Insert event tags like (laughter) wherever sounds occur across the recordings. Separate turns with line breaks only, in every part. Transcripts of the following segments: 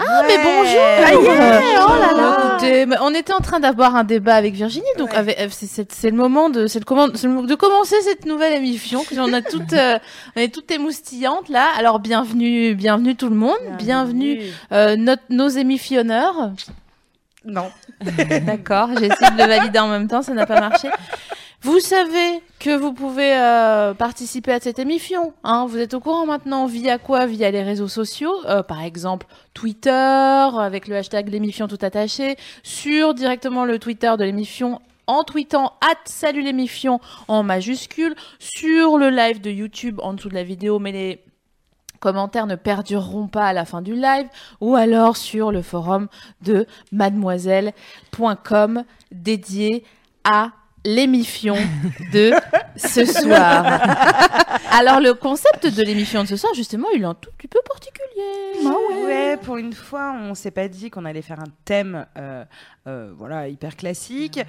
Ah, mais bonjour
Ça y est,
Oh là
Oh.
là Écoutez, mais on était en train d'avoir un débat avec Virginie, donc avec- euh, c'est- c'est c'est le moment de c'est le commen- c'est le moment de commencer cette nouvelle émission. que On a toutes, (laughs) euh, on est toutes émoustillantes là. Alors bienvenue, bienvenue tout le monde, bienvenue, euh, notre- nos émifionneurs.
Non.
(laughs) D'accord, j'ai essayé de le valider en même temps, ça n'a pas marché. Vous savez que vous pouvez euh, participer à cette émission. Hein vous êtes au courant maintenant via quoi Via les réseaux sociaux, euh, par exemple Twitter avec le hashtag l'émission tout attaché, sur directement le Twitter de l'émission en tweetant at salut l'émission en majuscule, sur le live de YouTube en dessous de la vidéo, mais les commentaires ne perdureront pas à la fin du live, ou alors sur le forum de mademoiselle.com dédié à l'émission de ce soir. Alors le concept de l'émission de ce soir, justement, il est un tout petit peu particulier.
ouais. pour une fois, on s'est pas dit qu'on allait faire un thème euh, euh, voilà, hyper classique.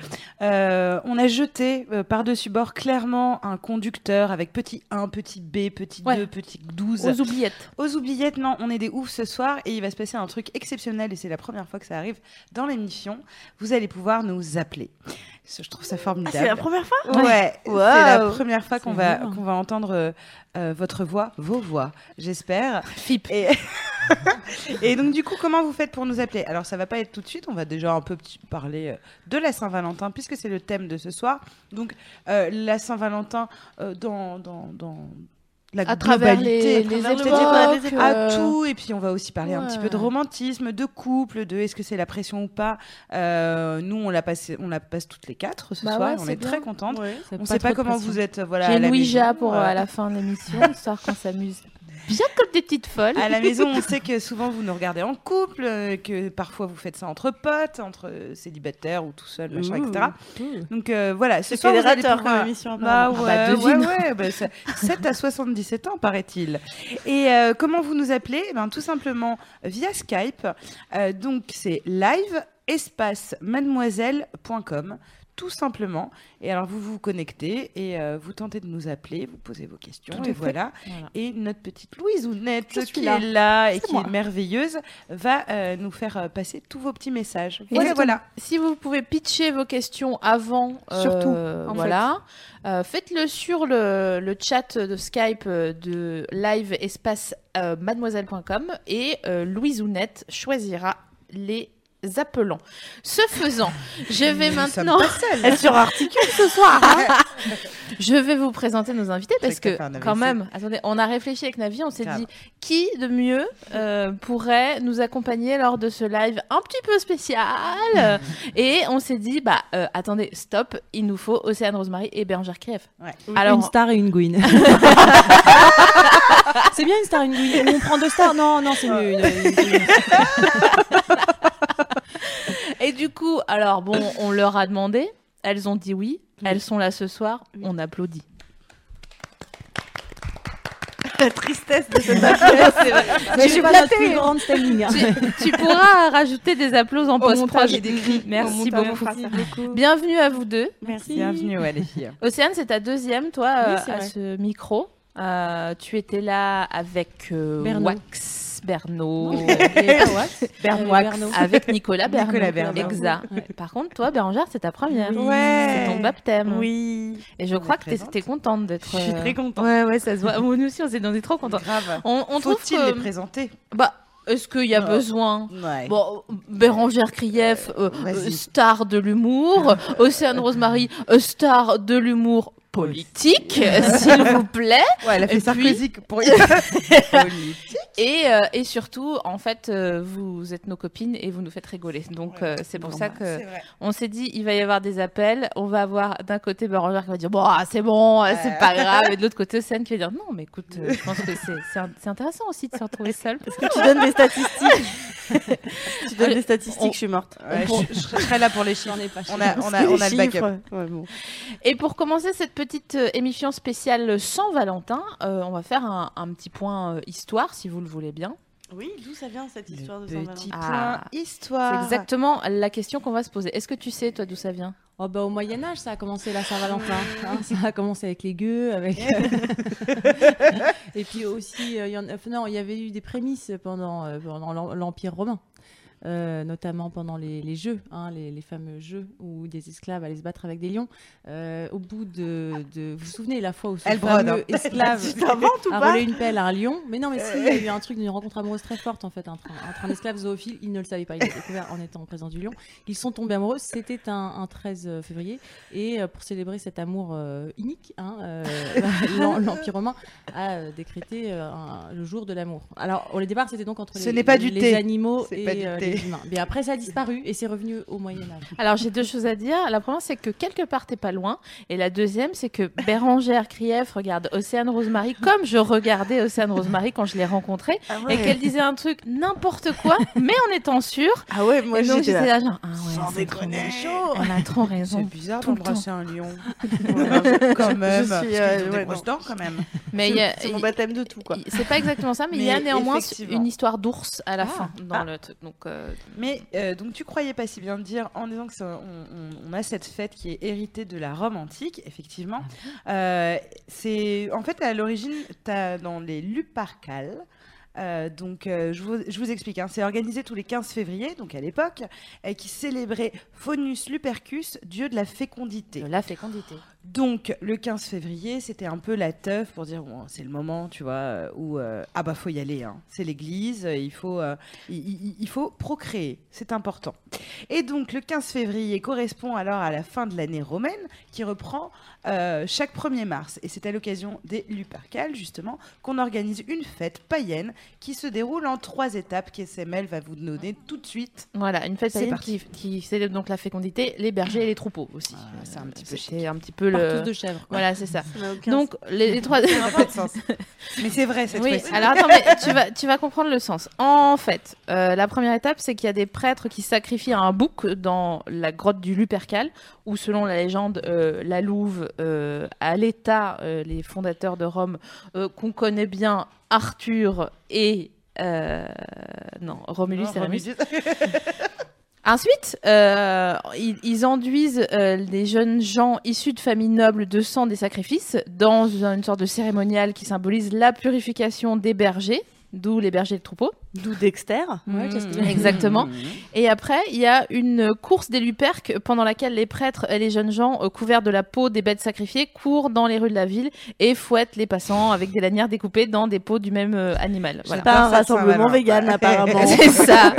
Euh, on a jeté euh, par-dessus bord clairement un conducteur avec petit 1, petit B, petit
Ouais.
2, petit 12.
Aux oubliettes.
Aux oubliettes, non, on est des oufs ce soir et il va se passer un truc exceptionnel et c'est la première fois que ça arrive dans l'émission. Vous allez pouvoir nous appeler. Ça, Je trouve ça formidable.
C'est la première fois
Ouais, c'est la
Wow.
première fois qu'on
C'est
va,
énorme.
qu'on va entendre euh, euh, votre voix, vos voix, j'espère.
Flip.
Et... (laughs) et donc du coup, comment vous faites pour nous appeler Alors ça va pas être tout de suite, on va déjà un peu petit- parler euh, de la Saint-Valentin puisque c'est le thème de ce soir. Donc euh, la Saint-Valentin euh, dans, dans, dans la
À travers les,
globalité,
les
travers le
époques,
monde, les époques.
à
euh,
tout et puis on va aussi parler un petit peu de
ouais.
romantisme, de couple, de est-ce que c'est la pression ou pas. Euh, nous on la passe, on la passe toutes les quatre ce
Bah
soir,
ouais,
on
c'est
est
bien.
très contentes.
Ouais.
On ne sait pas comment vous êtes, euh, voilà. à
J'ai une
la
Ouija
maison,
pour
euh,
euh, à la fin de
(laughs)
l'émission, histoire qu'on s'amuse bien comme des petites folles. (laughs)
À la maison, on sait que souvent vous nous regardez en couple, euh, que parfois vous faites ça entre potes, entre euh, célibataires ou tout seul, machin, etc. Donc euh, voilà, ce
C'est
soir vous allez
fédérateur
pouvoir-
comme émission.
Bah
apparemment.
ouais,
Ah bah,
ouais,
devine.
ouais, bah, ça- 7 à 77 ans, paraît-il. Et euh, comment vous nous appelez Eh ben, Tout simplement via Skype. Euh, donc, c'est live espace mademoiselle.com, tout simplement. Et alors, vous vous connectez et euh, vous tentez de nous appeler, vous posez vos questions,
Tout à fait.
et voilà.
Voilà.
Et notre petite Louise Ounette,
Je suis
qui
là.
est là et
C'est
qui
moi.
est merveilleuse, va euh, nous faire euh, passer tous vos petits messages. Voilà,
Exactement.
voilà.
Si vous pouvez pitcher vos questions avant, euh,
Surtout, en
voilà, Euh, faites-le sur le, le chat de Skype euh, de live espace euh, mademoiselle.com et euh, Louise Ounette choisira les appelants. Ce
(laughs)
faisant, je vais
Nous sommes
maintenant,
pas
(laughs)
seuls.
Elle surarticule ce soir.
hein.
(laughs)
je vais vous présenter nos invités
Je sais
parce
que t'as
que
fait un AVC.
quand même, attendez, on a réfléchi avec Navi, on s'est
Grave.
dit qui de mieux euh, pourrait nous accompagner lors de ce live un petit peu
(laughs)
spécial et on s'est dit bah euh, attendez stop il nous faut Océane Rosemary et Bérangère Krief
Ouais.
alors
Une star et une gouine. c'est bien une star et une gouine. On prend deux stars. Non, non, c'est mieux. Une, une- une-
et du coup alors bon on leur a demandé elles ont dit oui elles sont là ce soir on applaudit
La tristesse de cette
Mais
Mais
je suis
c'est pas notre plus grande standing. hein.
tu, tu pourras rajouter des applaudissements en post-prod merci beaucoup bienvenue à vous deux
Merci.
Bienvenue, ouais, les filles.
Océane, c'est ta deuxième, toi,
Oui,
euh,
c'est
à
vrai.
ce micro. Euh, tu étais là avec euh,
Bernaud.
Wax,
(laughs)
Bernaud, Euh,
Bernois.
Bernois.
avec Nicolas Bernaud.
Nicolas Bernaud.
Exa.
Ouais.
Par contre, toi, Bérangère, c'est ta première.
Oui.
Ouais.
C'est ton baptême.
Oui.
Et je crois que t'es-
présente.
t'es contente d'être.
Je suis
euh,
très contente.
Ouais, ouais, ça se voit. Moi nous aussi, on s'est on est trop contents.
Grave.
On, on trouve
Faut-il les
que.
présenter
Bah, est-ce qu'il y a
Non.
besoin
Ouais.
Bon, Bérangère Krief, euh,
Vas-y.
euh, star de
(laughs)
l'humour. Océane Rosemary, euh, star de l'humour politique, (laughs) s'il vous plaît.
ouais, elle a
et
fait
puis- (laughs)
Sarkozy pour politique.
Et, euh, et surtout, en fait, euh, vous êtes nos copines et vous nous faites rigoler. Donc, euh, c'est pour
Bon,
ça
bah,
que
c'est vrai.
on s'est dit, il va y avoir des appels. On va avoir d'un côté Bérangère qui va dire, bon, ah, c'est bon, ah, c'est
Ouais.
Euh.
pas grave. Et de l'autre côté, Océane qui va dire, non, mais écoute, euh, je pense que c'est- c'est un- c'est intéressant aussi de se retrouver seule. Parce que
Tu donnes des statistiques.
(laughs)
tu donnes
Ouais,
des statistiques,
on-
je suis morte.
Ouais,
pour-
je, je serai là pour les chiffres.
J'en ai pas.
On a- on a- on a le backup.
Et pour commencer cette petite euh, émission spéciale sans Valentin, euh, on va faire un, un petit point euh, histoire, si vous le voulez bien.
Oui, d'où ça vient cette histoire de
Petit
Saint-Valentin
Ah.
point histoire.
C'est exactement la question qu'on va se poser. Est-ce que tu sais, toi, d'où ça vient
(laughs) Oh bah, au Moyen Âge, ça a commencé la Saint-Valentin.
(laughs)
hein. ça a commencé avec les gueux, avec. Et puis aussi, euh, il y en a- non, il y avait eu des prémices pendant euh, pendant l'em- l'Empire romain, Euh, notamment pendant les, les jeux, hein, les, les fameux jeux où des esclaves allaient se battre avec des lions. Euh, au bout de, de- vous vous souvenez la fois où ce
Elle brode,
fameux
hein.
esclave
Tu t'inventes ou
a
pas
volé une pelle à un lion. Mais non, mais si, il y a eu un truc d'une rencontre amoureuse très forte en fait entre un, entre un esclave zoophile. Il ne le savait pas, il l'a découvert en étant en présence du lion. Ils sont tombés amoureux. C'était un, un 13 février. Et euh, pour célébrer cet amour euh, unique, hein, euh, (laughs) l'en- l'Empire romain a euh, décrété euh, un- le jour de l'amour. Alors au départ, c'était donc entre
Ce
les,
n'est pas du
les
thé.
animaux
C'est pas du
et euh,
thé.
les humains. Mais après, ça a disparu et c'est revenu au Moyen Âge.
Alors j'ai deux choses à dire. La première c'est que quelque part t'es pas loin, et la deuxième c'est que Bérangère Krief regarde Océane Rosemary comme je regardais Océane Rosemary quand je l'ai rencontrée,
Ah
et qu'elle disait un truc n'importe quoi, mais en étant sûre.
Ah ouais, moi
et donc
j'étais
j'étais
là.
là genre ah ouais,
Sans
c'est trop
déconner.
chaud. Elle a trop
C'est
raison.
bizarre
tout le
d'embrasser un lion.
Ouais.
(laughs) quand même.
Je
parce
suis,
qu'ils
euh,
ont des
ouais,
grosses
non.
dents, quand même.
Mais il y a-
C'est mon baptême de tout quoi.
il- c'est pas exactement ça, mais, il y a
Mais
néanmoins
effectivement.
une histoire d'ours à la
Ah.
fin dans
Ah.
le truc. Donc euh,
Mais euh, donc tu croyais pas si bien dire en disant que ça- on, on- on a cette fête qui est héritée de la Rome antique, effectivement.
Ah.
Euh, c'est en fait à l'origine t'as dans les Luparcales. euh, donc, euh, je, vous, je vous explique. hein. c'est organisé tous les 15 février, donc à l'époque, euh, qui célébrait Faunus Lupercus, dieu de la fécondité.
de la fécondité.
Donc, le 15 février, c'était un peu la teuf pour dire bon, c'est le moment, tu vois, euh, où euh, ah bah faut y aller, hein. c'est l'église, euh, il faut euh, il- il, il faut procréer, c'est important. Et donc, le 15 février correspond alors à la fin de l'année romaine qui reprend euh, chaque 1er mars. Et c'est à l'occasion des Lupercales, justement, qu'on organise une fête païenne qui se déroule en trois étapes qu'SML va vous donner tout de suite.
Voilà, une fête
C'est
païenne
parti.
qui, qui célèbre donc la fécondité, les bergers et les troupeaux aussi. Euh,
Ah, c'est un petit peu
C'était un petit peu
Partout
le.
de chèvres. quoi.
Voilà, c'est ça.
Ça n'a aucun
Donc les, les trois.
Ça n'a
(laughs)
pas de sens. Mais c'est vrai, cette
oui.
fois-ci.
Alors attends, mais tu vas tu vas comprendre le sens. En fait, euh, la première étape, c'est qu'il y a des prêtres qui sacrifient un bouc dans la grotte du Lupercal, où selon la légende, euh, la Louve, euh, à l'État, euh, les fondateurs de Rome, euh, qu'on connaît bien, Arthur et euh, non Romulus et Remus.
(laughs)
Ensuite, euh, ils, ils enduisent euh, les jeunes gens issus de familles nobles de sang des sacrifices dans une sorte de cérémonial qui symbolise la purification des bergers, d'où les bergers de troupeau.
D'où Dexter.
Ouais, qu'est-ce que-
Exactement. Et après, il y a une course des Luperques pendant laquelle les prêtres et les jeunes gens euh, couverts de la peau des bêtes sacrifiées courent dans les rues de la ville et fouettent les passants avec des lanières découpées dans des peaux du même euh, animal. Voilà.
Pas un
Ça, ça
rassemblement
va,
vegan
ouais.
apparemment.
C'est ça.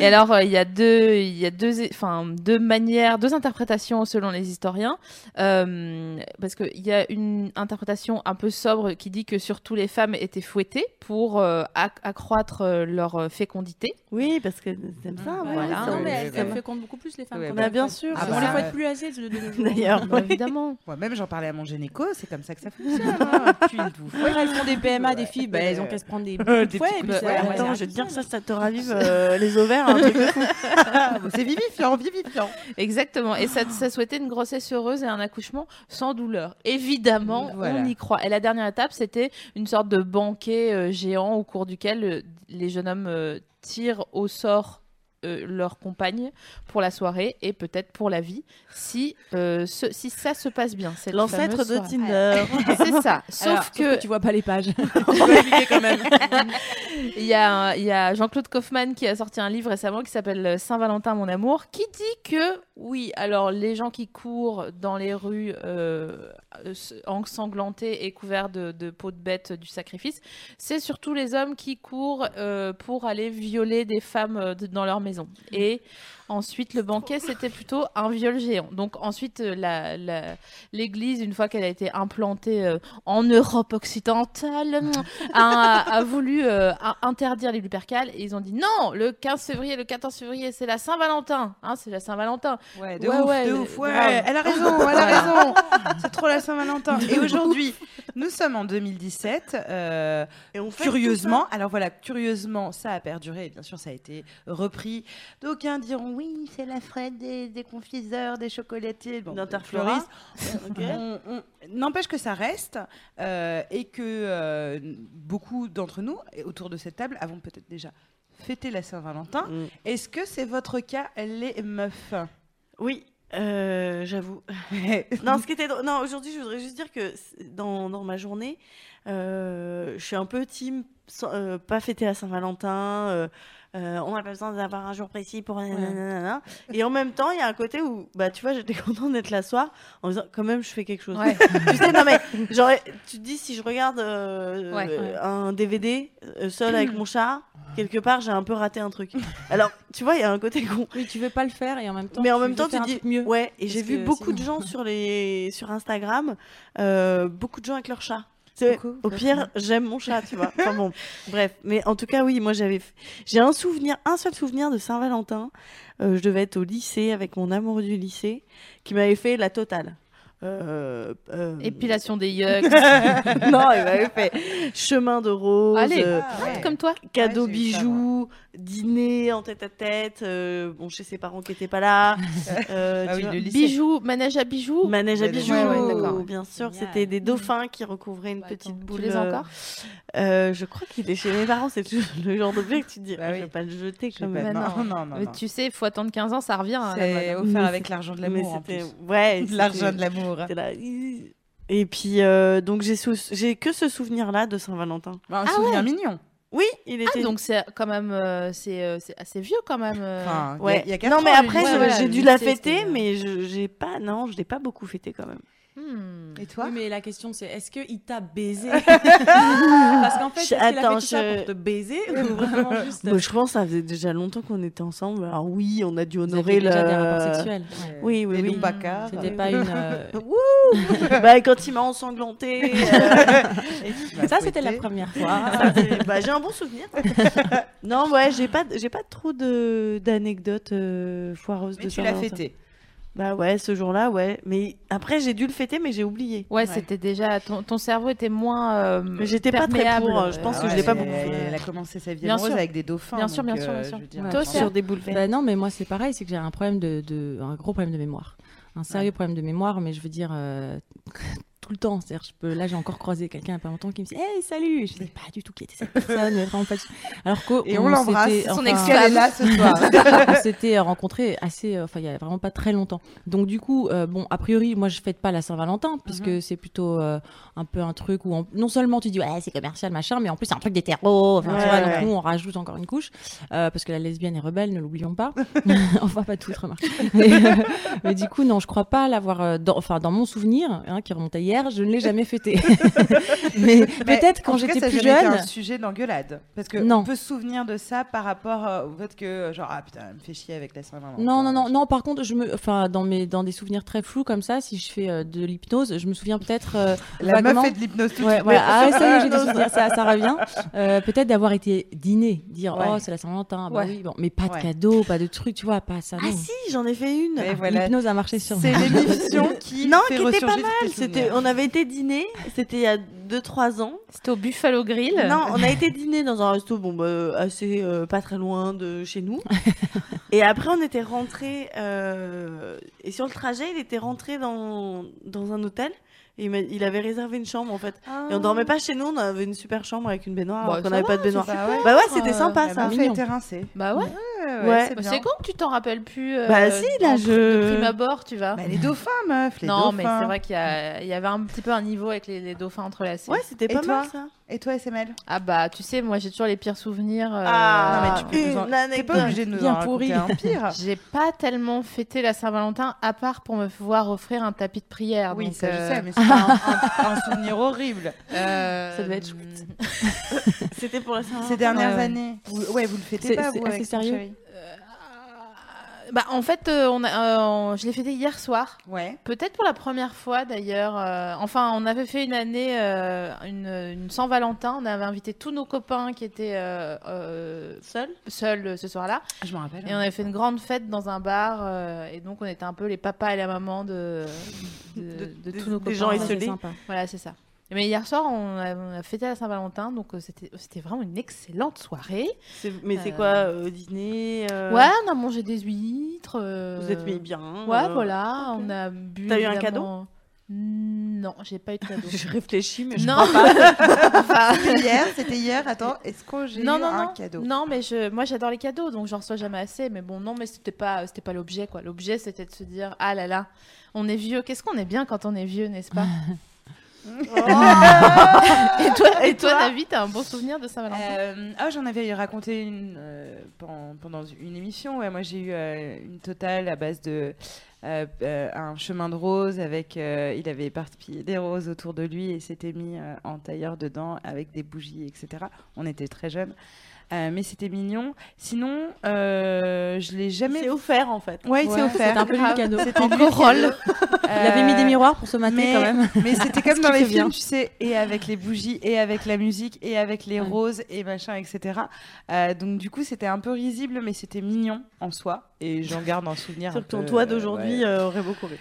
Et alors, euh, il y a deux, il y a deux, enfin, deux manières, deux interprétations selon les historiens, Euh, parce qu'il y a une interprétation un peu sobre qui dit que surtout les femmes étaient fouettées pour euh, acc- accroître euh, leur euh, fécondité.
Oui, parce que t'aimes ça.
Ouais,
voilà.
Voilà.
Non, mais elles
Ouais,
elles
ouais.
fécondent beaucoup plus les femmes.
Ouais,
qu'on
bah,
les
bien
hommes.
sûr.
Ah,
on
bah,
les
ouais.
voit plus âgées de- de
(laughs)
nos jours.
D'ailleurs,
Bah, évidemment.
Moi-même, j'en parlais à mon gynéco, c'est comme ça que ça fonctionne. hein. Tu vous fous.
Après, elles font des PMA, des filles, bah, elles ont qu'à se prendre des, bouts de
Des
fouet,
petits
et puis
bah,
coups de
ça-
fouet.
ouais,
Attends,
ça-
je veux te dire que ça, ça te ravive euh, les ovaires. un
(laughs)
truc de fou.
Ah, bon, c'est vivifiant, vivifiant.
Exactement. Et ça, ça souhaitait une grossesse heureuse et un accouchement sans douleur. Évidemment,
Voilà.
on y croit. Et la dernière étape, c'était une sorte de banquet euh, géant au cours duquel euh, les jeunes hommes euh, tirent au sort euh, leur compagne pour la soirée et peut-être pour la vie, si, euh, ce- si ça se passe bien. cette
L'ancêtre
fameuse
de
soirée.
Tinder.
(laughs) C'est ça. Sauf
Alors,
que
tu vois pas
(laughs)
les pages.
Il y a, un- il y a Jean-Claude Kaufmann qui a sorti un livre récemment qui s'appelle euh, Saint-Valentin, mon amour, qui dit que, oui, alors les gens qui courent dans les rues euh, s- ensanglantés et couverts de, de peau de bête euh, du sacrifice, c'est surtout les hommes qui courent euh, pour aller violer des femmes euh, de- dans leur maison. maison. Et ensuite, le banquet, c'était plutôt un viol géant. Donc ensuite, euh, la- la- l'église, une fois qu'elle a été implantée euh, en Europe
(laughs)
occidentale, a, a voulu euh, a- interdire les lupercales. Et ils ont dit non, le 15 février, le 14 février, c'est la Saint-Valentin. Hein, c'est la Saint-Valentin.
Ouais, de
Ouais,
ouf,
ouais,
de
le-
ouf. Ouais,
grave.
elle a raison, elle a
Voilà.
raison. C'est trop la Saint-Valentin. Et aujourd'hui, nous sommes en 2017. euh,
Et on fait
curieusement, alors voilà, curieusement, ça a perduré. Et bien sûr, ça a été repris. D'aucuns diront oui, c'est la frette des, des confiseurs, des chocolatiers, bon, des
D'Interflora.
fleuristes. On- on- N'empêche que ça reste euh, et que euh, beaucoup d'entre nous, et autour de cette table, avons peut-être déjà fêté la Saint-Valentin.
Mm.
Est-ce que c'est votre cas, les meufs
Oui,
(laughs)
euh, j'avoue. Non, ce qui était drôle- non aujourd'hui, je voudrais juste dire que c'est- dans, dans ma journée, euh, je suis un peu team sans- euh, pas fêter la Saint-Valentin. euh, euh, on n'a pas besoin d'avoir un jour précis pour nanana. et en même temps il y a un côté où bah tu vois j'étais (laughs) contente d'être là ce soir en me disant quand même je fais quelque chose
Ouais.
(laughs) tu sais non mais genre tu te dis si je regarde euh,
Ouais.
euh, un DVD euh, seul
(clears throat)
avec mon chat quelque part j'ai un peu raté un truc alors tu vois il y a un côté con
Oui, tu veux pas le faire et en même temps.
mais en
tu
même
veux
temps, tu
faire un
dis
truc mieux.
ouais. Et
Parce
j'ai vu
que
beaucoup de
(laughs)
gens
sinon-
sur les sur Instagram, euh, beaucoup de gens avec leur chat. C'est-
Beaucoup,
Au pire, j'aime mon chat,
(laughs)
tu vois. Enfin bon, bref. Mais en tout cas, oui, moi j'avais, f- j'ai un souvenir, un seul souvenir de Saint-Valentin. Euh, je devais être au lycée avec mon amoureux du lycée, qui m'avait fait la totale. Euh, euh,
Épilation
(laughs)
des yucks.
(laughs) non, il
ben,
m'avait fait chemin de rose.
Allez, Ah,
euh,
ouais.
comme toi.
cadeaux
Ouais, j'ai eu ça,
bijoux, dîner en tête à tête, euh, bon chez ses parents qui étaient pas là, euh,
Ah
tu
oui,
vois.
le lycée.
Bijoux, manège à bijoux.
Manège à
Ouais,
bijoux,
ouais, ouais, d'accord.
bien sûr,
Génial.
c'était des dauphins qui recouvraient une
Bah,
petite
attends, tu
boule.
tu les as
euh,
encore
euh, Je crois qu'il est chez mes parents, c'est toujours le genre d'objet que tu te dis,
Bah
je
oui.
vais pas le jeter
Je sais
quand
pas,
même.
Ah, Mais bah
non,
non.
(laughs) non, non,
Mais
non.
tu sais, faut attendre 15 ans, ça revient. à la mode,
C'est
hein.
offert avec l'argent de
Ah, Mais
l'amour en
c'était-
plus.
ouais,
(laughs) De
c'était-
l'argent de l'amour. hein.
c'était là. Et puis euh, donc j'ai sou- j'ai que ce souvenir là de Saint-Valentin.
Bah, un
Ah
souvenir mignon.
Oui, il était
Ah, donc c'est quand même euh, c'est euh, c'est assez vieux quand même. euh.
Enfin, il y a-
Ouais.
il y a quatre
non, mais
ans,
après,
le
lycée,
je- j'ai
voilà, le
dû la
lycée,
fêter,
c'était-
mais je- j'ai pas. Non, je l'ai pas beaucoup fêté quand
(laughs)
même.
Hmm.
Et toi
Oui, mais la question c'est est-ce qu'il
(laughs)
t'a baisé Parce qu'en fait,
Je-
est-ce qu'il a fait
attends,
tout ça
je-
pour te baiser
(laughs)
(laughs) ou vraiment
euh,
juste
Bah, je pense que ça faisait déjà longtemps qu'on était ensemble. Alors oui, on a dû
Vous
honorer
aviez déjà
le-
des rapports sexuels
euh, Oui, oui,
Les
oui.
loups bacards.
C'était pas une. euh,
(laughs) bah, quand il m'a
(laughs)
ensanglantée. Euh,
(laughs)
Ça, c'était la première (laughs) fois.
(laughs) bah, j'ai un bon (laughs)
(laughs)
souvenir. non, ouais, j'ai pas, j'ai pas trop de d'anecdotes euh, foireuses
Mais
de
tu l'as
Saint-Valentin.
fêté.
Bah ouais, ce jour-là, ouais. Mais après, j'ai dû le fêter, mais j'ai oublié.
Ouais, c'était déjà ton, ton cerveau était moins. euh,
Mais j'étais pas très
perméable,
pour, euh, je pense
euh,
que je
ouais,
l'ai pas
mais
beaucoup fait.
Elle a commencé sa vie
Bien
amoureuse
sûr.
avec des dauphins.
Bien sûr,
donc,
bien sûr,
euh,
bien sûr.
je veux dire,
Ouais.
Toi,
enfin,
c'est-
Sur des boulevards.
Bah non, mais moi c'est pareil, c'est que j'ai un problème de, de- un gros problème de mémoire, un sérieux problème de mémoire, mais je veux dire euh, (laughs) tout le temps. C'est-à-dire, je peux, là j'ai encore croisé quelqu'un il y a pas longtemps qui me dit, hey salut, et je sais pas du tout qui était cette personne, mais vraiment pas du tout. Alors que
Et on l'embrasse,
s'était-
son
enfin,
ex-femme. Elle est là ce soir.
(laughs)
on s'était rencontrés assez, euh, enfin il y a vraiment pas très longtemps. Donc du coup, euh, bon, a priori, moi je fête pas la Saint-Valentin puisque
Mhm.
c'est plutôt euh, un peu un truc où on- non seulement tu dis ouais c'est commercial machin, mais en plus c'est un truc d'hétéro. Enfin, tu
Ouais,
vois,
ouais.
donc nous on rajoute encore une couche euh, parce que la lesbienne est rebelle, ne l'oublions
(laughs)
pas. (laughs) enfin pas toutes, remarque. Mais, euh, mais du coup non, je crois pas l'avoir. euh, dans- Enfin dans mon souvenir hein, qui remonte à hier, je ne l'ai jamais fêté. (laughs) mais
Mais
peut-être
Bah,
quand
en tout cas,
j'étais
ça a
plus
jamais été
jeune.
un sujet d'engueulade. Parce que
Non.
on peut se souvenir de ça par rapport euh, au fait que, euh, genre, ah putain, elle me fait chier avec la Saint-Valentin.
Non, non, non, non. Par contre, je me, enfin, dans mes, dans des souvenirs très flous comme ça, si je fais euh, de l'hypnose, je me souviens peut-être. euh,
(laughs) La
vaguement-
meuf fait de l'hypnose tout de
Ouais,
suite.
voilà. Ah, ça y est,
(laughs)
j'ai des souvenirs, ça, ça revient. Euh, peut-être d'avoir été dîner, dire
Ouais.
oh c'est la Saint-Valentin, bah
Ouais.
oui, bon, mais pas de
Ouais.
cadeau, pas de truc, tu vois, pas ça.
Ah
non.
si, j'en ai fait une.
Mais voilà.
L'hypnose a marché sur moi.
(laughs)
C'est l'émission qui.
Non,
fait
qui était pas
ressurgir tous tes
mal. C'était,
souvenirs.
on avait été dîner. C'était il y a 2-3 ans.
C'était au Buffalo Grill.
Non, on a été dîner dans un resto, bon, bah, assez euh, pas très loin de chez nous. et après, on était rentré. et sur le trajet, il était rentré dans, dans un hôtel. Et il, m'a- il avait réservé une chambre en fait. Et on dormait pas chez nous, on avait une super chambre avec une baignoire,
Bah,
alors
ça
qu'on n'avait
va, euh,
pas de baignoire.
Bah ouais.
Bah ouais, c'était sympa
La
ça.
meuf a été rincée.
Bah ouais.
(laughs) Ouais,
Ouais.
c'est
Bah,
bien.
C'est con que tu t'en rappelles plus. euh,
Bah si, là,
en-
je-
De prime abord, tu vois.
Bah, les dauphins, meuf, les
non,
dauphins.
mais c'est vrai qu'il y, a- il y avait un petit peu un niveau avec les, les dauphins entrelacés.
Ouais, c'était
Et
pas mal
toi
ça.
Et toi, SML
Ah bah, tu sais, moi j'ai toujours les pires souvenirs. euh,
Ah,
Non, mais tu peux nous en-
une
T'es
anecdote.
pas obligé de nous
bien
en raconter hein.
pourri.
un pire.
(laughs) J'ai pas tellement fêté la Saint-Valentin à part pour me voir offrir un tapis de prière.
Oui,
donc,
ça
euh,
je
(laughs)
sais, mais c'est pas un, un- un souvenir horrible.
euh,
Ça devait
(laughs)
être chouette. C'était pour la Saint-Valentin.
Ces dernières
ouais.
années. Vous- ouais, vous le fêtez
C'est-
pas,
c'est
vous,
assez
avec ton
Euh,
sérieux.
chéri
Bah, en fait, euh, on a, euh, on- je l'ai fêté hier soir.
Ouais.
Peut-être pour la première fois d'ailleurs. euh, enfin, on avait fait une année, euh, une, une Saint-Valentin. On avait invité tous nos copains qui étaient euh, euh,
Seuls
seuls euh, ce soir-là.
Je me rappelle.
hein.
hein.
Et on avait fait une grande fête dans un bar. euh, et donc, on était un peu les papas et la maman de, de, de
des-
tous nos copains.
des gens
Ouais,
isolés.
c'est sympa. Voilà, c'est ça. Mais hier soir, on a, on a fêté la Saint-Valentin, donc euh, c'était c'était vraiment une excellente soirée.
C'est- Mais c'est
Euh,
quoi euh, Dîner euh,
Ouais, on a mangé des huîtres. euh,
Vous êtes mis bien
Ouais,
euh,
voilà,
ok.
on a bu.
T'as eu un
évidemment-
cadeau
Non, j'ai pas eu de cadeau.
J'ai réfléchi, mais je
non, (laughs) Enfin,
C'était hier, c'était hier. Attends, est-ce que j'ai eu
non, non,
un
non.
cadeau
Non, mais je, moi j'adore les cadeaux, donc j'en reçois jamais assez. Mais bon, non, mais c'était pas, c'était pas l'objet, quoi. L'objet, c'était de se dire, ah là là, on est vieux. Qu'est-ce qu'on est bien quand on est vieux, n'est-ce (laughs) pas Et toi, et toi,
toi
David, t'as un bon souvenir de Saint-Valentin
Euh, ah, j'en avais raconté une euh, pen- pendant une émission. Ouais, moi, j'ai eu euh, une totale à base de euh, euh, un chemin de roses avec. euh, il avait éparpillé des roses autour de lui et s'était mis euh, en tailleur dedans avec des bougies, etc. On était très jeunes, Euh, mais c'était mignon. Sinon, euh, je l'ai jamais.
C'est offert en fait.
Ouais, il s'est
Ouais,
offert.
c'était un peu lui le cadeau.
C'était
En
lui le
corolle.
cadeau.
Il avait mis des miroirs pour se mater
mais-
quand même.
Mais c'était comme
Ce
dans
qui
les
fait
films,
bien.
tu sais, et avec les bougies, et avec la musique, et avec les
Ouais.
roses, et machin, etc. Euh, donc du coup, c'était un peu risible, mais c'était mignon en soi, et j'en garde un souvenir.
Sur
Sur
ton toit d'aujourd'hui euh, aurait beaucoup ri.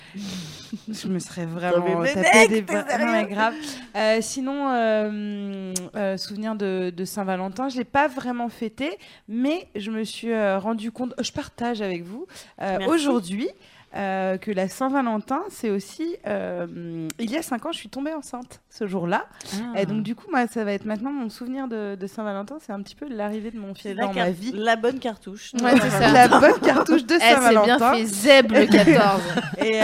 je me serais vraiment
mais
tapé
mec,
des
t'es
barres. Non, mais
sérieux
grave. Euh, sinon, euh, euh, souvenir de, de Saint-Valentin, je l'ai pas vraiment fêté, mais je me suis euh, rendu compte, je partage avec vous euh,
Merci.
aujourd'hui euh, que la Saint-Valentin, c'est aussi, euh, il y a cinq ans, je suis tombée enceinte ce jour-là.
Ah.
Et donc du coup, moi, ça va être maintenant mon souvenir de, de Saint-Valentin, c'est un petit peu l'arrivée de mon
C'est
fils
la,
dans ma
car-
vie.
la bonne cartouche.
Ouais,
(laughs)
c'est ça.
La bonne
(laughs)
cartouche de
Eh, c'est bien
Saint-Valentin.
fait Zeb le 14.
(laughs) Et, euh,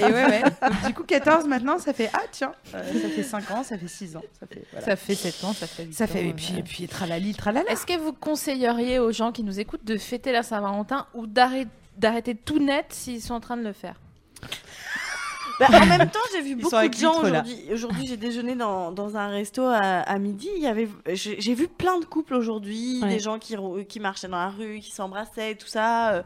et ouais, ouais. Donc, du coup, 14 maintenant, ça fait ah tiens, euh, ça fait 5 ans, ça fait 6 ans, ça fait voilà.
ça fait 7 ans, ça fait 8
Ça fait et puis et puis tralali tralala.
Est-ce que vous conseilleriez aux gens qui nous écoutent de fêter la Saint-Valentin ou d'arrêter d'arrêter tout net s'ils sont en train de le faire
Bah, en même temps, j'ai vu
sont
beaucoup
avec
de gens
l'huître, là.
aujourd'hui. Aujourd'hui, j'ai déjeuné dans, dans un resto à, à midi. Il y avait, j'ai j'ai vu plein de couples aujourd'hui,
Ouais.
des gens qui, rou- qui marchaient dans la rue, qui s'embrassaient, tout ça. euh.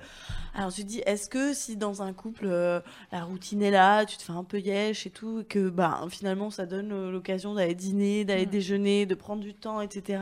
Alors, je me dis, est-ce que si dans un couple, euh, la routine est là, tu te fais un peu yesh et tout, et que bah, finalement, ça donne euh, l'occasion d'aller dîner, d'aller
Mm.
déjeuner, de prendre du temps, etc.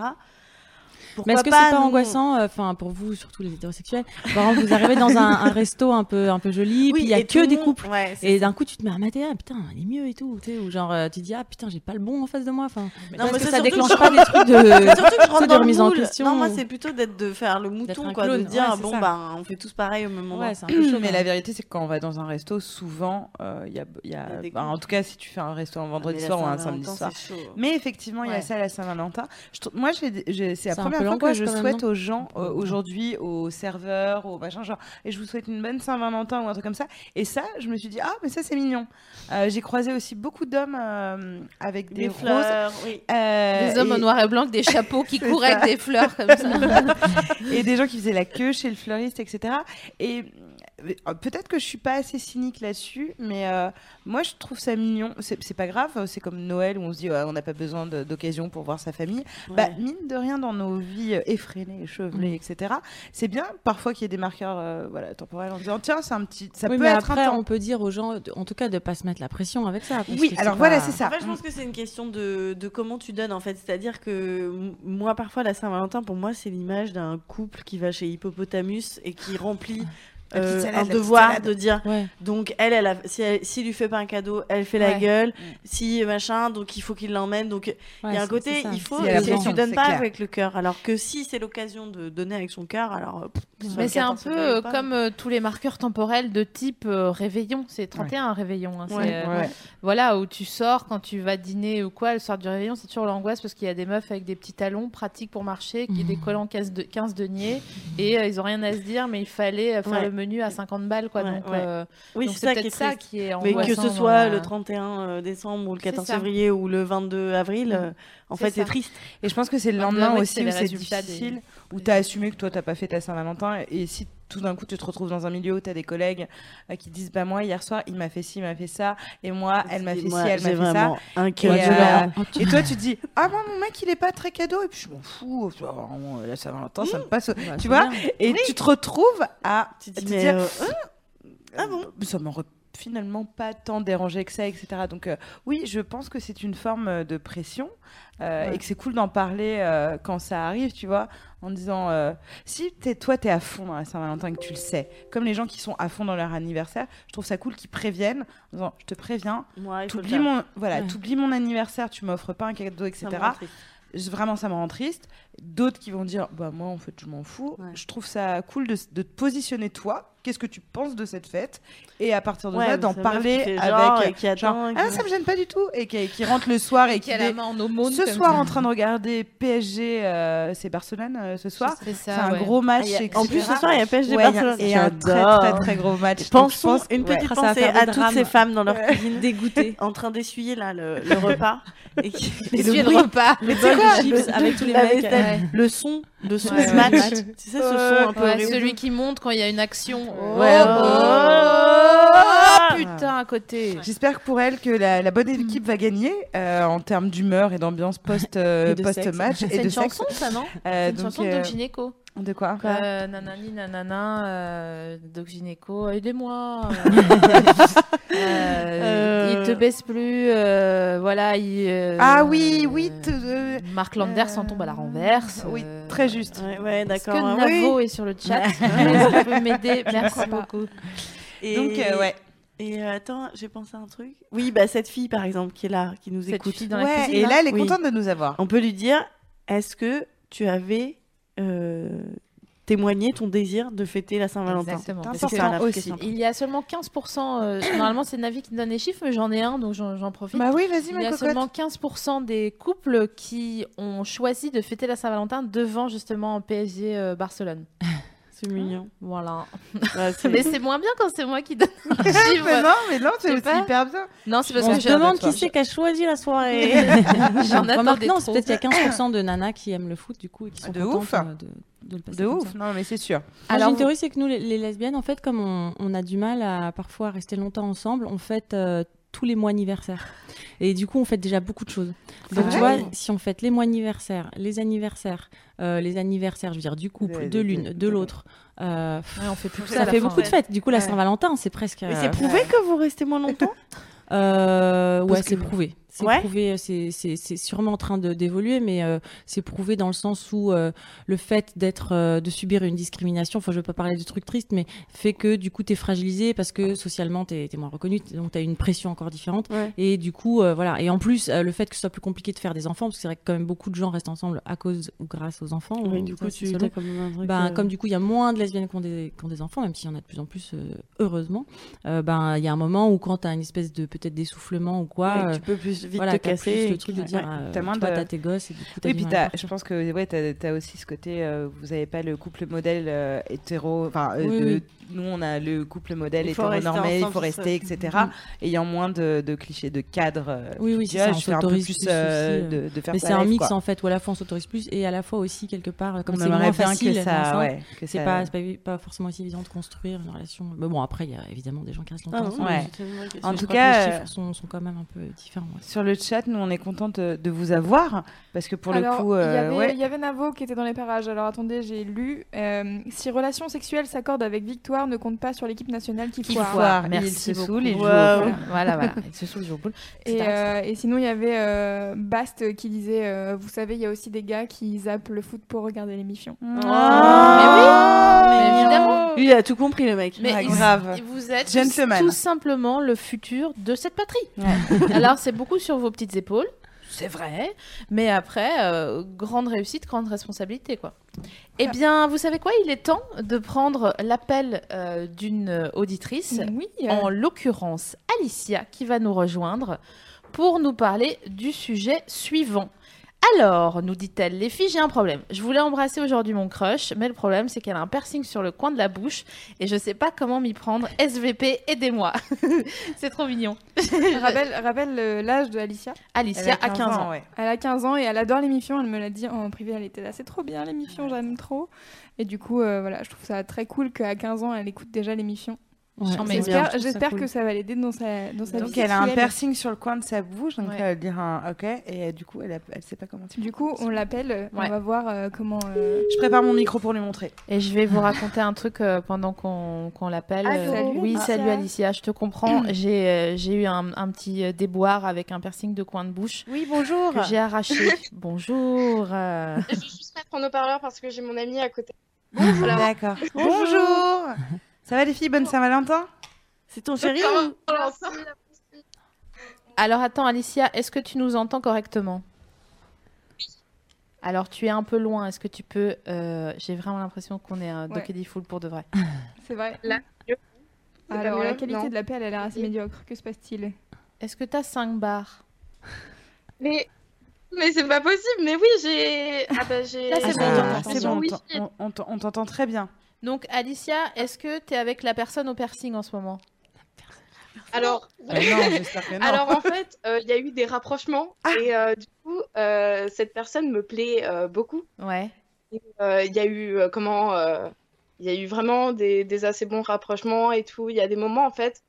Mais
Pourquoi
est-ce que c'est pas
nous-
angoissant, euh, enfin pour vous surtout les hétérosexuels, par exemple vous arrivez dans un, un resto un peu un peu joli,
Oui,
puis il y a
et tout
que
le
des
monde-
couples.
Ouais, c'est
Et d'un coup, tu te mets à mater, ah, putain, elle est mieux et tout, tu sais, ou genre, euh, tu te dis, ah putain, j'ai pas le bon en face de moi, enfin,
Non, mais
parce que
c'est
ça
surtout que
déclenche
je- (laughs)
pas des
C'est
trucs de.
surtout que je rentre
de
dans
(laughs)
le
remise en
moule.
question.
Non, moi, c'est plutôt d'être de faire le mouton,
un
quoi, de
clown.
dire
Ouais, c'est
bon
ça.
ben on fait tous pareil au même moment.
Ouais, c'est un
(clears throat)
(clears throat)
peu chaud.
Mais
quand
la
même.
vérité, c'est que quand on va dans un resto, souvent, euh, il y a, il y a-
Il y a des Ah,
bah, en tout cas, si tu fais un resto un vendredi
Mais la
soir ou un
Saint-Valentin,
samedi soir.
c'est chaud. hein.
Mais effectivement, il y a
Ouais.
ça à la Saint-Valentin. Je trou- Moi, j'ai- j'ai- c'est la
C'est un
première
peu
fois que
l'angoisse,
je
quand même,
souhaite
non
aux gens euh,
Ouais.
aujourd'hui, aux serveurs, aux machins, genre, et je vous souhaite une bonne Saint-Valentin ou un truc comme ça. Et ça, je me suis dit, ah, mais ça, c'est mignon. Euh, j'ai croisé aussi beaucoup d'hommes euh, avec des,
des
roses.
fleurs, oui.
euh,
Des hommes
et-
en noir et blanc, avec des chapeaux qui
(laughs) C'est
couraient
ça.
avec des fleurs comme ça.
(laughs) et des gens qui faisaient la queue chez le fleuriste, etc. Et euh, peut-être que je suis pas assez cynique là-dessus, mais euh, moi je trouve ça mignon. C'est c'est pas grave, c'est comme Noël où on se dit ouais, on n'a pas besoin de- d'occasion pour voir sa famille. Bah, mine de rien, dans nos vies effrénées,
Mm.
chevelées, etc., c'est bien parfois qu'il y ait des marqueurs euh, voilà, temporels en disant tiens, c'est un petit. Ça
oui,
peut
mais
être
après,
un temps.
on peut dire aux gens, de- en tout cas, de pas se mettre la pression avec ça. parce que
Oui, alors
pas-
voilà, c'est ça.
En fait, je pense que c'est une question de, de comment tu donnes en fait. C'est-à-dire que m- moi, parfois, la Saint-Valentin, pour moi, c'est l'image d'un couple qui va chez Hippopotamus et qui remplit
La petite
euh,
salade, la
un
petite
devoir
salade.
de dire.
Ah. Ouais.
Donc elle, elle, a, si elle, s'il lui fait pas un cadeau, elle fait la
Ouais.
gueule. Si machin, donc il faut qu'il l'emmène. Donc
ouais,
il y a un
c'est- c'est
côté,
ça.
il faut,
C'est la
et si tu
raison,
donnes
c'est
pas
clair.
avec le cœur. Alors que si c'est l'occasion de donner avec son cœur, alors. euh, pff, sur
Mais
le
c'est un
14
peu
février
euh,
ou pas.
comme euh, tous les marqueurs temporels de type euh, réveillon. C'est 31 réveillon. hein, c'est,
Ouais.
euh,
Ouais.
Voilà, où tu sors quand tu vas dîner ou quoi, le soir du réveillon, c'est toujours l'angoisse parce qu'il y a des meufs avec des petits talons pratiques pour marcher, qui décollent en 15, de, 15 deniers et euh, ils ont rien à se dire, mais il fallait euh, faire
Ouais.
le menu à 50 balles. quoi.
Ouais,
donc
ouais.
euh,
Oui,
donc
c'est ça qui est
peut-être ça
triste.
qui est
Mais que
angoissant
ce
dans
soit
la-
le 31 euh, décembre ou le
C'est
14
ça. Mm.
février ou le 22 avril, euh, en
C'est
fait, c'est
ça.
triste.
Et je pense que c'est le
Enfin,
lendemain
ouais,
aussi
c'est
où
les
c'est
résultats des-
difficile, où tu as assumé que toi, t'as pas fait ta Saint-Valentin. Et si tout d'un coup, tu te retrouves dans un milieu où tu as des collègues euh, qui disent Bah, moi, hier soir, il m'a fait ci, il m'a fait ça, et moi, elle m'a fait ci,
Moi,
elle m'a
j'ai
fait ça.
vraiment un
Et,
cœur.
euh, et toi, tu te dis Ah, moi, mon mec, il est pas très cadeau, et puis je m'en fous, tu vois, vraiment, euh, la Saint-Valentin, ça me passe. au-
Bah,
tu
c'est
vois
bien.
Et tu te retrouves à
Tu te
te
dis, mais,
dire
euh,
Ah bon Ça m'aurait finalement pas tant dérangé que ça, etc. Donc, euh, oui, je pense que c'est une forme euh, de pression euh, et que c'est cool d'en parler euh, quand ça arrive, tu vois, en disant euh, si t'es, toi, t'es à fond dans la Saint-Valentin et que tu le sais, comme les gens qui sont à fond dans leur anniversaire, je trouve ça cool qu'ils préviennent en disant je te préviens,
Moi, il faut le
t'oublies
faire.
mon, voilà,
Ouais.
t'oublies mon anniversaire, tu m'offres pas un cadeau,
Ça
etc.
me rend triste.
Je- vraiment ça me rend triste. D'autres qui vont dire bah moi en fait je m'en fous.
Ouais.
Je trouve ça cool de, s- de te positionner toi. Qu'est-ce que tu penses de cette fête Et à partir de
Ouais,
là
mais
d'en
sa meuf qui
parler
fait genre, et
avec
qui attend, et
ah
qui-
ça me gêne pas du tout et qui, qui rentre le soir et qui
Qui a la
est
main en aumône.
ce soir en train de regarder PSG euh, c'est Barcelone euh, ce soir.
C'est
C'est
ça.
un
ouais.
gros match.
Ah, il y a-
etc.
En plus, ce soir, il y a PSG
Ouais, il y a-
Barcelone.
et un très très très gros match. Donc, je
Pensons
pense-
une
ouais.
petite
Ah, ça va
pensée
faire des
à toutes
drames.
ces femmes dans leur cuisine
Dégoûté.
(laughs) en train d'essuyer là le, le repas et qui-
Et
le
le
bruit,
repas.
Le
c'est
bol
quoi,
de chips avec tous les
la
mecs.
vaisselle,
Ouais.
le son de son
Ouais, ouais.
match. Tu sais ce son un peu
Ouais,
horrible.
celui qui monte quand il y a une action. Oh,
Ouais.
oh, putain, à côté.
J'espère que pour elle que la, la bonne équipe va gagner euh, en termes d'humeur et d'ambiance
(laughs)
post
Et
euh,
de
post
sexe.
match et
C'est
de
une
sexe.
chanson, ça, non
Euh,
C'est une
donc,
chanson
euh,
de Gineco.
de quoi
Euh, nanani, nanana, euh, Doc Gynéco,
(laughs)
aidez-moi. euh,
Euh.
Il te baisse plus, euh, voilà. Il, euh,
Ah oui, oui.
euh,
te- euh,
Mark Landers en tombe à la renverse.
Oui,
euh,
très juste.
Ouais, ouais,
Est-ce que
d'accord. hein, oui.
Navo est sur le
(laughs)
chat Est-ce que vous pouvez m'aider Merci
crois pas.
beaucoup.
Et,
Donc, euh, ouais.
Et euh, attends, j'ai pensé à un truc. Oui, bah cette fille par exemple qui est là, qui nous
Cette
écoute.
fille dans la
Ouais,
cuisine,
et
là.
là, elle est
Oui.
contente de nous avoir.
(laughs)
On peut lui dire est-ce que tu avais euh, témoigné ton désir de fêter la Saint-Valentin
Exactement.
C'est
Parce
important
que-
la
aussi.
question.
Il y a seulement 15%, euh, (clears throat) normalement c'est Navi qui donne les chiffres, mais j'en ai un, donc j'en j'en profite.
Bah oui, vas-y,
Il
ma
y a
cocotte.
seulement 15% des couples qui ont choisi de fêter la Saint-Valentin devant justement PSG euh,
(laughs)
Barcelone.
C'est mignon.
Voilà.
(laughs)
(laughs)
Ouais, c'est-
Mais c'est moins bien quand c'est moi qui donne les
(laughs) Mais
chiffres.
non, mais non,
Je
c'est
sais
c'est
pas.
hyper bien.
Non, c'est parce
On
que
se
j'ai
demande
un
qui
autre
c'est qui a choisi
(laughs)
la soirée.
soir. J'en attendais
Remarque, non,
trop.
c'est peut-être qu'il y a 15% de nanas qui aiment le foot, du coup, et qui sont
De
contentes,
ouf.
euh, de, de le passer
De
comme ça.
ouf. Non, mais c'est sûr.
Moi,
Alors,
j'ai une théorie, c'est que nous, les, les lesbiennes, en fait, comme on, on a du mal à parfois rester longtemps ensemble, on fête euh, tous les mois anniversaires. Et du coup, on fête déjà beaucoup de choses.
Ah
Donc, tu vois,
vrai
si on fête les mois anniversaires, les anniversaires, euh, les anniversaires, je veux dire, du couple,
Des-
de
des-
l'une,
des-
de l'autre, euh, pff,
Ouais, on fait plus
ça,
à la
fait
fin,
beaucoup de
ouais.
fêtes. Du coup, la
Ouais.
Saint-Valentin, c'est presque.
Mais
euh,
c'est prouvé que vous restez moins longtemps
euh, ouais,
Parce
c'est
que-
prouvé. C'est
Ouais.
prouvé. C'est c'est- c'est sûrement en train de- d'évoluer, mais euh, c'est prouvé dans le sens où euh, le fait d'être, euh, de subir une discrimination. Enfin, je veux pas parler de trucs tristes, mais fait que du coup, t'es fragilisé parce que socialement, t'es es moins reconnu, t'es- donc t'as une pression encore différente.
Ouais.
Et du coup, euh, voilà. Et en plus, euh, le fait que ce soit plus compliqué de faire des enfants, parce que c'est vrai que quand même beaucoup de gens restent ensemble à cause ou grâce aux enfants.
Oui,
ou-
du
ça,
coup,
c'est
tu
selon.
as comme un truc.
Ben,
euh,
Comme du coup, il y a moins de lesbiennes qui ont des, qui ont des enfants, même s'il y en a de plus en plus, euh, heureusement, euh, ben, il y a un moment où quand tu as une espèce de peut-être d'essoufflement ou quoi,
ouais,
euh,
tu peux plus vite
voilà,
te
t'as
casser.
plus
et
le truc de
ouais.
dire,
ouais,
euh,
t'as moins
toi,
de-
t'as tes gosses et du coup, t'as
Oui,
du
puis
mal à
t'as-
partir.
je pense que ouais, t'as as aussi ce côté, euh, vous avez pas le couple modèle euh, hétéro, enfin, euh,
Oui,
de-
oui.
nous on a le couple modèle
Il faut rester
hétéronormé, il faut
ensemble,
rester, etc. Ayant moins de, de clichés, de cadres. euh,
Mm, Oui, oui,
tu
c'est
vois,
ça, on
je fais un peu
s'autorise
plus
plus
euh,
aussi, euh,
de, de faire
Mais
ça
c'est un
live,
mix
quoi.
en fait où à la fois on s'autorise plus et à la fois aussi quelque part euh, comme
On
c'est
aimerait
moins
bien que
facile d'être
ça,
enceinte,
ouais, que
c'est
ça-
pas, c'est pas pas forcément aussi évident de construire une relation mais bon après il y a évidemment des gens qui restent
Ah,
longtemps
non,
ensemble,
Ouais.
mais c'est une vraie question.
En
mais je
tout
crois que
cas,
les
euh,
chiffres sont, sont quand même un peu différents ouais.
Sur le chat, nous on est contente de, de vous avoir parce que pour
Alors,
le coup,
il y
euh,
avait-
ouais.
il y, avait Navo qui était dans les parages. Alors attendez, j'ai lu. euh, si relation sexuelle s'accorde avec victoire, ne compte pas sur l'équipe nationale qui,
Qui
foire.
foire.
Merci
Il se
beaucoup.
saoule, il joue au
Waouh.
pool.
Voilà, voilà. Il se saoule, il joue au
(laughs)
pool. C'est
Et,
intéressant.
euh, et sinon, il y avait euh, Bast qui disait euh, Vous savez, il y a aussi des gars qui zappent le foot pour regarder les mifions.
Oh.
Mais Hmm. oui, mais évidemment.
Lui, il a tout compris, le mec.
Mais
Ouais,
il-
grave.
Et vous êtes
Gentleman.
tout simplement le futur de cette patrie.
Ouais.
(laughs) Alors, c'est beaucoup sur vos petites épaules, c'est vrai, mais après, euh, grande réussite, grande responsabilité, quoi. Eh bien, vous savez quoi Il est temps de prendre l'appel euh, d'une auditrice,
Oui. euh,
en l'occurrence Alicia, qui va nous rejoindre pour nous parler du sujet suivant. Alors, nous dit-elle, les filles, j'ai un problème. Je voulais embrasser aujourd'hui mon crush, mais le problème, c'est qu'elle a un piercing sur le coin de la bouche et je sais pas comment m'y prendre. SVP, aidez-moi.
(laughs)
c'est trop mignon.
(laughs) rappelle rappelle euh, l'âge de Alicia.
Alicia a 15 ans.
ouais.
Elle a 15 ans et elle adore les mifions. Elle me l'a dit en privé, elle était là. C'est trop bien les mifions, j'aime trop. Et du coup, euh, voilà, je trouve ça très cool qu'à 15 ans, elle écoute déjà les mifions.
Non, mais bien, je
J'espère j'espère que ça va l'aider dans sa, dans sa vie.
Donc elle a un
sexuelle.
piercing sur le coin de sa bouche, donc
Ouais.
elle va dire un OK, et euh, du coup elle, a- elle sait pas comment dire.
Du coup, on l'appelle, euh,
Ouais.
on va voir euh, comment. euh,
Je prépare mon micro pour lui montrer.
Et je vais vous raconter un truc euh, pendant qu'on qu'on l'appelle.
Allô, Salut,
oui,
Alicia.
salut Alicia, je te comprends. J'ai euh, j'ai eu un, un petit euh, déboire avec un piercing de coin de bouche
Oui, bonjour.
que j'ai arraché. Bonjour. euh.
Je vais juste pas prendre au parleur parce que j'ai mon ami à côté. Voilà.
(laughs) D'accord. Bonjour. Ça va les filles, bonne Saint-Valentin
C'est ton chéri ou-
Alors attends Alicia, est-ce que tu nous entends correctement Alors tu es un peu loin, est-ce que tu peux... euh, J'ai vraiment l'impression qu'on est euh, un
Ouais.
Doc Full pour de
(laughs)
vrai.
C'est vrai.
Là, mieux.
Ah,
C'est
Alors,
pas
la
mieux
qualité
Non.
de la paix, elle a l'air assez médiocre. Que se passe-t-il
Est-ce que t'as 5 bars
Mais, mais c'est pas possible. Mais oui, j'ai. Ah bah j'ai.
Là, c'est
Ah,
bon,
j'ai
on
une
t'entend.
c'est
connexion
bon, on
wifi.
t'en- on- on t'en- on t'entend très bien.
Donc Alicia, est-ce que t'es avec la personne au piercing en ce moment
Alors,
Euh, non, j'espère que non.
alors en fait, euh, il y a eu des rapprochements
Ah.
et euh, du coup, euh, cette personne me plaît euh, beaucoup.
Ouais.
Euh, Il y a eu euh, comment euh, Il y a eu vraiment des, des assez bons rapprochements et tout. Il y a des moments en fait,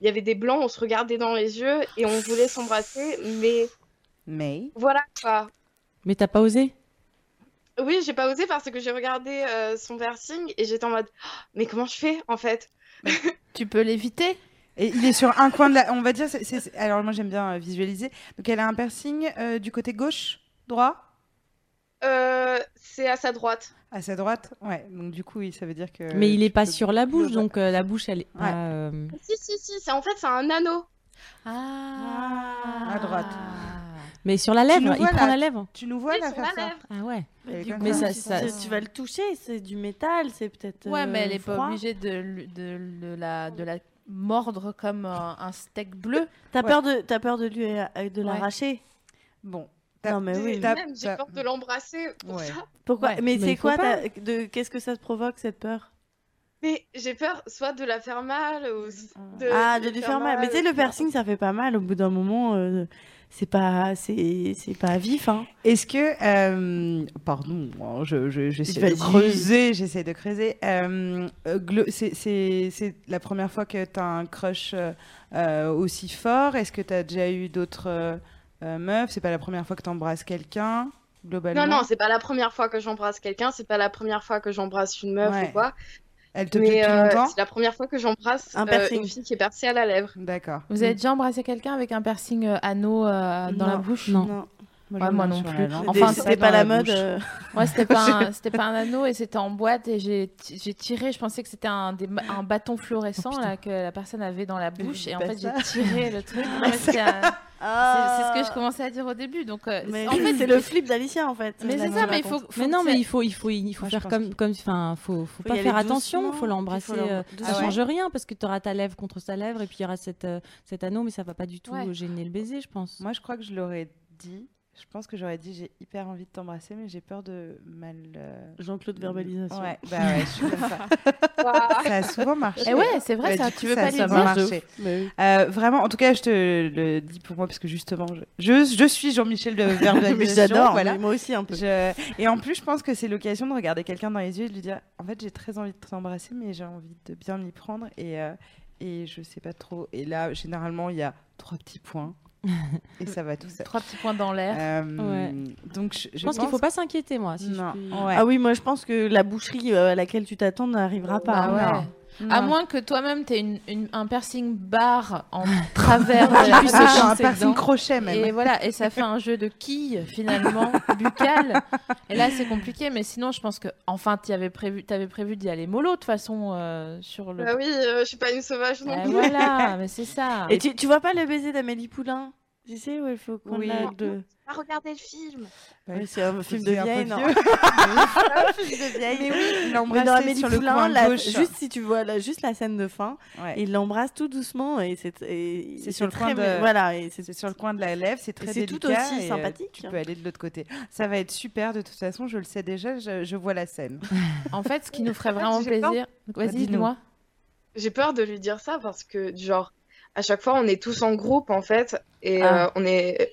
il y avait des blancs, on se regardait dans les yeux et on voulait s'embrasser, mais
Mais
voilà quoi.
Mais t'as pas osé
Oui, j'ai pas osé parce que j'ai regardé euh, son piercing et j'étais en mode (gasps) Ah, mais comment je fais en fait
Tu peux l'éviter
et il est sur un coin de la on va dire c'est- c'est- c'est- alors moi j'aime bien euh, visualiser. Donc elle a un piercing euh, du côté gauche, droit
Euh, C'est à sa droite.
à sa droite, ouais. Donc du coup, oui, ça veut dire que.
Mais il est
tu
pas
peux-
sur la bouche,
peux-
donc euh, la bouche, elle est pas,
Ouais.
euh,
Si si si, c'est en fait c'est un anneau.
Ah
À droite.
Ah.
Mais sur la
nous
lèvre, il
vois,
prend
là
la lèvre.
Tu nous vois
Oui,
là
sur
faire
la
ça
lèvre.
Ah ouais.
Et
du
comme
Mais
coup,
ça-
tu-
ça-
tu vas le toucher, c'est du métal, c'est peut-être.
Ouais, mais
euh,
elle est pas
froid.
obligée de, l- de- de la, de la mordre comme un, un steak bleu.
T'as
Ouais.
peur de, t'as peur de lui, euh, de l'arracher.
Bon.
Non, mais oui.
t'as-
Bah Même, j'ai
t'as-
peur de l'embrasser pour
Ouais.
ça.
Pourquoi
Ouais,
Mais,
mais il
c'est
faut
quoi
pas.
ta- de Qu'est-ce que ça te provoque cette peur
Mais j'ai peur soit de la faire mal ou s- de
Euh,
Ah, de lui faire mal. Mais tu sais, le piercing, ça fait pas mal. Au bout d'un moment, euh, c'est pas, c'est, c'est pas vif. Hein.
Est-ce que. euh, pardon, moi, je- je- j'essaie de
Vas-y.
creuser. J'essaie de creuser. Euh, euh, glo- c'est- C'est c'est la première fois que tu as un crush euh, euh, aussi fort. Est-ce que tu as déjà eu d'autres euh, euh, meufs C'est pas la première fois que tu embrasses quelqu'un, globalement
Non non, c'est pas la première fois que j'embrasse quelqu'un, c'est pas la première fois que j'embrasse une meuf
Ouais.
ou quoi.
Elle te plaît
mais
depuis
euh,
longtemps
c'est la première fois que j'embrasse
Un
euh,
piercing.
une fille qui est percée à la lèvre.
D'accord.
Vous avez déjà embrassé quelqu'un avec un piercing euh, anneau euh, dans la
Non.
bouche
Non.
j'en ai
moi
un
non
sur la
plus.
langue.
Enfin,
Enfin,
c'est
c'était
dans
pas la,
la
mode.
bouche.
euh,
Moi, c'était pas,
(laughs)
un, c'était pas un anneau et c'était en boîte et j'ai, ti- j'ai tiré. Je pensais que c'était un, des- un bâton
Oh,
fluorescent là, que la personne avait dans la bouche et en
pas
fait, j'ai
ça.
tiré le
(laughs)
truc. Non, mais c'était un- c'est, c'est ce que je commençais à dire au début. Donc, euh,
Ah. Mais
en fait,
c'est le flip d'Alicia en fait.
mais
Là,
c'est
tu
ça, mais il
racontes.
faut, faut
Mais
que
non,
ça-
mais il faut, il faut, il faut
Moi, je
faire
pense
comme, comme, enfin, faut, faut
Faut
pas
y
faire
aller
attention,
doucement,
faut
puis
l'embrasser.
faut l'em-
euh,
doucement.
ça
Ah ouais
change rien parce que tu auras ta lèvre contre sa lèvre et puis il y aura cette, euh, cet anneau, mais ça va pas du tout
Ouais.
euh, gêner le baiser, je pense.
Moi, je crois que je l'aurais dit. Je pense que j'aurais dit j'ai hyper envie de t'embrasser, mais j'ai peur de mal. euh,
Jean-Claude verbalisation.
Ouais, bah ouais, je suis comme
(laughs)
ça.
Waouh.
Ça a souvent marché.
Eh ouais, c'est vrai,
Bah,
ça,
du
tu
coup,
veux
ça-
pas
ça
lui
va
dire.
marcher.
bah
Euh, vraiment, en tout cas, je te le dis pour moi parce que justement, je, je, je suis Jean-Michel de verbalisation.
(laughs) Mais j'adore,
voilà.
mais moi aussi un peu.
Je- Et en plus, je pense que c'est l'occasion de regarder quelqu'un dans les yeux et de lui dire En fait, j'ai très envie de t'embrasser, mais j'ai envie de bien m'y prendre et, euh, et je sais pas trop. Et là, généralement, il y a trois petits
(laughs)
points et ça va tout seul.
Trois petits points dans l'air.
Euh,
Ouais.
Donc, je, je
Je pense qu'il faut pas s'inquiéter, moi. Si je
Non,
puis-
ouais.
Ah oui, moi je pense que la boucherie euh, à laquelle tu t'attends n'arrivera pas. hein.
Bah ouais.
Non.
À moins que toi-même, t'aies une, une- un piercing barre
(laughs)
en travers de
Ah,
la
putain,
bouche.
un piercing crochet même.
Et voilà, et ça fait un jeu de quilles
(laughs)
finalement, buccal. Et là, c'est compliqué, mais sinon, je pense que enfin, tu avais prévu, t'avais prévu d'y aller mollo de toute façon euh, sur le.
Bah oui, euh, je suis pas une sauvage non
Eh
plus. (laughs)
voilà, mais c'est ça.
Et tu, tu vois pas le baiser d'Amélie Poulain Tu sais où il faut qu'on
Oui. Bah,
la de.
Pas regarder le film.
Ouais, c'est un film de
c'est un peu
vieille, non
vieux.
Un film de vieille.
(laughs) Mais oui, il l'a
Mais dans
embrassé
Amélie
sur le
Poulain,
coin
la-
gauche.
juste si tu vois la, juste la scène de fin,
Ouais.
il l'embrasse tout doucement et c'est et-
C'est
et
sur le
très-
coin de-
voilà et c'est
C'est sur le coin de la lèvre, c'est très
c'est tout
délicat.
aussi
et, euh,
sympathique. hein.
Tu peux aller de l'autre côté. Ça va être super, de toute façon, je le sais déjà, je, je vois
(laughs)
la scène.
En fait, ce qui nous
(laughs)
ferait vraiment
J'ai peur.
plaisir. Vas-y,
Dis-nous.
dis-moi.
Bah, J'ai peur de lui dire ça parce que, du genre, à chaque fois, on est tous en groupe, en fait, et
Ah.
euh,
(laughs)
on est...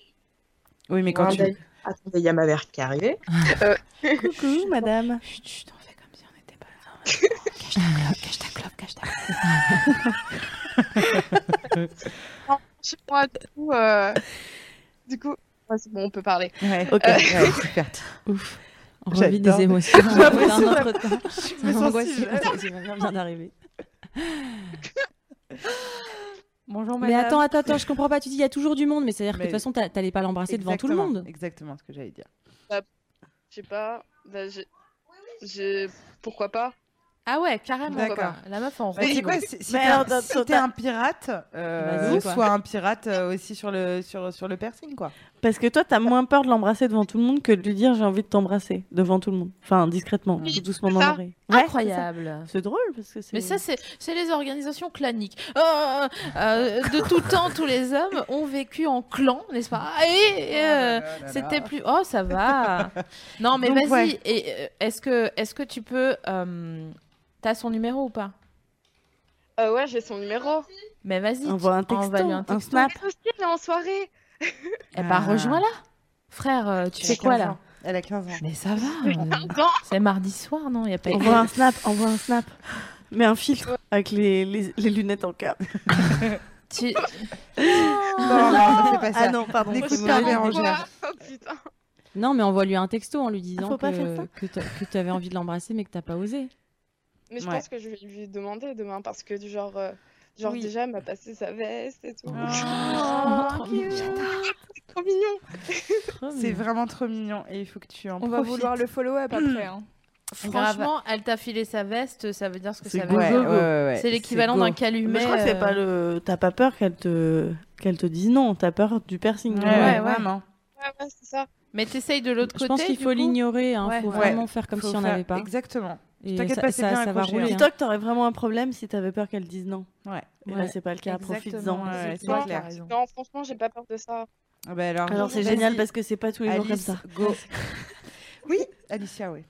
Oui, mais quand
Ouais,
tu...
d'ailleurs- Attendez, il y a ma mère qui est arrivée. Euh, (laughs)
Coucou madame.
Chut, chut, on fait comme si on n'était pas là. en même temps. Cache ta clope, cache ta clope, cache ta clope.
(laughs) chez moi, du coup... euh, Du coup... ouais, c'est bon, on peut parler. Euh,
Ouais.
Ok.
(laughs)
Ouais, (laughs) super.
Ouf. On revit
J'adore.
des
(laughs)
émotions. J'ai
l'impression
Je
sensible.
bien
(laughs)
d'arriver.
Bonjour,
Mais attends, attends, attends, je comprends pas. Tu dis il y a toujours du monde, mais c'est-à-dire que de
Mais-
toute façon, t'a- t'allais pas l'embrasser devant tout le
Exactement,
monde.
Exactement ce que j'allais dire.
Je sais pas... bah, je- je- Pourquoi pas
Ah ouais, carrément.
D'accord.
La meuf en
Mais
rose.
c'est quoi Si, si
Mais
t'es
alors,
un,
dans-
si
dans-
t'es un pirate, euh,
Vas-y, quoi. Oh,
sois un pirate euh, aussi sur le, sur, sur le piercing, quoi.
Parce que toi t'as moins peur de l'embrasser devant tout le monde que de lui dire j'ai envie de t'embrasser devant tout le monde. Enfin discrètement,
Oui,
tout doucement
c'est
dans
ça.
l'oreille. Ouais,
Incroyable.
c'est ça. C'est drôle parce que c'est.
Mais ça, c'est c'est les organisations claniques. Euh, euh, de tout temps, tous les hommes ont vécu en clan, n'est-ce pas Et euh, c'était plus. Oh, ça
(laughs)
va. Non, mais
Donc,
vas-y.
ouais.
Et, euh, Est-ce que, est que tu peux. euh, T'as son numéro ou pas
Euh, ouais, j'ai son numéro.
Mais vas-y. tu-
envoie un texto,
envoie-lui un
un,
texto.
snap.
Mais aussi, elle est en soirée.
Eh ben,
Ah.
rejoins-la. Frère, euh, tu
Elle a
fais quoi
15
là
ans. Elle a 15 ans.
Mais ça
(laughs)
va. euh,
Non,
C'est mardi soir, non Il y a pas.
Envoie un snap, envoie un snap. Mais un filtre avec les, les, les lunettes
(laughs)
en cœur.
(laughs) Tu-
Non, non, fais pas ça.
Ah non, pardon.
N'écoute
c'est
pas
mauvais.
Véronique.
quoi Oh putain.
Non, mais envoie-lui un texto en lui
Ah,
disant
faut pas faire ça.
que, que t'a- que t'avais envie de l'embrasser, mais que t'as pas osé.
Mais je
Ouais.
pense que je vais lui demander demain parce que du genre, euh, genre
Oui.
déjà elle m'a passé sa veste et tout.
Oh,
(laughs)
Trop mignon.
C'est vraiment trop mignon et il faut que tu en
On va
profites.
vouloir le follow-up
Hmm.
après. hein.
Franchement, elle t'a filé sa veste, ça veut dire ce que ça
C'est
veut
go. Ouais,
dire.
ouais, ouais, ouais.
C'est l'équivalent
go.
d'un calumet.
Mais je crois que c'est
euh,
pas le. T'as pas peur qu'elle te qu'elle te dise non. T'as peur du piercing.
Ouais,
Ouais, ouais.
vraiment.
Ouais, ouais, c'est ça.
Mais t'essayes de l'autre
Je
côté.
pense qu'il
du
faut
coup.
l'ignorer. Hein.
Ouais.
faut
Ouais.
vraiment faire comme
Faut
si on
faire-
n'avait pas.
Exactement.
Et
T'inquiète
ça-
pas, c'est
ça,
bien
ça va
accroché,
rouler.
hein.
hein.
Dis-toi que t'aurais vraiment un problème si t'avais peur qu'elle dise non.
Ouais.
Et
Ouais.
là, c'est pas le cas. Profites-en.
Exactement,
Ouais, ouais,
c'est
c'est
toi
clair.
qui as raison.
Non, franchement, j'ai pas peur de ça.
Ah bah alors,
Alors c'est
vas-y,
génial parce que c'est pas tous les jours comme
Alice,
ça.
Go. oui, Alicia, oui.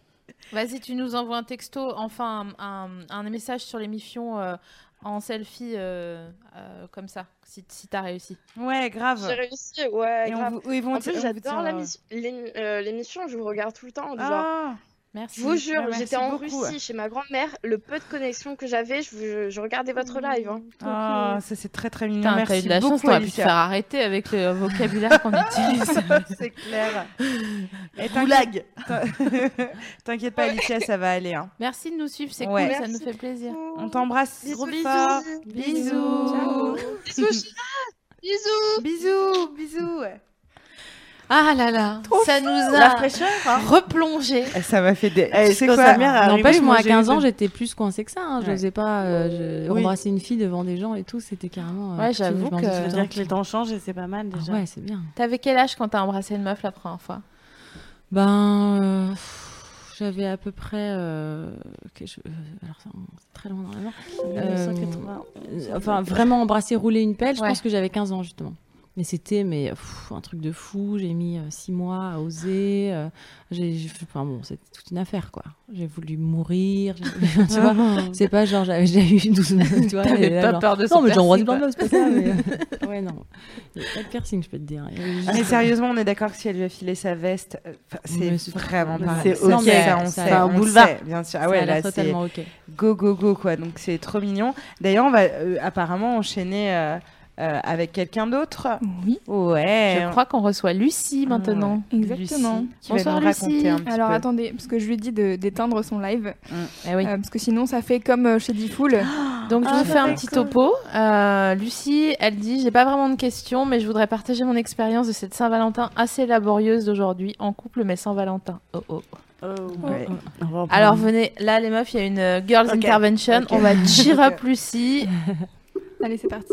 Vas-y, tu nous envoies un texto, enfin un, un- un message sur les mifions euh, en selfie, euh, euh, comme ça, si, si t'as réussi.
Ouais, grave.
J'ai réussi, ouais.
Et on
grave.
vous- oui, ils vont
En
te- on
plus,
vous
j'adore
tient,
la
euh,
mission- l'émi- euh, l'émission, je vous regarde tout le temps. du Genre,
Ah,
Merci.
je vous
Ah,
jure,
merci
j'étais en
beaucoup.
Russie chez ma grand-mère. Le peu de connexion que j'avais, je, vous- je- je regardais
Oh,
votre live. hein.
ah, ça c'est très très mignon.
Putain, t'as eu
Merci
de la chance,
beaucoup,
t'aurais pu te faire
Alicia.
arrêter avec le vocabulaire
(laughs)
qu'on utilise.
c'est clair. Et
Goulag.
t'inquiète- (laughs) T'inquiète pas, Alicia, ça va aller. hein.
Merci de nous suivre, c'est
Ouais.
cool, ça
Merci
nous fait plaisir.
On t'embrasse.
Bisous,
Gros
bisous.
fort.
Bisous.
Ciao.
Bisous, Sheila. Bisous.
Bisous, bisous.
Ah là là, ça nous
La
a
fraîcheur. hein.
replongé.
Eh, ça m'a fait des.
Eh,
Tu sais
quand
quoi
sa mère est arrivée,
Ah, N'empêche, moi à
j'ai
15
eu
ans,
de-
j'étais plus coincée que ça. Hein.
Ouais.
J'osais pas euh, je-
Oui.
embrasser une fille devant des gens et tout. C'était carrément. euh,
Ouais,
petit,
j'avoue
je m'en
que-
doutais Euh,
Je veux
bien.
dire que les temps changent et c'est pas mal
Ah
déjà.
ouais, c'est bien.
T'avais quel âge quand t'as embrassé une meuf la première fois
Ben, euh, pff, j'avais à peu près. euh, que je- euh, alors, ça, on- c'est très loin dans la mémoire. Euh,
1980.
Euh, Enfin, vraiment embrasser, rouler une pelle, je
Ouais.
pense que j'avais 15 ans justement. Mais c'était mais pff, un truc de fou. J'ai mis 6 mois à oser. euh, j'ai, j'ai- enfin bon, c'était toute une affaire quoi. J'ai voulu mourir. j'ai voulu- (laughs) tu vois, c'est pas genre j'avais déjà eu 12 ans. Tu vois, et là, genre,
peur de
non, mais j'embrasse plein de meufs, c'est pas ça. (laughs) mais- ouais, non. Il y avait pas de piercing, je peux te dire. Il y avait juste- (laughs)
Mais sérieusement, on est d'accord que si elle lui a filé sa veste, euh, enfin,
Mais
c'est
c'est-
vraiment
mais
pas
c'est
ça,
ok.
ça, on
C'est
sait,
un
on
boulevard.
sait, bien sûr.
ça
Ah ouais,
a l'air
là, c'est
totalement ok.
go, go, go, quoi. Donc, c'est trop mignon. D'ailleurs, on va euh, apparemment enchaîner euh, euh, avec quelqu'un d'autre.
Oui,
Ouais.
Je crois qu'on reçoit Lucie
Ah,
maintenant.
exactement.
Lucie, qui
Bonsoir,
va nous raconter
Lucie.
un petit
Alors
peu. Mm.
attendez, parce que je lui ai dit de- d'éteindre son live,
Eh oui.
euh, parce que sinon ça fait comme euh, chez
(gasps)
Diffoul.
Donc je
Ah,
vous fais un
d'accord.
petit topo. Euh, Lucie, elle dit, j'ai pas vraiment de questions, mais je voudrais partager mon expérience de cette Saint-Valentin assez laborieuse d'aujourd'hui, en couple mais sans Valentin. Oh oh.
Ouais.
On va en prendre
Alors
une.
venez, là les meufs, il y a une euh, girls
Ok.
intervention.
(laughs) Ok.
On va cheer up Lucie.
Allez, c'est parti.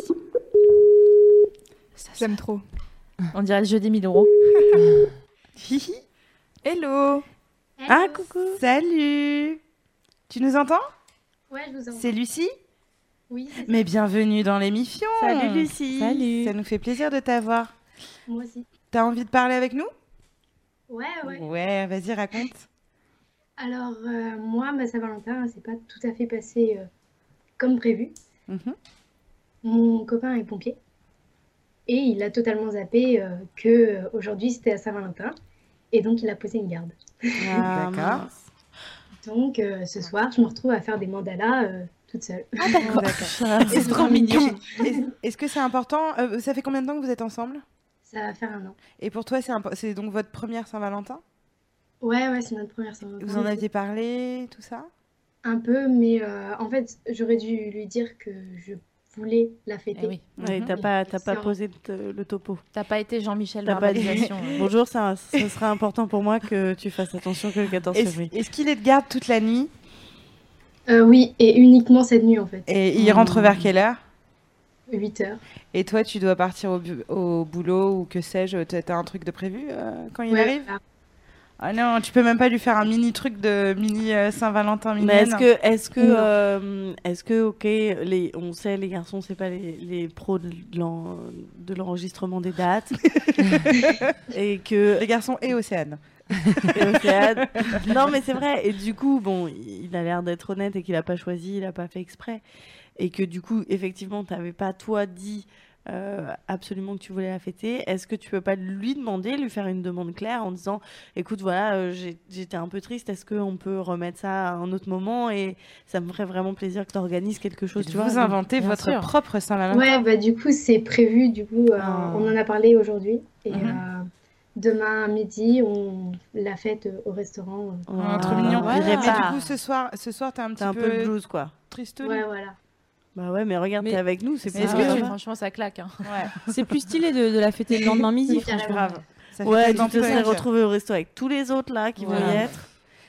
J'aime trop.
On dirait le jeu des 1000
(laughs)
euros.
Hihi.
Hello
Ah, coucou. Salut. Tu nous entends
Ouais, je vous entends.
C'est Lucie
Oui, c'est ça.
Mais bienvenue dans l'émission.
Salut, Lucie.
Salut. Ça nous fait plaisir de t'avoir.
Moi aussi.
T'as envie de parler avec nous
Ouais, ouais.
vas-y, raconte.
Alors, euh, moi, ma Saint-Valentin, c'est pas tout à fait passé euh, comme prévu.
Mhm.
Mon copain est pompier. Et il a totalement zappé euh, que euh, aujourd'hui c'était à Saint-Valentin. Et donc, il a posé une garde. (laughs)
Ah, D'accord.
Donc, euh, ce soir, je me retrouve à faire des mandalas euh, toute seule.
Ah,
(laughs) C'est trop mignon.
Est-ce- Est-ce que c'est important Euh, Ça fait combien de temps que vous êtes ensemble
Ça va faire un an.
Et pour toi, c'est impo- c'est donc votre première Saint-Valentin
Ouais, ouais, c'est notre première Saint-Valentin.
Vous en aviez parlé, tout ça
Un peu, mais euh, en fait, j'aurais dû lui dire que je voulais la fêter.
Eh
oui. (laughs) Ouais,
Mhm.
t'as pas, t'as pas posé t- Euh, le topo.
T'as pas été Jean-Michel
T'as pas dit. (laughs)
Verbalisation. hein.
Bonjour, ça, ce sera important pour moi que tu fasses attention que le 14
Est-ce
février.
est-ce qu'il est de garde toute la nuit
Euh, oui, et uniquement cette nuit en fait.
Et il rentre vers quelle heure
8 heures.
Et toi, tu dois partir au, bu- au boulot ou que sais-je T'as t'as un truc de prévu euh, quand il
Ouais,
arrive
voilà.
Ah non, tu peux même pas lui faire un mini truc de mini euh, Saint-Valentin
Mais
mignonne.
est-ce que, est-ce que,
Non.
euh, est-ce que, ok, les, on sait, les garçons, c'est pas les, les pros de, l'en- de l'enregistrement des
(laughs)
dates. et que.
Les garçons et Océane.
et Océane- non, mais c'est vrai. Et du coup, bon, il a l'air d'être honnête et qu'il a pas choisi, il a pas fait exprès. Et que du coup, effectivement, t'avais pas, toi, dit. euh, absolument que tu voulais la fêter, est-ce que tu peux pas lui demander, lui faire une demande claire en disant écoute voilà euh, j'ai- j'étais un peu triste, est-ce qu'on peut remettre ça à un autre moment et ça me ferait vraiment plaisir que tu organises quelque chose, tu vois
vous inventez
Bien
votre
sûr.
propre Saint-Valentin.
Ouais, bah du coup, c'est prévu. Du coup, euh,
Ah.
on en a parlé aujourd'hui. Et
Mhm.
euh, demain à midi, on la fête euh, au restaurant. euh.
Ah, trop mignon.
voilà.
Mais
Voilà.
du coup, ce soir, ce soir, t'es un petit
T'es un
peu,
peu le blues quoi.
triste.
Ouais, voilà.
Bah ouais, mais regarde,
Mais-
t'es avec nous, c'est
Mais
plus
est-ce
Ah
que
ouais,
tu-
Franchement, ça claque. hein.
C'est plus stylé de, de la fêter le lendemain midi,
Oui,
franchement.
grave. Ça fait
Ouais, tu
tellement
te serais
punk.
retrouvé au resto avec tous les autres là qui vont y
Voilà.
être.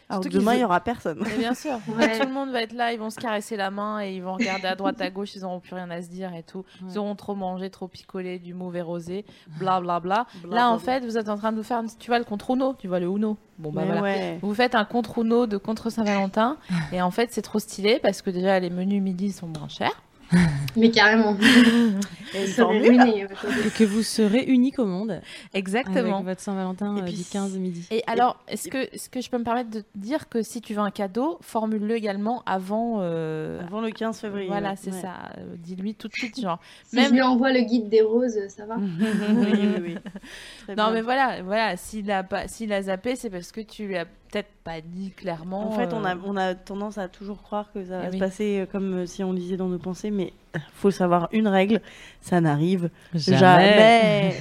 Alors que
Surtout
demain,
qu'ils-
il y aura personne.
Mais bien
(laughs)
sûr.
Ouais.
Tout le monde va être là, ils vont se caresser la main et ils vont regarder à droite, à gauche, ils n'auront plus rien à se dire et tout. Ils
Ouais.
auront trop mangé, trop picolé, du mauvais rosé, bla bla bla.
(laughs) Bla,
Là,
bla,
en
bla.
fait, vous êtes en train de vous faire, une- tu vois, le contre Uno, tu vois, le Uno. Bon, bah
Mais
voilà.
ouais.
Vous faites un contre Uno de contre
(laughs)
Saint-Valentin et en fait, c'est trop stylé parce que déjà, les menus midi sont moins chers.
(laughs) Mais
(laughs)
carrément.
Et
Ça aurait
formule.
ruiné, euh,
Et que vous serez unique au monde
Exactement.
avec votre Saint-Valentin
Et
euh,
puis-
du 15 midi.
Et alors, est-ce que, est-ce que je peux me permettre de te dire que si tu veux un cadeau, formule-le également avant. euh,
Avant le 15 février.
voilà,
ouais.
c'est
Ouais.
ça. Euh, Dis-lui tout de suite, genre.
Si
Même-
je
(laughs)
lui envoie le guide des roses, euh,
(laughs)
ça va.
oui, oui, oui. Très
Non,
bien.
mais voilà, voilà. S'il a pas, s'il a zappé, c'est parce que tu lui as peut-être pas dit clairement.
En fait, on a,
euh,
on a tendance à toujours croire que ça va
Eh
se
oui.
passer euh, comme euh, si on lisait dans nos pensées, mais faut savoir une règle, ça n'arrive jamais.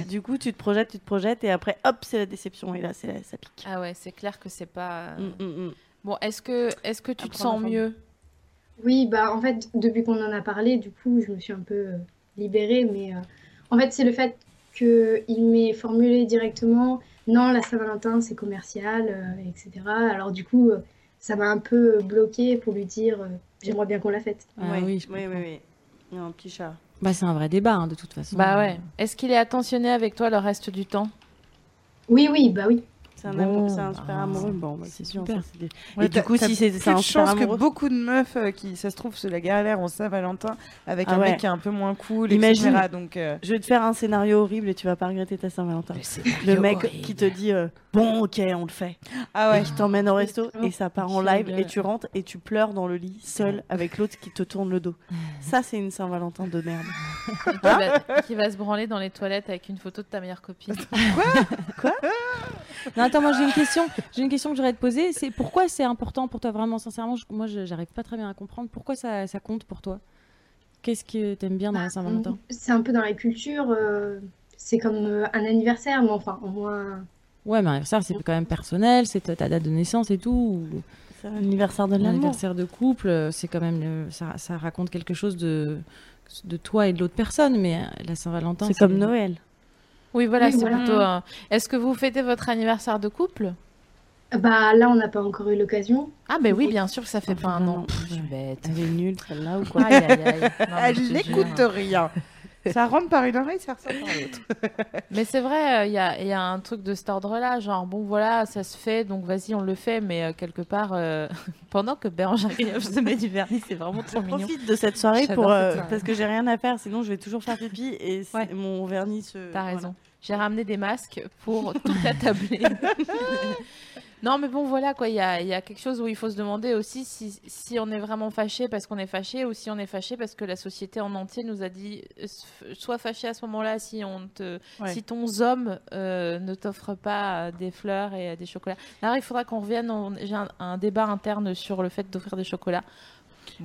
du coup, tu te projettes, tu te projettes, et après, hop, c'est la déception, et là, c'est la- ça pique.
Ah ouais, c'est clair que c'est pas.
Mm, mm, mm.
Bon, est-ce que, est-ce que tu te
Apprendre à
sens
former.
mieux
Oui, bah en fait, depuis qu'on en a parlé, du coup, je me suis un peu euh, libérée, mais euh, en fait, c'est le fait qu'il m'ait formulé directement, non, la Saint-Valentin, c'est commercial, euh, etc. Alors du coup, euh, ça m'a un peu bloquée pour lui dire, euh, j'aimerais bien qu'on la fête.
Ah
Ouais,
oui, je
oui,
comprends.
oui, oui. Un petit chat.
Bah, c'est un vrai débat, hein, de toute façon.
Bah ouais. Est-ce qu'il est attentionné avec toi le reste du temps
Oui, oui, bah oui.
C'est un,
Bon,
amour- c'est un
bah,
super amoureux. Bon, bah,
c'est
c'est bien,
super.
ça, c'est des-
Ouais,
Et
t'as-
du coup,
t'as
si c'est
plus
c'est un
de
super
chance que
amoureux.
beaucoup de meufs euh, qui, ça se trouve, se la galère en Saint-Valentin avec
Ah
un
ouais.
mec qui est un peu moins cool,
Imagine.
etc. Donc, euh,
Je vais te faire un scénario horrible et tu vas pas regretter ta Saint-Valentin. Le mec qui te dit euh, bon ok on le fait
ah ouais.
et qui t'emmène au resto et ça part en live
Horrible.
et tu rentres et tu pleures dans le lit seul avec l'autre qui te tourne le dos. Ça c'est une Saint-Valentin de
(laughs)
merde.
Hein
Bah,
Qui va, (laughs) qui va se branler dans les toilettes avec une photo de ta meilleure copine
Non, attends, moi j'ai une question. J'ai une question que j'aurais à te poser. C'est pourquoi c'est important pour toi vraiment, sincèrement. je- moi, je- j'arrive pas très bien à comprendre pourquoi ça, ça compte pour toi. Qu'est-ce que t'aimes
Bah,
bien dans la Saint-Valentin
C'est un peu dans la culture, euh, c'est comme euh, un anniversaire, mais enfin, au moins...
mm.
Ouais, mais l'anniversaire, c'est quand même personnel, c'est ta ta date de naissance et tout. ou
C'est l'anniversaire de l'amour.
L'anniversaire de couple, euh, c'est quand même le- ça, ça raconte quelque chose de de toi et de l'autre personne. Mais euh, la Saint-Valentin,
C'est comme Noël.
Oui, voilà,
Oui,
c'est
voilà.
plutôt. un- Est-ce que vous fêtez votre anniversaire de couple
Bah là, on n'a pas encore eu l'occasion.
Ah ben oui, bien sûr, ça fait
Ah,
pas un
non,
an.
non,
Pff, Je suis bête.
(laughs) Elle est nulle celle-là ou quoi
Aïe, aïe, aïe. Non, mais
Elle
je te jure.
n'écoute rien. Ça rentre par une oreille, ça ressort par l'autre.
Mais c'est vrai, euh, il y a, y a un truc de cet ordre-là, genre bon voilà, ça se fait, donc vas-y on le fait, mais euh, quelque part, euh, (laughs) pendant que Bérangère Grioche se met du vernis, c'est vraiment trop
Je
Oh, mignon.
profite de cette soirée
J'adore
pour,
cette
euh,
soirée.
parce que j'ai rien à faire, sinon je vais toujours faire pipi et c'est-
Ouais.
mon vernis se.
T'as
voilà.
raison. J'ai ramené des masques pour (laughs) toute la
(laughs)
tablée. non, mais bon, voilà, quoi. Il y a, il y a quelque chose où il faut se demander aussi si, si on est vraiment fâché parce qu'on est fâché ou si on est fâché parce que la société en entier nous a dit euh, sois fâché à ce moment-là si on te,
Ouais.
si ton homme euh, ne t'offre pas euh, des fleurs et euh, des chocolats. D'ailleurs, il faudra qu'on revienne. on- J'ai un, un débat interne sur le fait d'offrir des chocolats.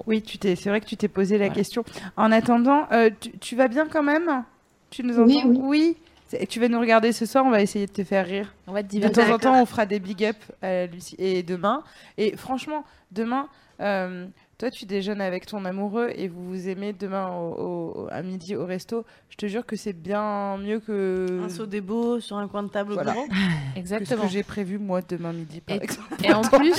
Oui, tu t'es, c'est vrai que tu t'es posé la question. En attendant, euh, tu, tu vas bien quand même Tu nous
Oui,
entends
oui.
C'est- Tu vas nous regarder ce soir, on va essayer de te faire rire.
On va te
De
divertir.
temps en
D'accord.
temps, on fera des big up à Lucie. Et demain, et franchement, demain, euh, toi, tu déjeunes avec ton amoureux et vous vous aimez demain au- au- à midi au resto. Je te jure que c'est bien mieux que,
Un
que
saut des beaux sur un coin de table
Voilà.
au bureau.
ce
(laughs) Exactement.
que j'ai prévu moi demain midi, par
Et-
exemple.
Et
(laughs)
en plus,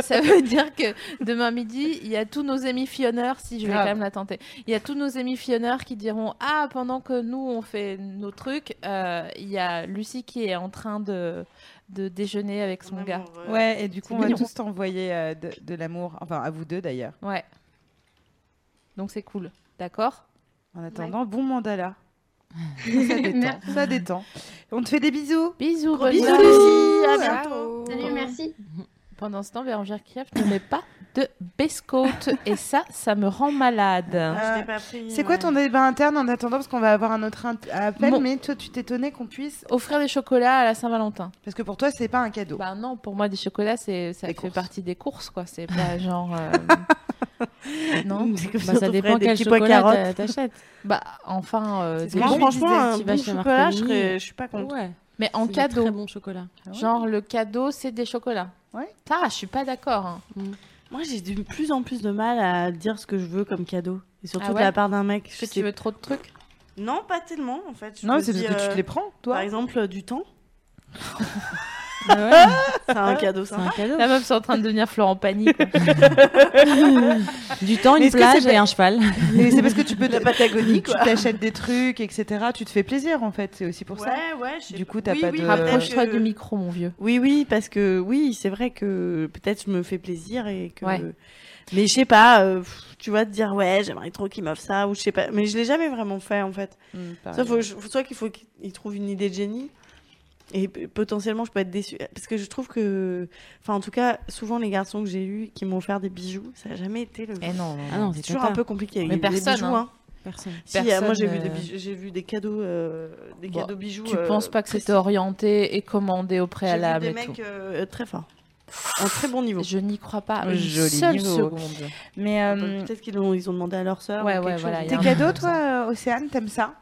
ça veut dire que demain midi, il y a tous nos amis fionneurs, si je vais
Grave.
quand même la tenter, il y a tous nos amis fionneurs qui diront Ah, pendant que nous, on fait nos trucs, euh, il y a Lucie qui est en train de, de déjeuner avec son
Vraiment,
gars.
ouais.
Ouais, et du coup, on va
mignon.
tous t'envoyer euh, de, de l'amour, enfin à vous deux d'ailleurs.
Ouais. Donc c'est cool. D'accord
En attendant,
(laughs)
bon mandala. Ça détend.
Merci.
ça détend. On te fait des bisous. Ah,
Bisous, bonne
Bisous,
soirée.
Lucie, à bientôt.
Salut, merci.
Pendant ce temps, Bérangère Krief ne met pas de (laughs) biscotte. et ça, ça me rend malade.
Ah, je t'ai pas pris,
C'est quoi
ouais.
ton débat interne en attendant Parce qu'on va avoir un autre int- appel,
Bon.
mais toi, tu t'étonnais qu'on puisse.
Offrir des chocolats à la Saint-Valentin.
Parce que pour toi, c'est pas un cadeau.
Bah non, pour moi, des chocolats, c'est, ça
Des
fait
courses.
partie des courses, quoi. C'est
(laughs)
pas genre. euh, non
C'est comme si on
Bah, ça
t'offrait
dépend
des
quel
petits pois
chocolat
carottes.
t'a- t'achètes.
Bah, enfin. euh,
C'est
des
ce que
Moi,
je
bons-
me
franchement,
hein,
disais,
un
tu vas
bon
chez
chocolat, je,
Marcolini.
serais- je suis pas contre.
Ouais.
Mais en
c'est du Très
cadeau.
bon chocolat.
Genre, le cadeau, c'est des chocolats.
Ah Ouais.
Ça, je suis pas d'accord. hein.
Moi, j'ai de plus en plus de mal à dire ce que je veux comme cadeau. Et surtout
Ah ouais
de la part d'un mec.
Est-ce
Je
que
sais-
tu veux trop de trucs
Non, pas tellement, en fait. Je
non,
me
mais c'est parce
dis,
que tu
euh,
te les prends,
Par
toi.
exemple, euh, du (laughs)
(laughs)
temps.
Ah ouais,
(laughs)
C'est un cadeau,
c'est
ça.
un cadeau.
La meuf, c'est en train de devenir Florent Pagny. quoi. (laughs)
Du temps,
Mais
une
est-ce que c'est
plage
pas-
et un cheval.
(laughs) Mais c'est parce que tu peux.
La Patagonie,
tu
quoi.
t'achètes des trucs, etc. Tu te fais plaisir, en fait. C'est aussi pour ça.
Ouais, ouais. je sais
Du coup,
pas.
t'as
Oui,
pas
oui,
de-
peut-être
Rapproche-toi
que-
du micro, mon vieux.
Oui, oui, parce que oui, c'est vrai que peut-être je me fais plaisir et que.
Ouais.
Mais je sais pas, euh, pff, tu vois, te dire ouais, j'aimerais trop qu'il m'offre ça ou je sais pas. Mais je l'ai jamais vraiment fait en fait.
Hmm,
Soit, faut, je- soit qu'il faut qu'il trouve une idée de génie et p- potentiellement je peux être déçue parce que je trouve que, enfin en tout cas, souvent les garçons que j'ai eus qui m'ont offert des bijoux, ça a jamais été le.
Eh non, non,
Ah
non.
non,
C'est
c'est
toujours
cata.
un peu compliqué.
Mais
les
personne,
bijoux,
hein.
Personne.
Si, euh, moi
Personne,
j'ai vu des
euh,
bijoux- j'ai vu des cadeaux, euh, des
Bon,
cadeaux bijoux.
Tu
euh,
penses pas que
précis.
c'était orienté et commandé au
J'ai vu
préalable
des
et
mecs
tout
euh, très forts, un très bon niveau.
Je n'y crois pas. Une
Joli
seule
niveau.
seconde.
Mais euh,
Peut-être qu'ils ont, ils ont demandé à leur sœur.
Ouais,
ou
ouais,
quelque
voilà,
chose.
il y a
tes
un-
cadeaux,
(laughs)
toi, euh, Océane, t'aimes ça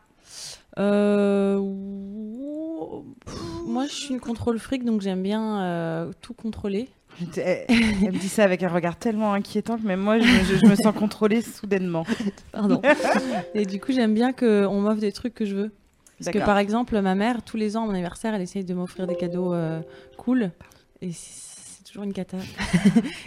Euh, ouh, pff, Moi, je suis une contrôle fric, donc j'aime bien euh, tout contrôler.
T'es- Elle me dit ça avec un regard tellement inquiétant que même moi, je, me- je- je me sens contrôlée soudainement.
Pardon. Et du coup, j'aime bien qu'on m'offre des trucs que je veux. Parce que
D'accord.
par exemple, ma mère, tous les ans, à mon anniversaire, elle essaye de m'offrir des cadeaux euh, cool. Et c'est c'est toujours une cata. (laughs)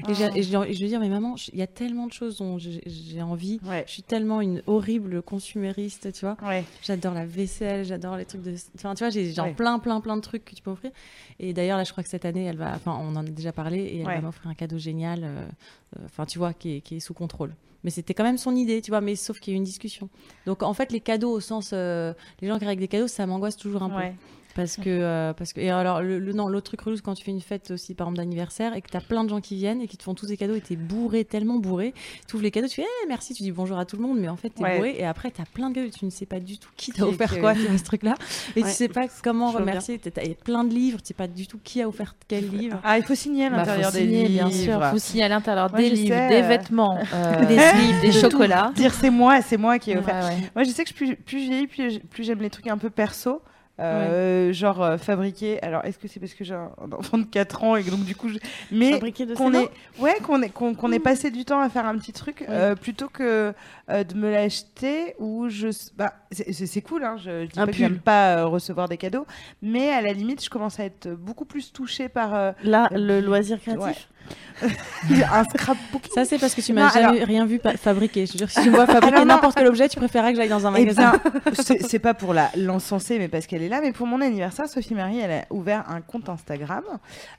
et, j'ai- et je, lui- et je lui dis, mais maman, je- il y a tellement de choses dont j'ai- j'ai envie.
Ouais.
Je suis tellement une horrible consumériste, tu vois.
Ouais.
J'adore la vaisselle, j'adore les trucs de. Enfin, tu vois, j'ai genre
Ouais.
plein, plein, plein de trucs que tu peux offrir. Et d'ailleurs, là, je crois que cette année, elle va. Enfin, on en a déjà parlé et elle
Ouais.
va m'offrir un cadeau génial. euh, euh, Enfin, tu vois, qui est, qui est sous contrôle. Mais c'était quand même son idée, tu vois. Mais sauf qu'il y a eu une discussion. Donc, en fait, les cadeaux au sens, euh, les gens qui arrivent avec des cadeaux, ça m'angoisse toujours un peu.
Ouais.
Parce que, euh, parce que, et alors, le, le- non, l'autre truc relou, c'est quand tu fais une fête aussi, par exemple, d'anniversaire, et que t'as plein de gens qui viennent et qui te font tous des cadeaux, et t'es bourré, tellement bourré. T'ouvres les cadeaux, tu fais, Eh, merci, tu dis bonjour à tout le monde, mais en fait, t'es
Ouais.
bourré, et après, t'as plein de cadeaux, et tu ne sais pas du tout qui t'a
Qui-
offert
qui-
quoi, tu vois, ce truc-là. Et
Ouais.
tu sais pas comment
Je vois bien.
remercier. T'as- T'as plein de livres, tu sais pas du tout qui a offert quel livre.
Ah, il faut signer à
Bah,
l'intérieur
faut
des
signer, bien sûr.
livres.
Faut signer à l'intérieur
Moi,
des
je
livres,
sais,
des
euh,
vêtements, euh,
des
slips, des chocolats.
Dire c'est moi, c'est moi qui ai offert.
Ouais, ouais.
Moi, je sais que je- plus, plus je vieillis, plus, plus j'aime les trucs un peu perso. euh, Genre euh, fabriquer. Alors, est-ce que c'est parce que j'ai un, un enfant de 4 ans et que donc du coup. je- Mais
Fabriquer de
qu'on
ces
ait, ouais, qu'on ait, qu'on, qu'on ait passé du temps à faire un petit truc euh, plutôt que euh, de me l'acheter ou je. Bah, c'est, c'est- c'est cool, hein, je, je dis
Un
pas que
pull.
j'aime pas euh, recevoir des cadeaux, mais à la limite, je commence à être beaucoup plus touchée par. euh,
Là,
Euh,
le loisir
ouais. (laughs)
créatif.
un scrapbook.
Ça, c'est parce que tu
Non,
m'as jamais
alors-
rien vu pa- fabriquer. Je te jure, si tu me vois fabriquer
(laughs) Alors non.
n'importe quel objet, tu préférerais que j'aille dans un
Eh
magasin.
bien, (laughs) c'est c'est pas pour la l'encenser, mais parce qu'elle est là. Mais pour mon anniversaire, Sophie Marie, elle a ouvert un compte Instagram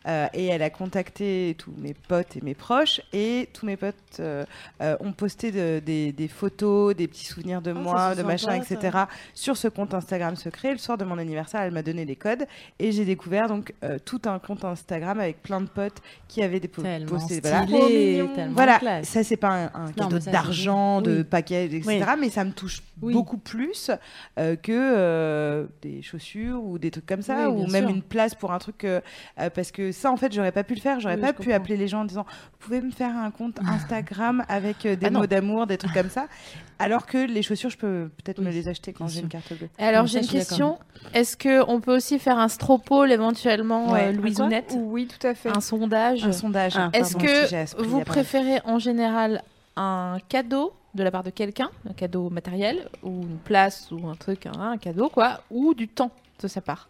euh, et elle a contacté tous mes potes et mes proches. Et tous mes potes euh, euh, ont posté de- des, des photos, des petits souvenirs de
Ah,
ça,
moi,
c'est
de machin,
sympa, ça.
etc. sur ce compte Instagram secret. Le soir de mon anniversaire, elle m'a donné les codes et j'ai découvert donc euh, tout un compte Instagram avec plein de potes qui avaient des po-
Tellement
postés.
stylé, tellement
voilà.
classe.
ça c'est pas un, un cadeau
mais ça, c'est-
d'argent, de
oui.
paquets, etc. Mais ça me touche
Oui.
beaucoup plus euh, que euh, des chaussures ou des trucs comme ça,
Oui,
ou
bien
même
sûr.
une place pour un truc. euh, euh, parce que ça, en fait, j'aurais pas pu le faire. J'aurais
Oui,
pas
je
pu
comprends.
appeler les gens en disant Vous pouvez me faire un
(laughs)
compte Instagram avec euh, des
Ah non.
mots d'amour, des trucs comme ça.
(laughs)
Alors que les chaussures, je peux peut-être me les acheter quand
bien
j'ai une
sûr.
carte bleue.
Alors
Donc
j'ai une
ça, je suis
(laughs)
question. Est-ce que on peut aussi faire un stropole éventuellement,
Ouais.
euh, Louise
Un quoi
Ounette
Oui, tout à fait.
Un sondage.
Un sondage.
Ah,
Est-ce
Pardon, j'ai
que
esprit
vous
la parole.
préférez en général un cadeau de la part de quelqu'un, un cadeau matériel ou une place ou un truc, hein, un cadeau quoi, ou du temps de sa part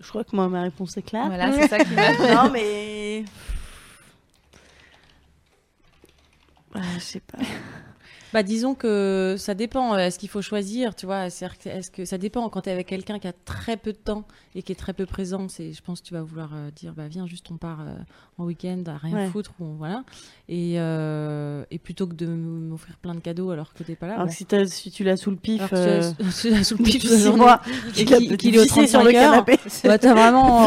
Je crois que moi, ma réponse est claire. (laughs)
Voilà, c'est ça qui m'a.
hein non, mais. Ah, je sais pas.
Bah, disons que ça dépend. euh, Est-ce qu'il faut choisir, tu vois c'est-à-dire que- Est-ce que ça dépend quand tu es avec quelqu'un qui a très peu de temps et qui est très peu présent C'est, je pense, que tu vas vouloir euh, dire, bah viens, juste on part euh, en week-end à rien
Ouais.
foutre, ou on- voilà. Et, euh, et plutôt que de m'offrir plein de cadeaux alors que t'es pas là.
Alors
bon.
que si, t'as- si tu l'as sous le pif.
Alors
euh,
que tu as- (laughs) tu
(laughs)
as sous le pif
depuis
euh, de la
six
journée. (laughs)
mois,
et
tu l'as
qu'il- qu'il est au
vissé sur le
35 heures. (laughs)
canapé.
Bah, t'as vraiment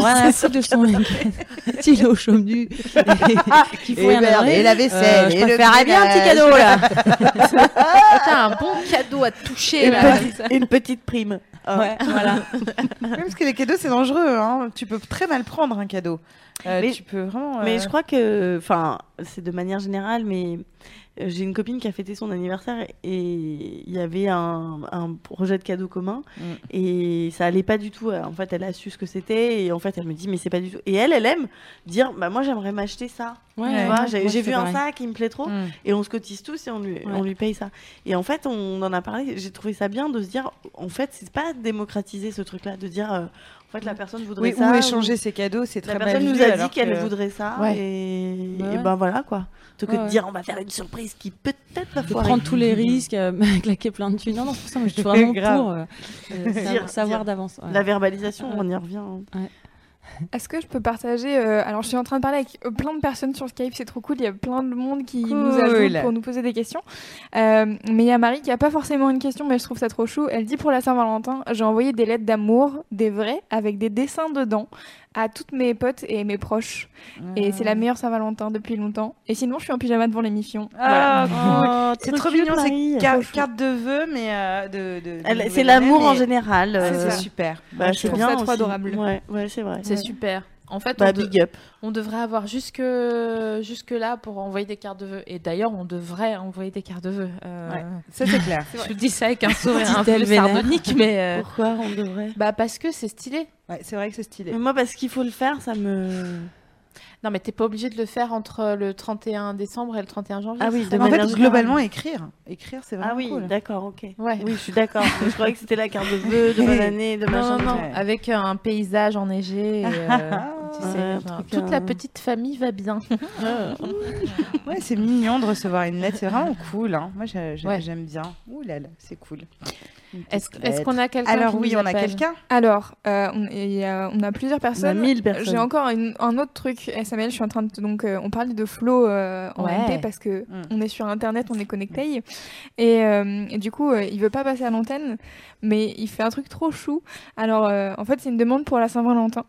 (laughs)
rien à foutre de son week-end. (laughs) S'il est au chaume nu, qu'il
Eh
faut
Et
ben,
rien
merde,
donner,
et la vaisselle,
euh, je
et le
préférerais bien un petit
ménage.
cadeau là.
(laughs)
T'as Ah, un bon cadeau à toucher
Une
là.
petite, une petite prime. Ah.
Ouais, voilà.
(laughs)
Ouais, parce que les cadeaux, c'est dangereux. hein. Tu peux très mal prendre un cadeau. Euh,
Mais-
tu peux vraiment.
Mais
euh,
je crois que, enfin, c'est de manière générale, mais euh, j'ai une copine qui a fêté son anniversaire et il y avait un, un projet de cadeau commun
Mm.
et ça allait pas du tout. Euh, En fait, elle a su ce que c'était et en fait, elle me dit, mais c'est pas du tout. Et elle, elle aime dire, bah moi, j'aimerais m'acheter ça.
Ouais,
Tu
ouais,
vois,
moi,
j'ai
je
j'ai
fais
vu un
pareil.
sac qui me plaît trop
Mm.
et on se cotise tous et on lui, on lui paye ça. Et en fait, on en a parlé, j'ai trouvé ça bien de se dire, en fait, c'est pas démocratiser ce truc-là, de dire, euh, en fait, la personne voudrait
Oui,
ça.
ou échanger ses cadeaux, c'est
La
très mal
personne nous
vu,
a dit
alors
qu'elle
que-
voudrait ça
Ouais.
et...
Bah
et
ouais.
ben voilà quoi. Plutôt que
Ouais,
de
ouais.
dire on va faire une surprise qui peut-être va
de
foirer. Mm.
prendre tous les risques, euh, (laughs) claquer plein de thunes. Non, non, c'est pour ça, moi, je
(laughs)
suis vraiment
Grave.
pour euh, euh, savoir-
Dire-
savoir
dire.
d'avance. ouais.
La verbalisation,
Ouais.
on y revient. hein.
Est-ce que je peux partager euh, Alors, je suis en train de parler avec euh, plein de personnes sur Skype, c'est trop cool. Il y a plein de monde qui nous
Cool.
ajoute pour nous poser des questions. Euh, mais il y a Marie qui a pas forcément une question, mais je trouve ça trop chou. Elle dit pour la Saint-Valentin, j'ai envoyé des lettres d'amour, des vraies, avec des dessins dedans, à toutes mes potes et mes proches. Et c'est la meilleure Saint-Valentin depuis longtemps. Et sinon, je suis en pyjama devant l'émission.
Ah, cool.
Oh,
C'est
trop
trop
cute,
mignon,
Marie.
c'est car- carte de vœux, mais euh, de. de- de
Elle-
nouvelle
C'est l'amour
année,
en
mais-
général.
Ah,
euh,
C'est super.
bah,
Moi,
c'est
je trouve
bien
ça trop
aussi.
adorable.
Ouais, ouais, c'est vrai.
C'est super. En fait,
Bah,
on, de-
big up.
on devrait avoir jusque jusque là pour envoyer des cartes de vœux. Et d'ailleurs, on devrait envoyer des cartes de vœux. Euh,
Ouais. Ça, c'est clair.
(laughs) Je vous dis ça avec un sourire un
Dit-elle
peu
vénère.
sardonique, mais euh,
Pourquoi on devrait
bah parce que c'est stylé.
Ouais, c'est vrai que c'est
(laughs)
stylé.
Mais Moi, parce qu'il faut le faire, ça me.
Non, mais t'es pas obligé de le faire entre le 31 décembre et le 31 janvier.
Ah
c'est
oui, de
ça
en fait,
manière générale.
globalement, écrire. Écrire, c'est vraiment
Ah oui,
cool.
d'accord, ok.
Ouais.
Oui, je suis d'accord. mais je croyais que c'était la carte de
(laughs)
vœux, de bonne année, de
Non,
machin.
non,
de
non,
truc.
ouais.
avec euh, un paysage enneigé. et,
(laughs)
euh, tu sais,
Ouais,
genre,
un truc,
toute
euh, Ah.
la petite famille va bien.
(laughs)
Ouais, c'est mignon de recevoir une lettre. C'est vraiment cool. hein. Moi, j'ai- j'ai-
Ouais.
j'aime bien. Ouh là là, c'est cool. Une petite
Est-ce
lettre.
est-ce qu'on a quelqu'un
Alors
qui
oui,
nous
on a
appelle
quelqu'un.
Alors, euh, on, il y a, on a plusieurs
On a
personnes.
1000 personnes.
J'ai encore une- un autre truc, SML. Je suis en train de donc euh, on parlait de flow euh, en
Ouais.
MP parce que
Mm.
on est sur internet, on est connecté et, euh, et du coup euh, il veut pas passer à l'antenne, mais il fait un truc trop chou. Alors euh, en fait c'est une demande pour la Saint-Valentin.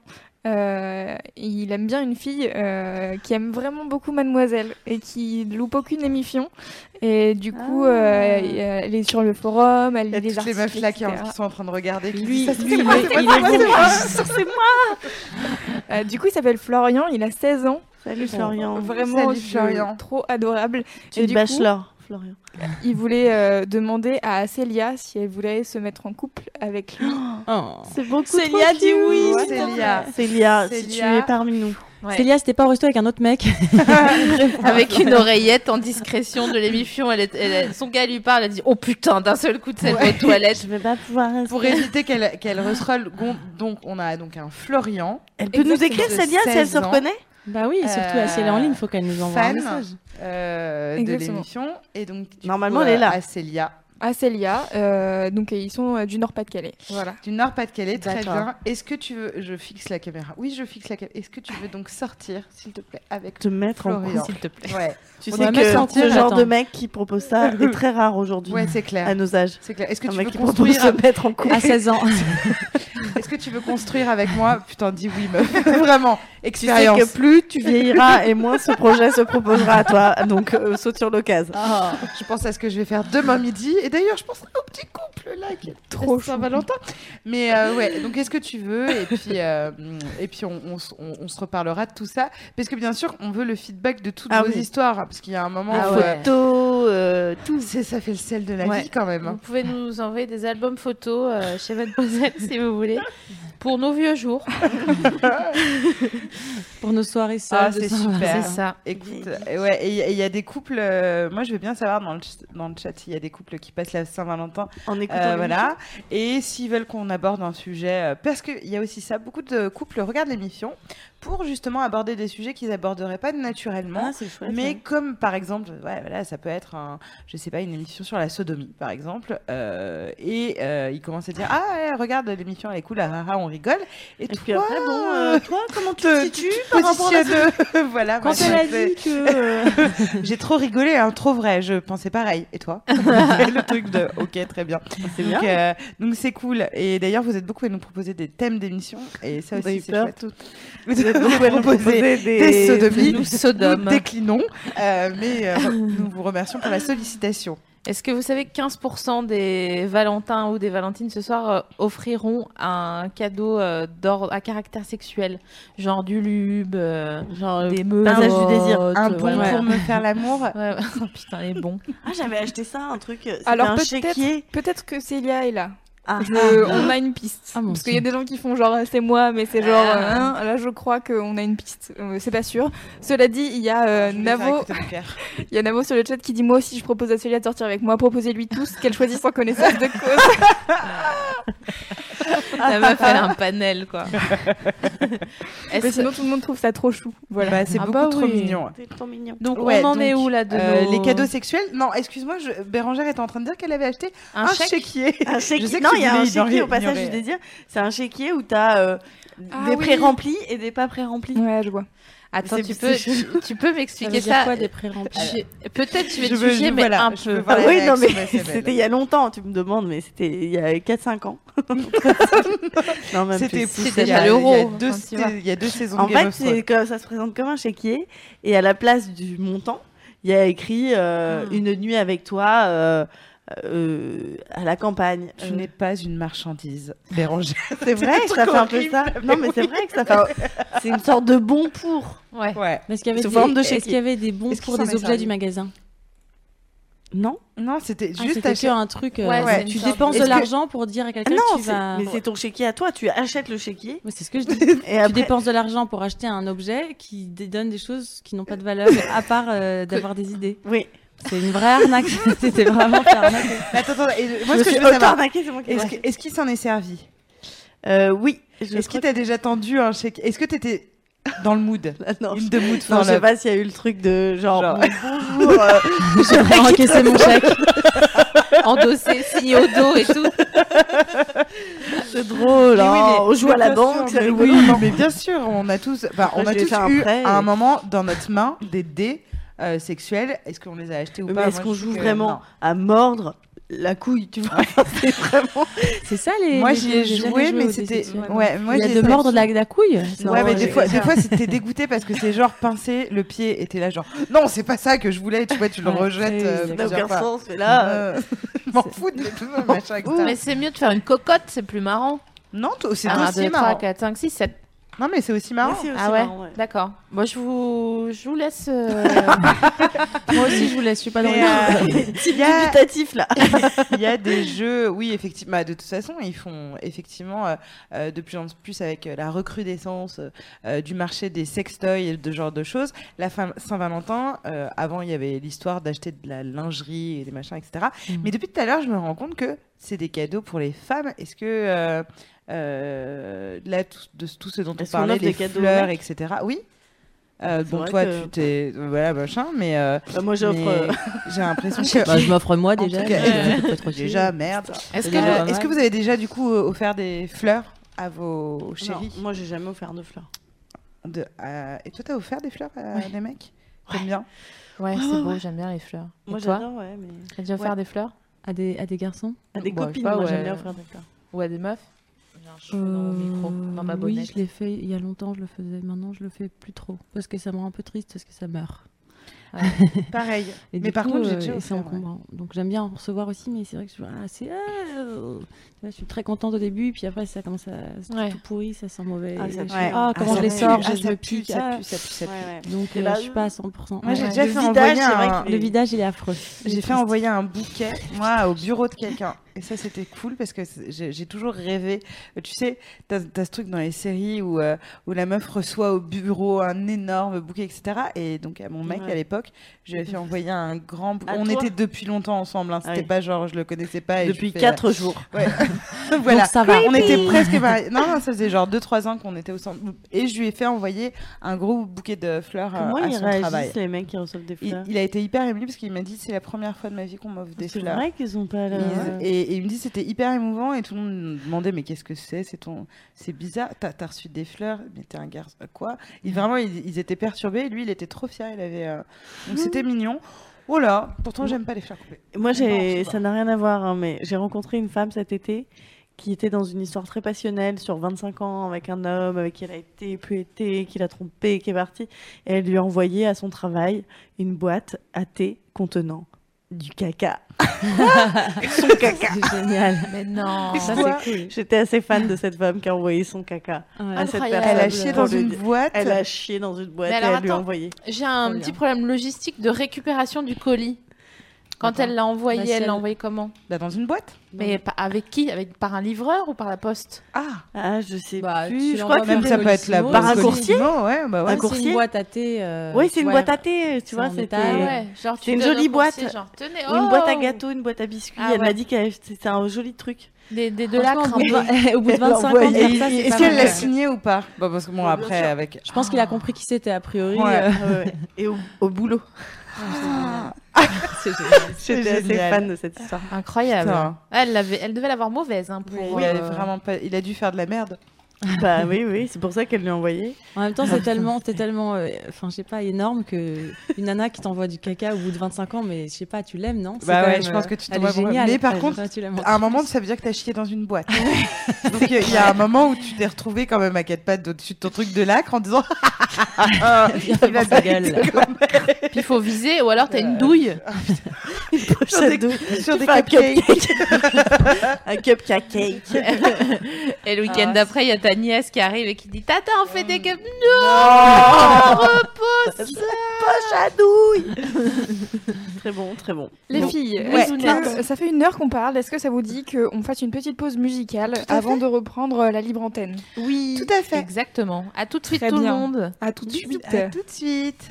Euh, il aime bien une fille euh, qui aime vraiment beaucoup Mademoiselle et qui loupe aucune émission. Et du coup,
Ah.
euh, elle est sur le forum, elle
Il y
lit
a
les
toutes les
articles.
meufs là qui,
etc.
qui sont en train de regarder. Qui
Lui,
disent, ça,
lui,
c'est
il
moi,
est-
c'est moi,
il
c'est
est
moi, c'est moi.
C'est moi.
Euh, du coup, il s'appelle Florian, il a 16 ans.
Salut Florian.
Vraiment,
Salut,
je-
Florian.
trop adorable.
Tu es
du coup-
bachelor, Florian.
Il voulait euh, demander à Célia si elle voulait se mettre en couple avec lui.
Oh.
C'est beaucoup
Célia, dis oui.
Ouais, Célia.
Célia, si tu
Célia.
es parmi nous.
Ouais.
Célia, c'était pas au resto avec un autre
(laughs)
mec.
(laughs)
(laughs)
Avec une oreillette en discrétion de l'émission, elle est- elle- son gars lui parle, elle dit Oh putain, d'un seul coup de cette aux toilettes.
Je vais pas pouvoir rester.
Pour éviter qu'elle qu'elle resserole, gon- donc on a donc un Florian.
Elle peut nous
Exactement.
écrire,
De
Célia, si elle se
16 ans.
reconnaît
Bah oui, et surtout, si elle est en ligne, faut qu'elle nous envoie un
fan,
message.
euh, de
Exactement.
l'émission. Et donc, du
Normalement,
coup,
elle est
euh,
là.
à Célia,
à Célia. euh, donc euh, ils sont euh, du Nord-Pas-de-Calais. Voilà.
du Nord-Pas-de-Calais. Très
D'accord.
bien. Est-ce que tu veux. Je fixe la caméra. Oui, je fixe la caméra. Est-ce que tu veux donc sortir, s'il te plaît, avec
Te mettre en
Florian.
couple.
S'il te plaît.
Ouais,
(laughs) Tu
On
sais
va
que
mettre en
ce
couple,
genre de
attends.
mec qui propose ça est très rare aujourd'hui
ouais c'est clair.
à nos âges.
C'est clair. Est-ce que
un
tu
mec
veux
qui propose
construire
se mettre en couple.
À 16 ans.
Est-ce que tu veux construire avec moi Putain, dis oui, meuf. (laughs) Vraiment,
Tu sais
expérience.
que plus tu vieilliras et moins ce projet se proposera à toi. Donc euh, saute sur l'occasion.
Ah. Je pense à ce que je vais faire demain midi. Et d'ailleurs, je pense au petit couple là qui est trop Saint-Valentin. Mais euh, ouais, donc est-ce que tu veux Et puis, euh, et puis on, on s- on- on se reparlera de tout ça. Parce que bien sûr, on veut le feedback de toutes
Ah
vos
oui.
histoires. hein, Parce qu'il y a un moment
Ah
où.
ouais.
Photo, euh,
tout. Ça fait le sel de la
Ouais.
vie quand même.
Vous
hein.
pouvez nous envoyer des albums photos euh, chez Mademoiselle si vous voulez, pour nos vieux jours.
Pour nos soirées seules.
Ah,
de
c'est
Saint-Valentin.
super.
ça.
Écoute, euh, ouais, et il y a- il y, a des couples. euh, moi, je veux bien savoir dans le, ch- dans le chat s'il y a des couples qui passent la Saint-Valentin.
en écoutant.
Euh,
l'émission.
voilà. Et s'ils veulent qu'on aborde un sujet, euh, parce qu'il y a aussi ça, beaucoup de couples regardent l'émission pour justement aborder des sujets qu'ils aborderaient pas naturellement.
Ah, c'est chouette.
mais
Mais
comme par exemple, ouais, voilà, ça peut être, un, je sais pas, une émission sur la sodomie, par exemple, euh, et euh, ils commencent à dire, ah, ouais, regarde l'émission, elle est cool, ah, ah, ah, on rigole. Et,
et
toi,
puis après, bon, euh, toi, comment tu
te-
te situes
tu
par rapport à la
positionnes- (laughs) voilà.
Quand
voilà,
elle a
c'est-
dit que. euh,
(laughs) j'ai trop rigolé, hein, trop vrai. Je pensais pareil. Et
(laughs)
toi Le truc de OK, très bien.
Ah, C'est
Donc, euh, donc c'est cool. Et d'ailleurs, vous êtes beaucoup à nous proposer des thèmes d'émission. Et ça aussi, c'est chouette. Vous êtes beaucoup à nous proposer des sodomies.
Nous sodomes.
Nous déclinons, euh, mais euh, (laughs) nous vous remercions pour la sollicitation.
Est-ce que vous savez que 15% des Valentins ou des Valentines ce soir euh, offriront un cadeau euh, d'ordre à caractère sexuel, genre du lube, euh,
Genre,
des meubles,
passage
oh,
du désir.
Un bon
ouais.
pour me
(laughs)
faire l'amour.
Ouais, ouais. putain, les bons.
Ah, j'avais acheté ça, un truc. euh, c'était
Alors,
un
peut-être-
chéquier.
Peut-être que Célia est là.
Ah,
Je- on a une piste.
Ah, mon
parce qu'il y a des gens qui font genre euh, c'est moi, mais c'est genre
Ah.
euh, hein, là je crois qu'on a une piste. Euh, c'est pas sûr. Cela dit, il y a euh,
Je vais faire
Navo,
écouter mon cœur.
(laughs) il y a Navo sur le chat qui dit moi aussi je propose à Célia de sortir avec moi. Proposez-lui tous qu'elle choisisse en connaissance de cause.
La meuf, elle a un panel,
(laughs)
quoi. Est-ce-
Mais sinon tout le monde trouve ça trop chou. Voilà.
Bah, c'est
Ah
beaucoup
bah
trop
oui.
mignon.
C'était trop mignon.
Donc,
Ouais,
on en est
donc,
où, là, de
Euh,
nos-
Les cadeaux sexuels Non, excuse-moi, je... Bérangère était en train de dire qu'elle avait acheté
Un,
un,
chèque
chéquier.
Un chéquier.
(laughs) Je sais que
non,
tu
il y a
voulais
un
ignorer-
chéquier au passage
ignorer.
du désir. C'est un chéquier où t'as euh,
Ah
des
oui.
pré-remplis et des pas pré-remplis.
Ouais, je vois.
Attends,
C'est-
tu
c'est
peux,
chelou.
tu, tu peux
Ça
m'expliquer
veut
ça,
dire quoi des pré-remplis
Je- Peut-être je vais te
Je veux-
juger,
je-
mais
voilà,
un
je
peu.
veux voir.
Ah
la
oui, non,
réaction
mais
d'Isabelle.
c'était il y a longtemps, tu me demandes, mais c'était il y a 4-5 ans. non, même
C'était
plus.
poussé
c'était
il y a-
à l'euro,
il y a deux-
enfin, tu vois.
Il y a deux saisons
En
de Game
fait,
of Thrones.
c'est que ça se présente comme un chéquier et à la place du montant, il y a écrit euh,
Hmm.
une nuit avec toi euh, euh, à la campagne.
Tu
Euh,
n'es pas une marchandise, Bérangère.
(laughs) c'est vrai,
truc
ça fait un peu
horrible.
ça. Non, mais c'est vrai que ça fait. un- (laughs) C'est une sorte de bon
(laughs)
pour.
Ouais.
Ouais.
Mais Est-ce qu'il y avait
Sous
des-
forme de
est-ce
chéquier.
qu'il y avait des bons
Est-ce
pour
qu'ils
des
sont
objets
desservis
du magasin
Non
Non, c'était
Ah,
juste
C'était que
acheter.
un truc. euh,
Ouais,
ouais.
Tu
Une sorte
dépenses
de-
de
Est-ce que-
l'argent pour dire à quelqu'un
non,
que tu
c'est-
vas.
mais c'est ton chéquier à toi. Tu achètes le chéquier
Ouais, C'est ce que je dis.
(laughs) et après.
Tu dépenses de l'argent pour acheter un objet qui dé- donne des choses qui n'ont pas de valeur, (laughs) à part euh, d'avoir des idées.
Oui.
C'est une vraie arnaque. (laughs) C'était vraiment
(laughs)
fait arnaquer.
Attends, attends, et- moi
Moi,
ce que je veux savoir,
arnaqué, c'est moi qui.
est-ce que- est-ce qu'il s'en est servi
Euh, oui. je
Est-ce
crois
qu'il t'a déjà tendu un chèque Est-ce que t'étais dans le mood
que- Ah, (laughs) non,
Une de mood
Non,
for
je sais
love.
pas s'il y a eu le truc de genre,
Genre.
bon, bonjour, euh,
J'ai encaissé mon
(laughs)
chèque.
Endossé, signé au dos et tout.
c'est drôle,
Mais oui,
hein,
mais-
on joue à
mais
la
bien
banque,
sûr,
c'est
mais
rigolo.
oui, mais bien sûr, on a tous, enfin,
Après,
on a
j'ai fait
tous
un
eu
prêt
à
et-
un moment dans notre main des dés euh, sexuels. Est-ce qu'on les a achetés ou
Mais
pas
est-ce
Moi,
qu'on
je
joue
trouve que
vraiment
non.
à mordre la couille, tu
(laughs)
vois C'est vraiment. (laughs)
C'est ça les.
Moi
les-
j'y ai
j'ai jamais
joué,
au
mais
dé
c'était,
sexuel.
ouais, moi
Il y a
j'y ai
de
joué.
mordre la, la couille.
ouais, mais
Non,
des
j'ai-
fois, des fois c'était dégoûté parce que c'est genre pincé le pied et t'es là genre non c'est pas ça que je voulais tu vois tu le
Ouais,
rejettes
c'est-
euh,
ça n'a
Ça n'a
plusieurs
aucun
fois.
sens, mais là.
Euh, (laughs) je m'en fous de mes cheveux, machin etc.
Mais c'est mieux de faire une cocotte, c'est plus marrant.
non t- c'est
1,
aussi
2, 3,
marrant
4, 5, 6, 7.
non mais c'est aussi
mais
marrant
c'est aussi
Ah ouais,
marrant, ouais.
d'accord. Moi, je vous, je vous laisse.
(laughs)
euh,
Moi aussi, je vous laisse. Je suis pas dans
Mais,
(laughs)
les.
euh, il y, a-
Dubitatif là.
(laughs) il y a des jeux oui effectivement bah, de toute façon ils font effectivement euh, euh, de plus en plus avec euh, la recrudescence euh, euh, du marché des sextoys et de ce genre de choses la fin- Saint-Valentin euh, avant il y avait l'histoire d'acheter de la lingerie et des machins etc
Mhm.
Mm.
mais depuis tout à l'heure je me rends compte que c'est des cadeaux pour les femmes est-ce que euh, euh, là tout, de tout ce dont on
Est-ce qu'on
parlait
offre
les
des cadeaux aux
fleurs
mecs
etc oui Euh,
C'est
bon,
vrai
toi,
que-
tu t'es. Voilà, machin, mais. euh,
Bah, moi, j'offre,
mais
euh, (laughs)
J'ai l'impression
un chèque.
que.
Bah, je m'offre moi,
En tout
déjà,
cas,
mais, euh,
euh,
pas trop chier.
déjà, merde.
C'est
Est-ce que,
déjà pas
est-ce que
mal.
vous avez déjà, du coup, euh, offert des fleurs à vos
Non,
chéris
moi, j'ai jamais offert de fleurs.
de, euh, Et toi, t'as offert des fleurs à
Ouais.
des mecs T'aimes bien
Ouais,
Ouais,
c'est
ouais,
beau,
ouais.
j'aime bien les fleurs.
Moi,
Et toi
j'adore, ouais, mais-
T'as déjà
Ouais.
offert des fleurs
À des, à des garçons
À des
Bah, je sais
copines,
pas,
moi, j'aime
ouais.
bien offrir des fleurs.
Ou à des meufs dans ma
Hum, oui,
bonnette.
je l'ai fait il y a longtemps, je le faisais. Maintenant, je le fais plus trop parce que ça me rend un peu triste parce que ça meurt. Voilà. (laughs)
Pareil.
Et
Mais
du
par
coup,
contre, j'ai
euh,
déjà
c'est
offert, ouais.
encombrant. Donc j'aime bien en recevoir aussi, mais c'est vrai que je, ah, c'est- ah, euh, tu vois, je suis très contente au début, puis après ça commence à c'est
Ouais.
tout pourri, ça sent mauvais.
Ah,
Et
ça
je-
pue.
ah,
Ah,
comment
ça
je les
pue.
sors,
Ah,
je, je
ça
me
pue,
pique.
ça
ah.
pue, ça pue, ça pue.
Ouais, ouais.
Donc
Et
euh,
bah,
je suis pas à 100%.
Moi, j'ai
Ouais.
déjà
le
fait
vidage,
envoyer
c'est vrai
un-
que les-
Le vidage, il est affreux. Il
J'ai
est
fait
triste.
envoyer un bouquet, moi, au bureau de quelqu'un. Et ça, c'était cool parce que c'est- j'ai j'ai toujours rêvé. Euh, Tu sais, t'as as ce truc dans les séries où, euh, où la meuf reçoit au bureau un énorme bouquet, etc. Et donc, à mon mec,
Ouais.
à l'époque,
(laughs)
je lui ai fait envoyer un grand bouquet.
À
On
toi
était depuis longtemps ensemble. hein.
Ah
C'était
oui.
pas genre, je le connaissais pas. Et je lui
Depuis
fais, euh,
4 jours. (laughs)
Ouais. (laughs) voilà.
Donc, ça va.
On était presque pareil. Non, non, ça faisait genre 2-3 ans qu'on était ensemble. Et je lui ai fait envoyer un gros bouquet de fleurs euh,
Comment
à
ils
son
réagissent,
travail.
les mecs qui reçoivent des
Il,
fleurs
il a été hyper ému parce qu'il m'a dit c'est la première fois de ma vie qu'on m'offre des
C'est
fleurs.
vrai qu'ils ont pas euh,
Ils-
la...
Et, et il me dit c'était hyper émouvant et tout le monde me demandait mais qu'est-ce que c'est c'est ton c'est bizarre t'as t'as reçu des fleurs mais t'es un garçon euh, quoi il, vraiment ils, ils étaient perturbés lui il était trop fier il avait euh,
Mmh.
donc c'était mignon oh là pourtant j'aime
(laughs)
pas les fleurs coupées
Moi, j'ai,
Non, c'est
ça n'a rien à voir, hein, mais j'ai rencontré une femme cet été qui était dans une histoire très passionnelle sur 25 ans avec un homme avec qui elle a été, plus été, qui l'a trompé, qui est parti. Et elle lui a envoyé à son travail une boîte à thé contenant du
(laughs)
caca. son caca.
C'est génial.
Mais non
Ça,
Quoi
c'est cool. J'étais assez fan de cette femme qui a envoyé son caca.
Ouais.
à cette
Incroyable.
personne
elle a
ça,
chié
pour
dans
le
une
dire.
boîte
Elle a chié dans une boîte
Mais
et
alors,
elle lui a
attends.
envoyé.
J'ai un
Trop
petit
bien.
problème logistique de récupération du colis. Quand
D'accord.
elle l'a envoyé,
Bah, si
elle
elle-
l'a envoyé comment
Bah, dans une boîte
Mais pa- avec qui Avec Par un livreur ou par la poste
ah
Ah, je sais
Bah,
plus.
tu
Je crois
l'envoies
que
même ça peut être la
Colissimo,
Par un
boîte
coursier
Colissimo, ouais bah ouais
Un
Ouais, c'est
coursier
une boîte à thé. euh,
Oui, c'est une
ouais.
boîte à thé, tu
C'est
vois,
en
c'était
métal. Ah
genre, tu
C'est une
donnes au
jolie
coursier,
boîte.
genre, tenez,
ou une boîte à
oh
gâteau, une boîte à biscuits.
Ah
elle m'a
ouais.
dit que c'était un joli truc.
Des, des de la
Franchement, au bout de vingt- (laughs) au bout de 25 ans,
Et-
de faire ça,
et-
c'est
est-ce
pas
qu'elle
mal.
l'a signé ou pas bah, parce que bon
Bien
après
sûr.
avec Oh.
Je pense qu'il
Ah.
a compris qui c'était a priori.
Ouais.
euh,
(laughs) Ah ouais, ouais. Et au, au
(laughs)
boulot. Ah.
(laughs)
c'est génial.
C'est
J'étais assez
génial.
fan de cette histoire.
Incroyable.
Putain.
Elle, l'avait- elle devait l'avoir mauvaise hein, pour.
Oui, elle est
euh,
vraiment pas- il a dû faire de la merde
bah oui, oui, c'est pour ça qu'elle lui a envoyé.
En même temps, c'est tellement, c'est tellement, euh, enfin, je sais pas, énorme que une nana qui t'envoie du caca au bout de 25 ans, mais je sais pas, tu l'aimes, non C'est
Bah
quand
ouais,
même,
je pense
euh,
que tu
elle
dois
est
avoir-
géniale.
Mais par
Ouais,
contre,
toi, tu l'aimes
À un
encore
moment,
plus.
ça veut dire que t'as chié dans une boîte. Donc il y a un moment où tu t'es retrouvé quand même à quatre pattes au-dessus de ton truc de lacre en disant. Ah,
Il fait pour sa gueule.
Puis il faut viser, ou alors t'as une
(laughs)
douille.
Une pochette
Sur des-
de-
Euh, (laughs) sur des
Enfin, un
cupcakes. (laughs)
un cupcake cake.
Et le
Ah.
week-end d'après, il y a ta nièce qui arrive et qui dit Tata, on fait des cups.
Très bon, très bon.
Les
Bon.
filles,
Ouais.
est-ce que- ça fait une heure qu'on parle. Est-ce que ça vous dit qu'on fasse une petite pause musicale
à
avant de reprendre euh, la libre antenne
Oui. Tout à fait.
Exactement. À tout de suite,
Très
tout le
bien.
monde.
À tout de suite.
À tout de suite.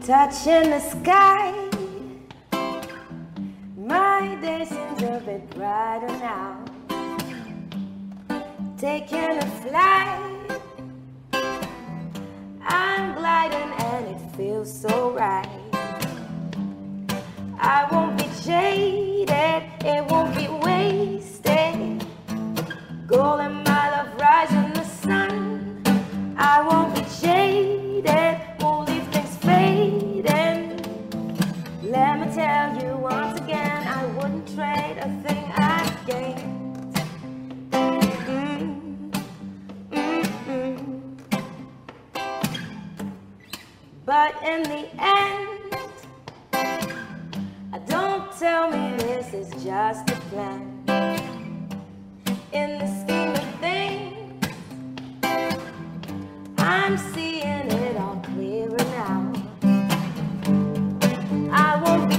touching the sky. My day seems a bit brighter now. Taking a flight, I'm gliding and it feels so right. I won't be jaded, it won't be wasted. Gold and my love rise in the sun. I won't be jaded, won't leave things fading. Let me tell you once again, I wouldn't trade a thing I gained. Mm, mm, mm. But in the end, I don't tell me this is just a plan. In the scheme of things. I'm seeing it all clearer now. I won't be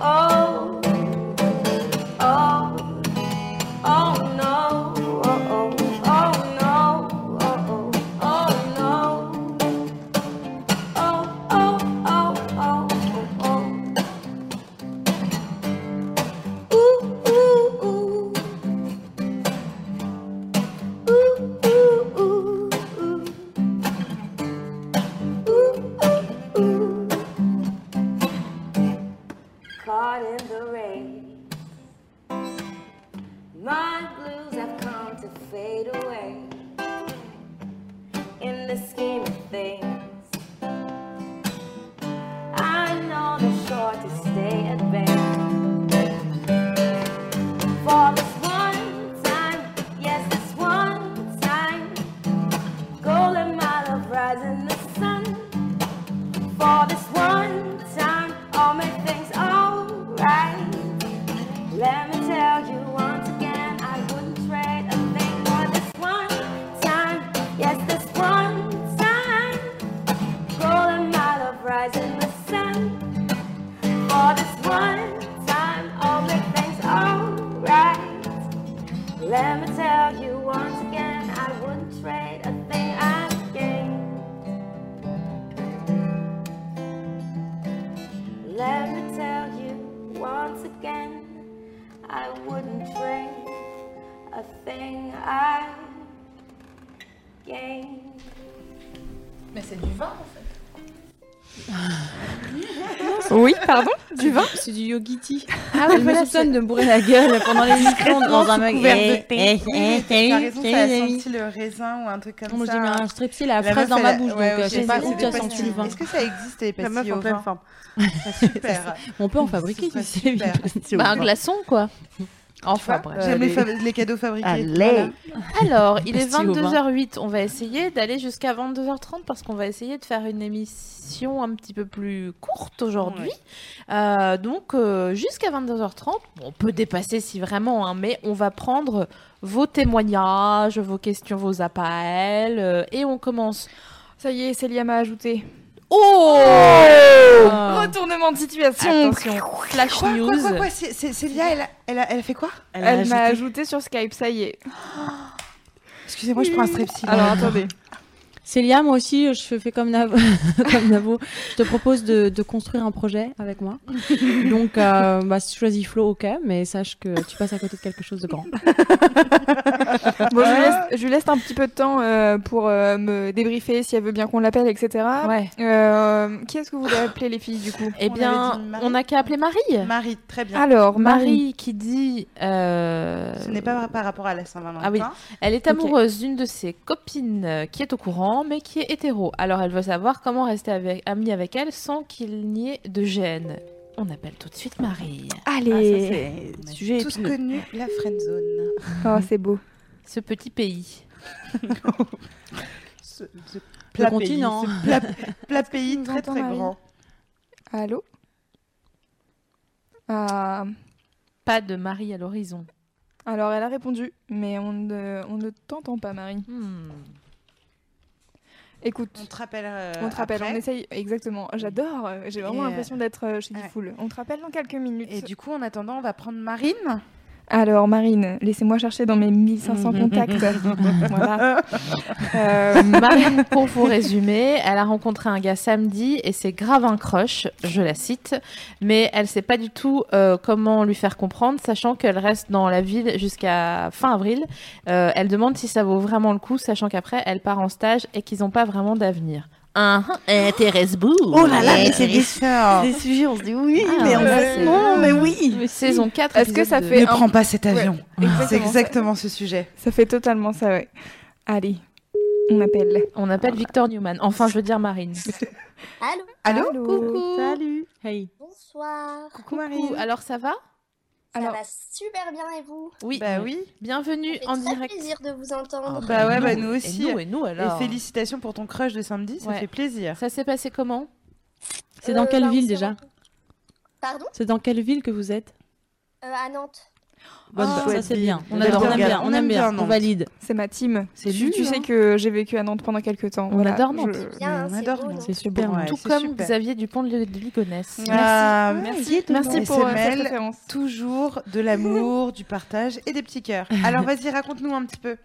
oh, oh, oh no, oh, oh, oh no, oh, oh, oh no, oh, oh, oh, oh, oh, oh. Ooh, ooh, ooh. Ooh, ooh, ooh, ooh. Ooh, ooh, ooh. Caught in the rain. My blues have come to fade away. In the scheme of things, I know they're sure to stay at bay. For this one time, yes, this one time, golden mile of rising the sun. For this one time, I'll make things alright. Let me tell you once again, I wouldn't trade a thing for this one time. Yes, this one time. Golden mile of rising the sun. For this one time, I'll make things alright. Let me tell you once again, I wouldn't trade a thing I gained. Let me tell you once again, I wouldn't trade a thing I gained. Mais c'est du vin en fait.
Oui, pardon Du vin
C'est du yogiti.
Ah
oui,
oui,
je me
voilà,
soupçonne
c'est-
de me bourrer la gueule pendant les missions dans un mag.
couvert
Eh,
de
eh,
thé.
eh, salut,
T'as raison, ça a
salut,
senti le raisin ou un truc comme
Moi,
ça.
j'ai mis un strepsil à la
meuf,
fraise dans
elle
ma
a-
bouche, donc,
ouais,
euh,
ok,
je sais pas
c'est
où
des
tu as
pastilles.
senti le vin.
Est-ce que ça existe les
La meuf
pastilles
en
au
pleine
vin
forme.
Ah, Super.
On peut en fabriquer, tu sais.
super.
Bah, un glaçon, quoi. Enfin,
Tu vois,
bref.
J'aime les,
Allez.
fa- les cadeaux fabriqués.
Allez. Alors, il est
Merci, Aubin.
22h08. On va essayer d'aller jusqu'à 22h30 parce qu'on va essayer de faire une émission un petit peu plus courte aujourd'hui. Euh, donc, euh, jusqu'à 22h30, bon, on peut dépasser si vraiment, hein, mais on va prendre vos témoignages, vos questions, vos appels euh, et on commence.
Ça y est, Célia m'a ajouté.
Oh
Retournement de situation.
Attention, flash
Quoi, quoi,
news.
quoi,
Oh Quoi, quoi, c'est- c'est- Célia, elle a, elle, a, elle a fait quoi
Elle, m'a ajouté sur Skype, ça y est.
Oh.
Excusez-moi, je prends un strepsil.
Alors attendez.
Célia, moi aussi, je fais comme Navo. (laughs) comme Navo. Je te propose de, de construire un projet avec moi. Donc, euh, bah, si tu choisis Flo, ok, mais sache que tu passes à côté de quelque chose de grand.
Bon, je, lui laisse, je lui laisse un petit peu de temps euh, pour euh, me débriefer si elle veut bien qu'on l'appelle, etc.
Ouais.
Euh, qui est-ce que vous voulez appeler les filles du coup
Eh bien, on n'a qu'à appeler Marie.
Marie, très bien.
Alors,
Marie,
Marie.
qui dit. euh,
Ce n'est pas par rapport à la Saint-Valentin.
Ah oui, elle est
Ok.
amoureuse d'une de ses copines euh, qui est au courant, mais qui est hétéro. Alors elle veut savoir comment rester avec, amie avec elle sans qu'il n'y ait de gêne. On appelle tout de suite Marie. Le
Allez.
Ah, sujet
Tous
épineux.
connus la friendzone.
(laughs) Oh, c'est beau.
Ce petit pays.
(laughs) Ce, ce plat pays,
continent.
(laughs)
ce plat, plat pays très très grand.
Allô Ah.
Pas de Marie à l'horizon.
Alors, elle a répondu, mais on ne, on ne t'entend pas, Marie.
Hmm.
Écoute.
On te rappelle. euh,
on te rappelle,
après.
on essaye, exactement. J'adore, euh, j'ai
Et,
vraiment
euh,
l'impression d'être euh, chez Difool. On te rappelle dans quelques minutes.
Et du coup, en attendant, on va prendre Marine.
Alors, Marine, laissez-moi chercher dans mes
(laughs)
1500 contacts. voilà. Euh,
Marine, pour vous résumer, elle a rencontré un gars samedi et c'est grave un crush, je la cite, mais elle sait pas du tout euh, comment lui faire comprendre, sachant qu'elle reste dans la ville jusqu'à fin avril. Euh, elle demande si ça vaut vraiment le coup, sachant qu'après elle part en stage et qu'ils n'ont pas vraiment d'avenir.
Ah,
Un intéresse bou.
Oh là là, mais c'est des-
des,
des sujets, on se dit oui,
Ah,
mais on
ouais,
va-
c'est-
non, mais oui.
Saison 4.
Est-ce que
épisode
ça
deux.
fait un-
Ne prends pas cet avion.
(laughs) exactement.
C'est exactement ce sujet.
Ça fait totalement ça, ouais. Allez. On appelle.
On appelle Victor Newman. Enfin, je veux dire Marine.
Allô
Allô Coucou
Salut
Hey
Bonsoir.
Coucou Marine. Alors, ça va
Ça
Alors-
va super bien et vous
Oui.
Bah oui.
Bienvenue
Ça fait
en
très
direct.
plaisir de vous entendre.
bah ouais, bah nous aussi.
nous, Oh, et nous, alors.
Et félicitations pour ton crush de samedi, ça
Ouais.
fait plaisir.
Ça s'est passé comment
C'est dans
Euh,
quelle
bah, on
ville
s'est
déjà
Pardon
C'est dans quelle ville que vous êtes
Euh, À Nantes.
Oh,
Bonne
Ah.
ba- Ça c'est
Chouette
bien.
ville.
On adore, on aime bien, on aime bien, on
Nantes.
valide.
C'est ma team.
C'est
tu,
lui,
tu sais
hein.
que j'ai vécu à Nantes pendant quelques temps.
On
voilà,
adore Nantes.
je-
Bien,
on
c'est
adore
beau,
Nantes.
C'est super,
Ouais,
Tout
c'est
comme
super.
Xavier Dupont de Ligonnès.
Ah,
Merci.
merci,
Merci pour, euh, cette
SML,
référence.
Toujours de l'amour, du partage et des
(laughs)
petits cœurs. Alors vas-y, raconte-nous un petit peu.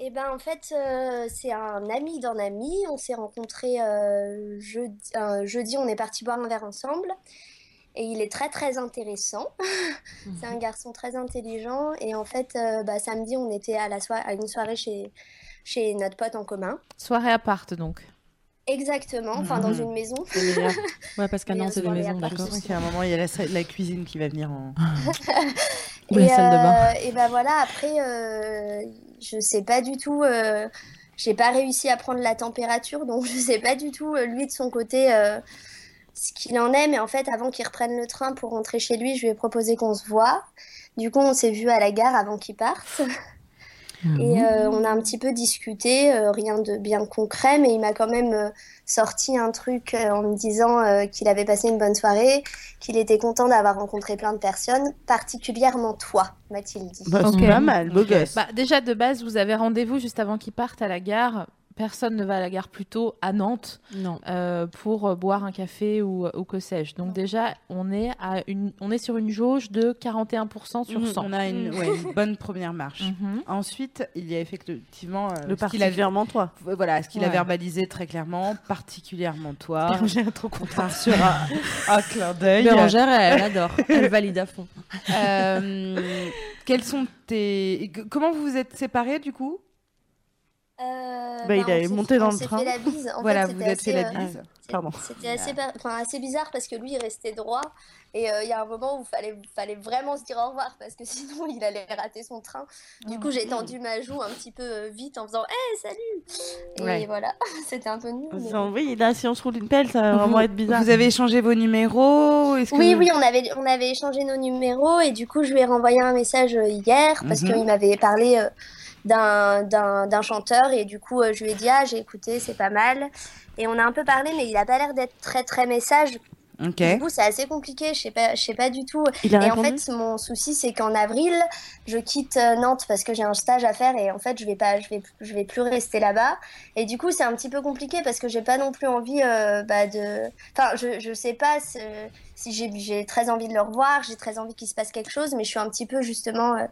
Et ben en fait euh, c'est un ami d'un ami. On s'est rencontrés euh, jeudi. un jeudi, on est parti boire un verre ensemble. Et il est très très intéressant. (laughs) c'est un garçon très intelligent. Et en fait, euh, bah, samedi, on était à la soir- à une soirée chez chez notre pote en commun.
Soirée à part, donc.
Exactement. Enfin dans
Ah.
Mhm.
une maison.
(laughs)
(laughs)
Ouais, parce qu'à
Mais
Nantes,
on
c'est
se
des
parlait
maisons,
après,
d'accord.
c'est
Parce qu'à un moment, il y a la, sa- la cuisine qui va venir (laughs) en.
Ou la salle de bain.
et ben voilà, après, euh, je sais pas du tout. euh, j'ai pas réussi à prendre la température, donc (laughs) je sais pas du tout, euh, lui de son côté, euh, ce qu'il en est. Mais en fait, avant qu'il reprenne le train pour rentrer chez lui, je lui ai proposé qu'on se voit. Du coup, on s'est vu à la gare avant qu'il parte.
Mhm.
Et euh, on a un petit peu discuté, euh, rien de bien concret, mais il m'a quand même euh, sorti un truc euh, en me disant euh, qu'il avait passé une bonne soirée, qu'il était content d'avoir rencontré plein de personnes, particulièrement toi, m'a-t-il dit.
Bah,
Ok.
c'est pas mal, beau gosse.
Bah, déjà, de base, vous avez rendez-vous juste avant qu'ils partent à la gare. Personne ne va à la gare plus tôt à Nantes
non.
pour euh, boire un café ou, ou que sais-je. Donc déjà, on est, à une, on est sur une jauge de 41% sur
Mhm,
100.
On a une, ouais,
(laughs)
une bonne première marche. Ensuite, il y a effectivement euh,
Le
ce qu'il a-
particulièrement toi.
Voilà, ce qu'il a
Ouais.
verbalisé très clairement, particulièrement (laughs) toi.
Bérangère est
trop contente. Sur un, un clin d'œil.
Bérangère, elle adore.
(laughs)
Elle valide à fond.
Euh, quels sont tes. Comment vous vous êtes séparés du coup
Euh,
Bah, il
on
est
s'est-
monté dans
on
le
s'est
train.
fait la bise. En
Voilà,
fait,
vous
c'était
êtes fait
assez,
la
euh,
bise. Pardon.
C'était assez, par- enfin, assez bizarre parce que lui, il restait droit. Et euh, il y a un moment où fallait, fallait vraiment se dire au revoir parce que (laughs) sinon, il allait rater son train. Du coup, j'ai tendu ma joue un petit peu euh, vite en faisant Hey, salut Et
Ouais.
voilà, (laughs) c'était un peu nul. mais-
Oui, là, si on se roule une pelle,
Euh,
ça va vraiment être bizarre.
Vous avez échangé vos numéros est-ce que
Oui,
vous-
oui, on avait, on avait échangé nos numéros et du coup, je lui ai renvoyé un message euh, hier parce
Mhm.
qu'il m'avait parlé euh, d'un- d'un d'un chanteur et du coup, euh, je lui ai dit Ah, j'ai écouté, c'est pas mal. Et on a un peu parlé, mais il a pas l'air d'être très très message.
Ok.
Du coup, c'est assez compliqué, je sais pas, je sais pas du tout.
Il a
et en
répondu
fait, mon souci, c'est qu'en avril, je quitte euh, Nantes parce que j'ai un stage à faire et en fait, je vais pas, je vais, je vais plus rester là-bas. Et du coup, c'est un petit peu compliqué parce que j'ai pas non plus envie euh, bah, de. Enfin, je, je sais pas c'est- si j'ai, j'ai très envie de le revoir, j'ai très envie qu'il se passe quelque chose, mais je suis un petit peu justement. euh,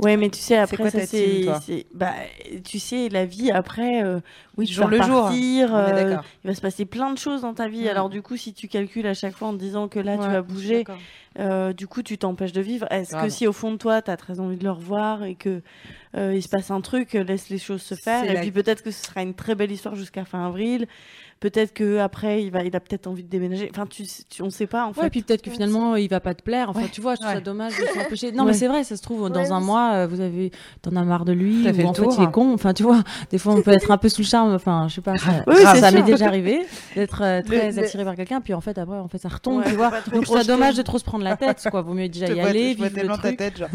Ouais, mais tu sais, après,
quoi
ça,
ta team,
c'est.
toi
c'est- Bah, tu sais, la vie, après, euh, oui,
Du
tu
jour
vas
le jour,
repartir,
on est
euh,
d'accord.
il va se passer plein de choses dans ta vie.
Mm.
Alors, du coup, si tu calcules à chaque fois en te disant que là, tu
Ouais,
vas
je suis
bouger,
d'accord.
euh, du coup, tu t'empêches de vivre. Est-ce que
Grave.
si au fond de toi, tu as très envie de le revoir et que euh, il se passe un truc, euh, laisse les choses se faire.
C'est
Et
la-
puis, peut-être que ce sera une très belle histoire jusqu'à fin avril. Peut-être que après, il, va, il a peut-être envie de déménager. Enfin, tu, tu- on sait pas, en fait. Mm.
Ouais, et puis peut-être que finalement il va pas te plaire. Enfin,
Ouais.
tu vois, je trouve
Ouais.
ça dommage de
(laughs)
s'empêcher. Non,
Ouais.
mais c'est vrai, ça se trouve, dans
Ouais,
un
oui.
mois, euh, vous avez, t'en as marre de lui,
T'as fait
ou
le
en
tour.
fait il est con. Enfin, tu vois, des fois on peut être un peu sous le charme. Enfin, je sais pas. Ça,
Oui,
ça-
c'est
ça m'est
sûr.
déjà arrivé d'être euh, très
le-
attiré par quelqu'un, puis en fait après, en fait, ça retombe,
Ouais,
tu vois.
faut pas trop
Donc, je trouve ça
projeter.
dommage de trop se prendre la tête, quoi. Vaut mieux déjà
Je
y
vois-
aller,
je vois
vivre le
tellement ta
truc. (laughs)
tête, genre.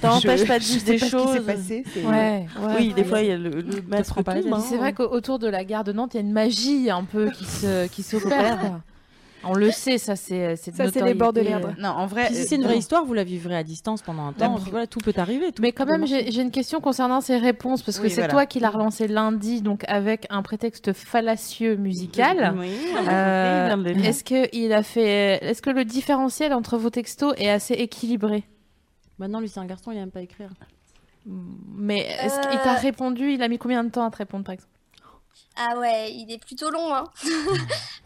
T'empêches
Je-
pas de
je
vivre
sais
des
pas ce qui s'est
choses.
passé, c'est-
Ouais.
oui,
Ouais.
des fois, il y a le, le masque
prends pas la
tombe,
tête.
hein.
C'est vrai qu'autour de la gare de Nantes, il y a une magie un peu qui se qui s'opère.
S'opère.
(laughs)
quoi. On le sait, ça c'est c'est de notoriété, euh,
Non, en vrai.
Puis si
euh,
c'est une vraie
non.
histoire, vous la vivrez à distance pendant un
La
temps.
pro-
Voilà, tout peut arriver. tout
Mais quand
peut
même,
marcher.
j'ai j'ai une question concernant ces réponses, parce que
Oui,
c'est
voilà.
toi qui l'as relancé lundi, donc avec un prétexte fallacieux musical.
Oui.
Euh,
Oui, oui.
est-ce que il a fait, est-ce que le différentiel entre vos textos est assez équilibré
Maintenant, lui, c'est un garçon, il aime pas écrire.
Mais est-ce qu'il t'a
Euh.
répondu Il a mis combien de temps à te répondre, par exemple
Ah ouais, il est plutôt long,
(laughs)
hein. Enfin,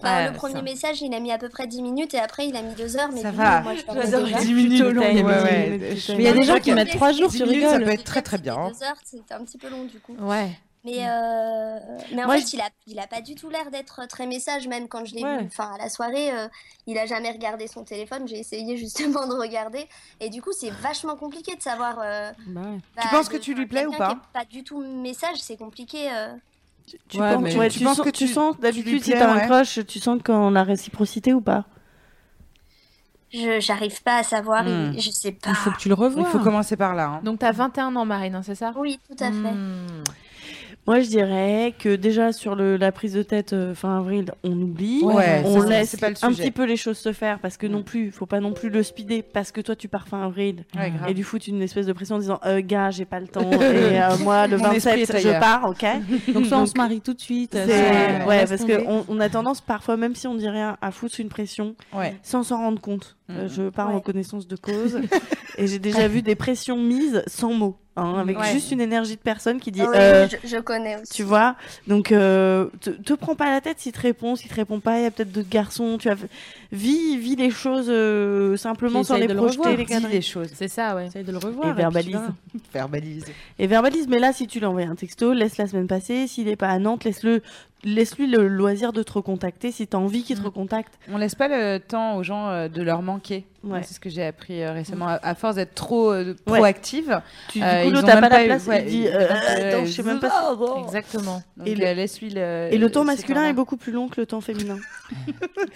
Ouais,
le premier
ça.
message, il a mis à peu près 10 minutes et après, il a mis 2 heures. Mais
Ça
bon,
va.
moi, je
J'adore
l'avais déjà.
10 minutes.
Plutôt long,
ouais,
il y a
ouais,
dix
ouais.
minutes.
Je-
Bah,
Mais il y a des gens
je-
qui mettent trois jours,
10
tu
minutes, Ça
rigoles.
Ah, bah,
peut être très très bien. hein.
deux heures, c'était un petit peu long du coup.
Ouais.
Mais, euh, mais en
Moi,
fait,
je-
il, a, il a pas du tout l'air d'être très message, même quand je l'ai
Ouais.
vu. Enfin, à la soirée, euh, il a jamais regardé son téléphone. J'ai essayé justement (laughs) de regarder. Et du coup, c'est vachement compliqué de savoir. euh, bah,
tu penses que
de-
tu lui
enfin,
plais ou
quelqu'un qui
pas
est Pas du tout message, c'est compliqué. euh.
Tu,
Ouais,
penses,
mais-
ouais,
tu
tu
penses
sens-
que
tu
tu-
sens
tu lui
d'habitude si
plais,
t'as
ouais.
un crush, tu sens qu'on a réciprocité ou pas
Je j'arrive pas à savoir,
Hmm.
il- je sais pas.
Il faut que tu le revoies.
Il faut commencer par là. hein.
Donc t'as 21 ans, Marine, hein, c'est ça Hmm.
Oui, tout à fait.
Moi, je dirais que déjà sur le, la prise de tête euh, fin avril, on oublie,
Ouais,
on
c'est-
laisse
c'est pas le
un
sujet. Mm.
petit peu les choses se faire parce que non plus, faut pas non plus le speeder parce que toi tu pars fin avril Mm.
Ouais, grave.
et lui foutre une espèce de pression en disant euh, gars, j'ai
(laughs)
pas le temps et euh, moi le
Mon esprit
27
est
je
ailleurs.
pars, OK
Donc soit on se marie tout de suite.
c'est-
soit-
ouais,
laisse
parce
tomber.
que on, on a tendance parfois même si on dit rien à foutre une pression
Ouais.
sans s'en rendre compte. Euh,
Mhm.
je pars en connaissance de cause et j'ai déjà vu des pressions mises sans mots hein, avec
Ouais.
juste une énergie de personne qui dit
Ah
Ah
Oui,
euh,
je, je connais aussi.
tu vois, donc euh, te, te prends pas la tête s'il te répond, s'il te répond pas, il y a peut-être d'autres garçons. Tu as vis, vis les choses euh, simplement sans les projeter, les cadrer.
choses.
C'est ça, ouais.
Essaye de le
Et
revoir. puis
verbalise.
tu verras.
Verbalise.
Et verbalise, mais là, si tu lui envoies un texto, laisse la semaine passer. S'il est pas à Nantes, laisse-le, laisse-lui le loisir de te recontacter si t'as envie qu'il te recontacte.
On laisse pas le temps aux gens euh, de leur manquer.
Ouais.
C'est ce que j'ai appris euh, récemment. À, à force d'être trop euh,
Ouais.
proactive,
Tu,
euh,
du
ils
coup,
ont
l'autre t'as
même
pas la
eu-
place.
ouais,
il dit,
ils-
euh,
euh,
attends, je sais même pas. si-
Exactement.
Donc,
Et
euh, laisse-lui le-
Et le temps
ce
masculin
temps-là.
est beaucoup plus long que le temps féminin.
(laughs)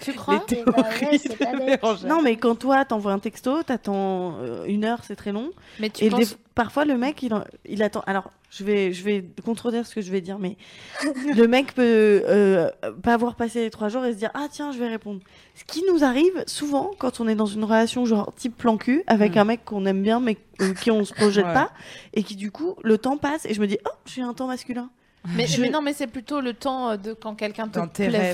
tu crois
Les
Eh bah ouais,
théories
c'est pas
de
bête.
Bérangère. Non, mais quand toi, t'envoies un texto, t'attends euh, une heure, c'est très long.
Mais tu
et
penses-
des- parfois, le mec, il, en- il attend. Alors, je vais, je vais contredire ce que je vais dire, mais (laughs) le mec peut euh, pas avoir passé les trois jours et se dire Ah, tiens, je vais répondre. Ce qui nous arrive souvent quand on est dans une relation, genre type plan cul, avec un mec qu'on aime bien, mais euh, qui on se projette
Hmm. Ouais.
pas, et qui du coup, le temps passe, et je me dis Oh, j'ai un temps masculin.
Mais,
Je-
mais non, mais c'est plutôt le temps euh, de quand quelqu'un te
T'intérêt,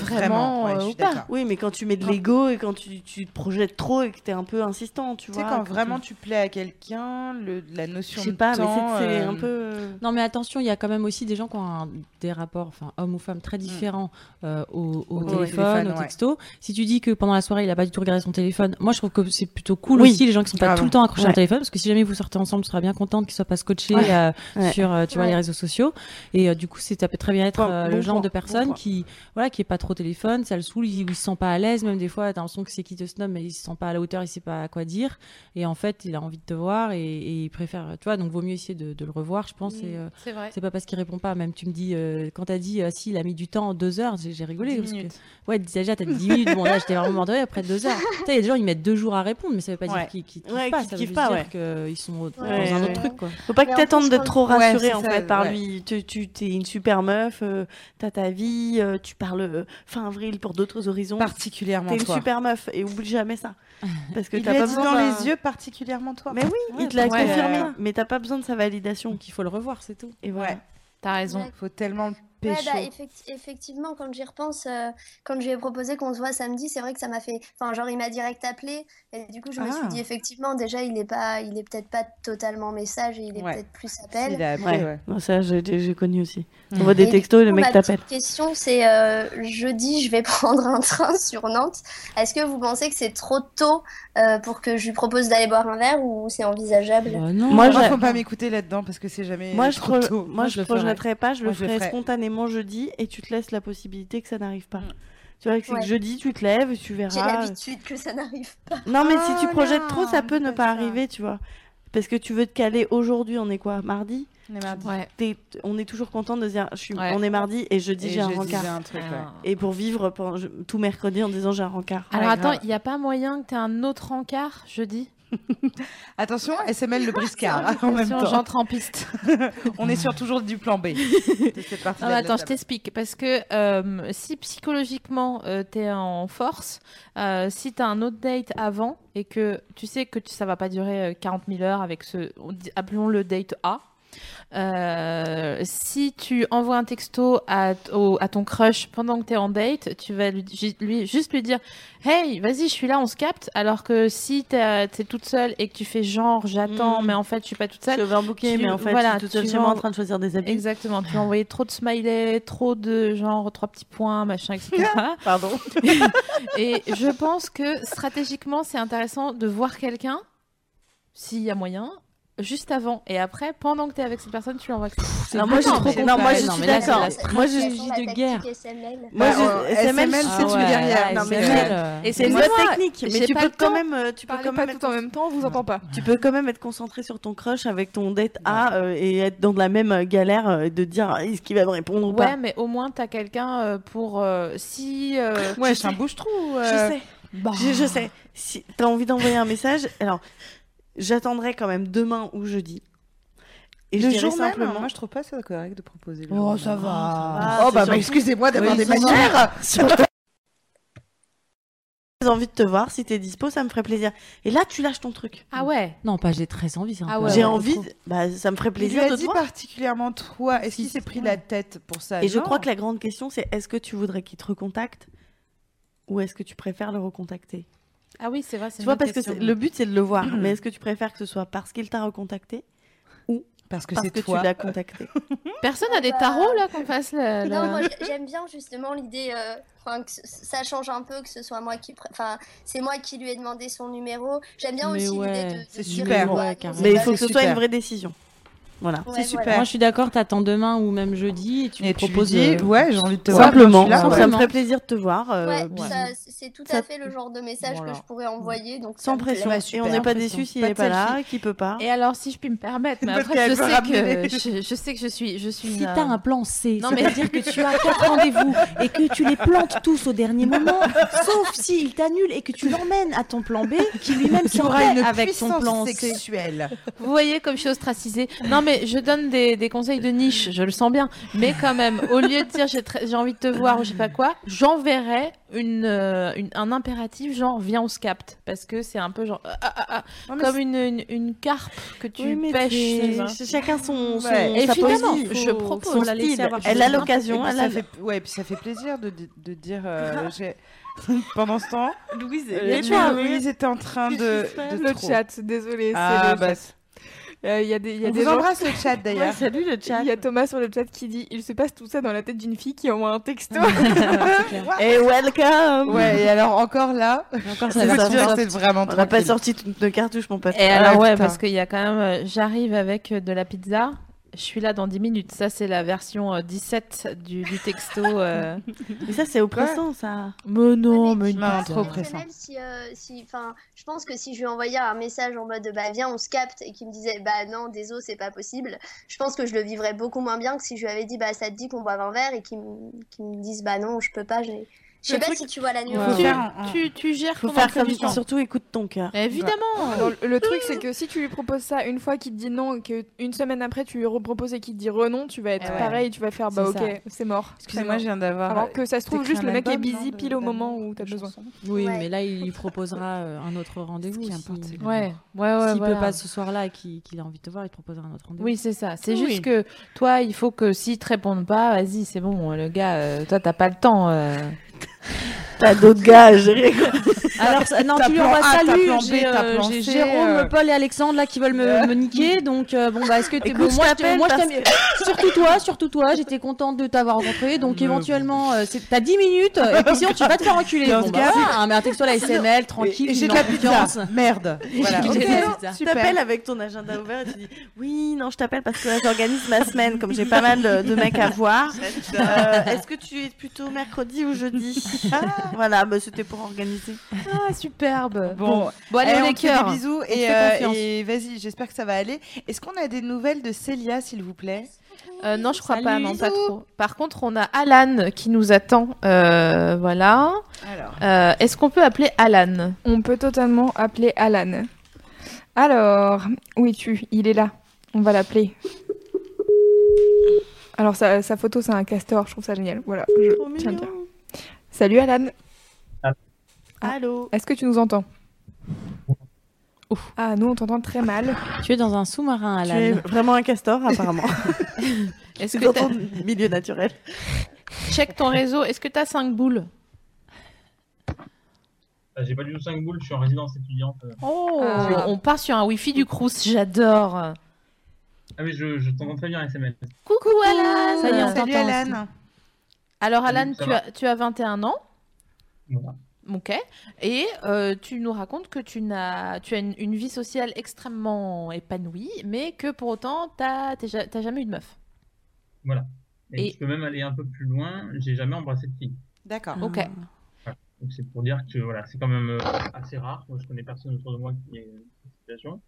plaît vraiment, euh, ou pas.
Oui, mais quand tu mets de l'ego et quand tu, tu te projettes trop et que t'es un peu insistant, tu
Tu
vois.
sais, quand vraiment tu plais à quelqu'un, le- la notion
Je sais
de
pas, mais
temps.
c'est- c'est un
euh,
Non, mais attention, il y a quand même aussi des gens qui ont un- des rapports, enfin, hommes ou femmes, très différents euh, au, au
Au
téléphone,
téléphone,
au
ouais.
texto. Si tu dis que pendant la soirée, il a pas du tout regardé son téléphone, moi, je trouve que c'est plutôt cool
Oui.
aussi, les gens qui sont pas
Grave.
tout le temps accrochés à
Ouais.
un téléphone, parce que si jamais vous sortez ensemble, tu seras bien contente qu'ils soient pas scotchés
Ouais.
euh,
Ouais.
sur, euh, tu vois,
Ouais.
les réseaux sociaux. Et euh, du coup, c'est, ça peut très bien être
Bon-
euh,
bon
le genre
point,
de
bon
personne
point.
qui, voilà, qui est pas trop au téléphone, ça le saoule, il, il se sent pas à l'aise, même des fois, t'as l'impression que c'est qui te snob, mais il se sent pas à la hauteur, il sait pas à quoi dire. Et en fait, il a envie de te voir et, et il préfère, tu vois, donc vaut mieux essayer de, de le revoir, je pense.
Mm,
et, euh,
c'est vrai.
c'est pas parce qu'il répond pas. Même tu me dis, euh, quand t'as dit, euh, si, il a mis du temps, deux heures, j'ai j'ai rigolé.
Dix
parce que-
minutes.
Ouais, déjà, t'as dit 10 minutes. Bon, là, j'étais vraiment mort de rire après deux heures. Tu sais, il y a des gens, ils mettent deux jours à répondre, mais ça veut pas
Ouais.
dire qu'ils qu'ils te
Ouais,
kiffent pas.
qu'ils te
Ça veut
kiffent
juste
pas,
dire
ouais.
qu'ils sont au-
Ouais,
dans un
ouais.
autre truc, quoi.
Faut pas que
Mais en
t'attendes
plus,
d'être
quand-
trop
Ouais,
rassuré
c'est
en
ça,
fait par
ouais.
lui. Tu, tu t'es une super meuf, euh, t'as ta vie, euh, tu parles euh, fin avril pour d'autres horizons.
Particulièrement
T'es une
toi.
super meuf et oublie jamais
(laughs)
ça. Parce que
Il
t'as
l'a
pas
dit
besoin
dans
d'un-
les yeux, particulièrement toi.
Mais oui, il te l'a
ouais.
confirmé.
Ouais.
Mais t'as pas besoin de sa validation.
qu'il faut le revoir, c'est tout.
Et voilà.
T'as raison.
Faut tellement le
Ouais,
pécho.
bah, effecti- effectivement, quand j'y repense, euh, quand je lui ai proposé qu'on se voit samedi, c'est vrai que ça m'a fait. Enfin, genre, il m'a direct appelé. Et du coup, je me
Ah.
suis dit, effectivement, déjà, il est, pas... il est peut-être pas totalement message et il est
Ouais.
peut-être plus appel.
Ouais.
ouais.
Non, ça, j'ai j'ai connu aussi. On voit des
du
textos et le
coup,
mec
ma
t'appelle.
petite question, c'est euh, jeudi, je vais (laughs) prendre un train sur Nantes. Est-ce que vous pensez que c'est trop tôt euh, pour que je lui propose d'aller boire un verre ou c'est envisageable
Euh, Moi,
je-
faut pas m'écouter là-dedans parce que c'est jamais
Moi, je,
trop
pro-
tôt.
Euh, moi, je, projetterais pas, je le
Moi,
ferais spontanément jeudi et tu te laisses la possibilité que ça n'arrive pas. Tu vois, que c'est
Ouais.
que jeudi, tu te lèves, tu verras.
J'ai l'habitude que ça n'arrive pas.
Non, mais si
Oh
Oh
tu projettes trop, ça peut ne pas arriver, tu vois. Parce que tu veux te caler aujourd'hui, on est quoi Mardi
On est mardi.
T'es- t- on est toujours content de se dire, je suis,
Ouais.
on est mardi et jeudi
Et
j'ai un
jeudi,
rencard.
j'ai un
Ah.
truc, ouais.
Et pour vivre pendant- je- tout mercredi en disant j'ai un rencard.
Alors attends, il y a pas moyen que t'aies un autre encart jeudi
Attention, SML le briscard hein, en même temps.
Attention, j'entre en piste.
(laughs) On est sur toujours du plan B. de cette partie
Non, mais Ah, attends, je t'explique. Parce que euh, si psychologiquement euh, t'es en force, euh, si t'as un autre date avant et que tu sais que tu- ça va pas durer euh, 40 000 heures avec ce, on dit- appelons-le date A. euh, si tu envoies un texto à, t- au- à ton crush pendant que t'es en date, tu vas lui, ju- lui- juste lui dire Hey, vas-y, je suis là, on se capte. Alors que si t'es t'es toute seule et que tu fais genre, j'attends,
Mm.
mais en fait, je suis pas toute
Je
seule.
suis overbookée,
tu-
mais en fait,
voilà,
je suis toute seule
tu
chez moi en
vas-
train de choisir des habits.
Exactement, tu as envoyé trop de smileys, trop de genre trois petits points, machin, etc.
Pardon.
(laughs) Et je pense que stratégiquement, c'est intéressant de voir quelqu'un, s'il y a moyen, juste avant et après, pendant que t'es avec cette personne, tu l'envoies.
c'est
Alors moi, je
vraiment-
suis trop
c'est
contre. Non,
pas-
moi, je
non,
suis
mais là, c'est
d'accord.
la stratégie
Moi, je
de
suis de
guerre.
Moi, je-
Bah,
SML,
SML,
c'est
c'est
une
une guerrière.
Non, mais euh,
Et
SML,
et
ah c'est
c'est
une
moi,
bonne technique,
j'ai
mais tu
pas
peux
le
quand
temps.
même, euh, tu peux
Parlez
quand
pas
même
tout
être
en même temps, on vous entend pas.
Tu peux quand même être concentré sur ton crush avec ton date A euh, et être dans la même euh, galère euh, et de dire ah, est-ce qu'il va me répondre ou
Ouais,
pas.
mais au moins t'as quelqu'un euh, pour euh, si. euh,
Ouais,
je
c'est un
sais.
bouche-trou, euh.
Euh,
Je sais.
bah.
Je, je sais. Si t'as envie d'envoyer un message, alors j'attendrai quand même demain ou jeudi. Et
le
je dirai
jour même, hein.
simplement.
moi je trouve pas ça correct de proposer. Le
Oh,
jour
ça
même.
va.
Oh,
Ah, c'est
bah,
surtout-
bah, excusez-moi d'avoir
Oui,
des
surtout-
manières.
(laughs)
(laughs)
surtout- J'ai envie de te voir, si t'es dispo, ça me ferait plaisir. Et là, tu lâches ton truc.
Ah ouais.
Non, pas j'ai très envie. c'est un peu-
J'ai envie, de- bah, ça me ferait
Il lui
plaisir
a
de te
dit
voir.
particulièrement toi. Est-ce qu'il s'est pris la tête pour ça
Et je
Non.
crois que la grande question, c'est est-ce que tu voudrais qu'il te recontacte ou est-ce que tu préfères le recontacter
Ah oui, c'est vrai. c'est
Tu
une
vois,
bonne
parce que c'est-
question.
le but, c'est de
(clears throat)
le voir. mais est-ce que tu préfères que ce soit parce qu'il t'a recontacté ou
parce que,
c'est
tu
toi.
l'as
(laughs)
contacté
Personne
Ah
a des
bah.
tarots là qu'on fasse le.
Non,
le-
moi j'ai- j'aime bien justement l'idée euh, enfin, que ce- ça change un peu que ce soit moi qui pr- enfin c'est moi qui lui ai demandé son numéro. J'aime bien aussi l'idée de, de dire, bon, bah, non, c'est
mais il
pas
faut que
le-
ce soit une
super.
vraie décision. Voilà.
Ouais, C'est voilà. super.
Moi, je suis d'accord. T'attends demain ou même jeudi et tu
Et
me
tu lui
proposes.
dis,
euh,
ouais, j'ai envie de te voir.
Simplement,
Moi, je suis là,
ça me
ouais.
ferait plaisir de te voir. euh,
Ouais,
bisous.
ça, c'est- c'est tout à
Ça-
fait le genre de message
Voilà.
que je pourrais envoyer donc ça
Sans
me plaît.
pression. et on n'est pas déçu s'il n'est pas là, qu'il peut pas.
Et alors, si je puis me permettre, mais
Parce
après,
qu'elle
je
veut
sais,
ramener.
que, je, je sais que je suis. Je suis
Si
une,
t'as
euh,
un plan C,
Non,
non,
mais-
mais dire que tu as quatre rendez-vous et que tu les plantes tous au dernier moment, sauf s'il t'annule et que tu l'emmènes à ton plan B,
(laughs)
qui lui-même
Tu
s'en
auras
va
une
avec son
puissance
plan C.
sexuelle.
Vous voyez comme je suis ostracisée. Non, mais je donne des, des conseils de niche, je le sens bien. Mais quand même, au lieu de dire j'ai très- j'ai envie de te voir ou je sais pas quoi, j'enverrai une, euh, une- un impératif genre viens, on se capte. Parce que c'est un peu genre. ah, ah, ah,
Ouais, mais
comme
c'est-
une, une, une carpe que tu
Oui, mais
pêches.
c'est-
tu vois.
c'est chacun son- son-
Et
sa
finalement,
poésie.
je propose.
Son style. Elle
hein,
a l'occasion,
Et puis
elle
ça
a-
fait- Ouais, puis ça fait plaisir de, di- de dire. euh, (laughs) j'ai- Pendant ce temps,
Louise,
euh,
il y a
Lou-
du un-
Louise était en train de. de
le
trop.
chat, désolé.
Ah,
c'est le
bah,
chat. Euh, Il y a des, il y a
On
des
vous
gens-
embrasse, le chat, d'ailleurs.
Ouais,
salut le chat.
Il y a Thomas sur le chat qui dit il se passe tout ça dans la tête d'une fille qui envoie un
(laughs)
texto.
Et welcome
Ouais, et alors encore là.
Encore
ça va pas sortir. C'est vraiment
On n'a pas
tranquille.
sorti toutes nos cartouches, mon pote.
Et alors, ouais,
Ah, putain.
parce qu'il y a quand même. euh, J'arrive avec euh, de la pizza. Je suis là dans 10 minutes. Ça, c'est la version euh, 17 du, du texto. euh.
(laughs) Mais ça, c'est oppressant, ça.
Mais non, mais une
Oh Non,
pizza.
hein, trop oppressant.
Même si, euh, si, enfin, je pense que si je lui envoyais un message en mode bah viens, on se capte et qu'il me disait bah non, désolé, c'est pas possible, je pense que je le vivrais beaucoup moins bien que si je lui avais dit bah ça te dit qu'on boive un verre et qu'il me, qu'il me dise bah non, je peux pas, j'ai. Je sais
Le
pas
truc-
si tu vois la nuance.
Tu, tu, tu gères
Faut
ton
faire
emploi
comme
du temps.
surtout écoute ton cœur.
Évidemment.
Bah,
Non, Bah, le- le truc, c'est que si tu lui proposes ça une fois qu'il te dit non, et qu'une semaine après tu lui reproposes et qu'il te dit renon, tu vas être
Eh ouais.
pareil, tu vas faire bah
C'est
ok,
ça.
c'est mort.
Excusez-moi,
C'est
je viens
mort.
d'avoir, euh,
Alors que ça se trouve
t'écris
juste
un
le mec est
album, non,
busy
de-
pile au moment où t'as besoin.
Oui, mais là, il lui proposera euh, un autre rendez-vous. si-
Ouais, ouais, ouais,
S'il
voilà.
peut pas ce soir-là et qu'il qu'il a envie de te voir, il te proposera un autre rendez-vous.
Oui, c'est ça. C'est
Oui.
juste que toi, il faut que s'ils te répondent pas, vas-y, c'est bon, le gars, euh, toi, t'as pas le temps. euh.
(laughs) T'as d'autres gars à gérer.
(laughs)
(laughs) Alors, ça- non, tu lui envoies salut. J'ai euh, j'ai Jérôme, Paul et Alexandre là qui veulent me, me niquer. Donc, euh, bon, bah, est-ce que t'es
Écoute, je
bon Moi, je t'aime-
t'appelle
moi, je
parce
t'aime. Surtout toi, surtout toi. J'étais contente de t'avoir rencontré. Donc, éventuellement, euh, c'est- t'as 10 minutes. euh, Et puis, sinon, tu vas te faire enculer.
Dans
Bon,
ce
bah,
cas-
voilà, hein, mais un texto à la SML, tranquille.
Et J'ai
une
de la
confiance.
pizza. (laughs) Merde. Voilà.
J'ai de
ok.
la
Non,
bah,
pizza.
Tu t'appelles avec ton agenda ouvert et tu dis Oui, non, je t'appelle parce que là, j'organise ma semaine, comme j'ai pas mal de, de mecs à (laughs) voir. Euh, Est-ce que tu es plutôt mercredi ou jeudi
(laughs)
Voilà, bah, c'était pour organiser.
Ah, superbe.
Bon,
bon allez,
Eh, on
les
te fait des
cœurs.
bisous
On te
et,
fait
euh,
confiance.
et vas-y, j'espère que ça va aller. Est-ce qu'on a des nouvelles de Célia, s'il vous plaît
Euh, non, je crois
Salut.
pas, non, pas
Bisous.
trop. Par contre, on a Alan qui nous attend. euh, voilà.
Alors.
Euh, Est-ce qu'on peut appeler Alan
On peut totalement appeler Alan. Alors, où es-tu Il est là. On va l'appeler. Alors, sa, sa photo, c'est un castor. Je trouve ça génial. Voilà, je tiens à le dire. Salut Alan. Ah.
Allô
Est-ce que tu nous entends Ah, nous, on t'entend très mal.
Tu es dans un sous-marin,
Tu
Alan.
es vraiment un
(laughs)
castor, apparemment.
Est-ce
C'est
que
dans
t'as-
ton milieu naturel.
Check ton réseau. Est-ce que t'as 5 boules
Ah, J'ai pas du tout 5 boules, je suis en résidence étudiante.
Oh,
Ah.
on part sur un wifi du Crous. J'adore.
Ah mais je, je t'entends très bien SML.
Coucou Alan.
Ça y est, on
Salut, t'entend Alan. aussi.
Alors Alan,
Salut, ça
tu
va
as, tu as 21 ans. Ok. Et euh, tu nous racontes que tu, n'as, tu as une, une vie sociale extrêmement épanouie, mais que pour autant, t'as, t'es ja- t'as jamais eu de meuf.
Voilà. Et,
Et-
je peux même aller un peu plus loin, j'ai jamais embrassé de fille.
D'accord.
Ok.
Voilà. Donc c'est pour dire que voilà, c'est quand même euh, assez rare. Moi, je connais personne autour de moi qui est cette situation.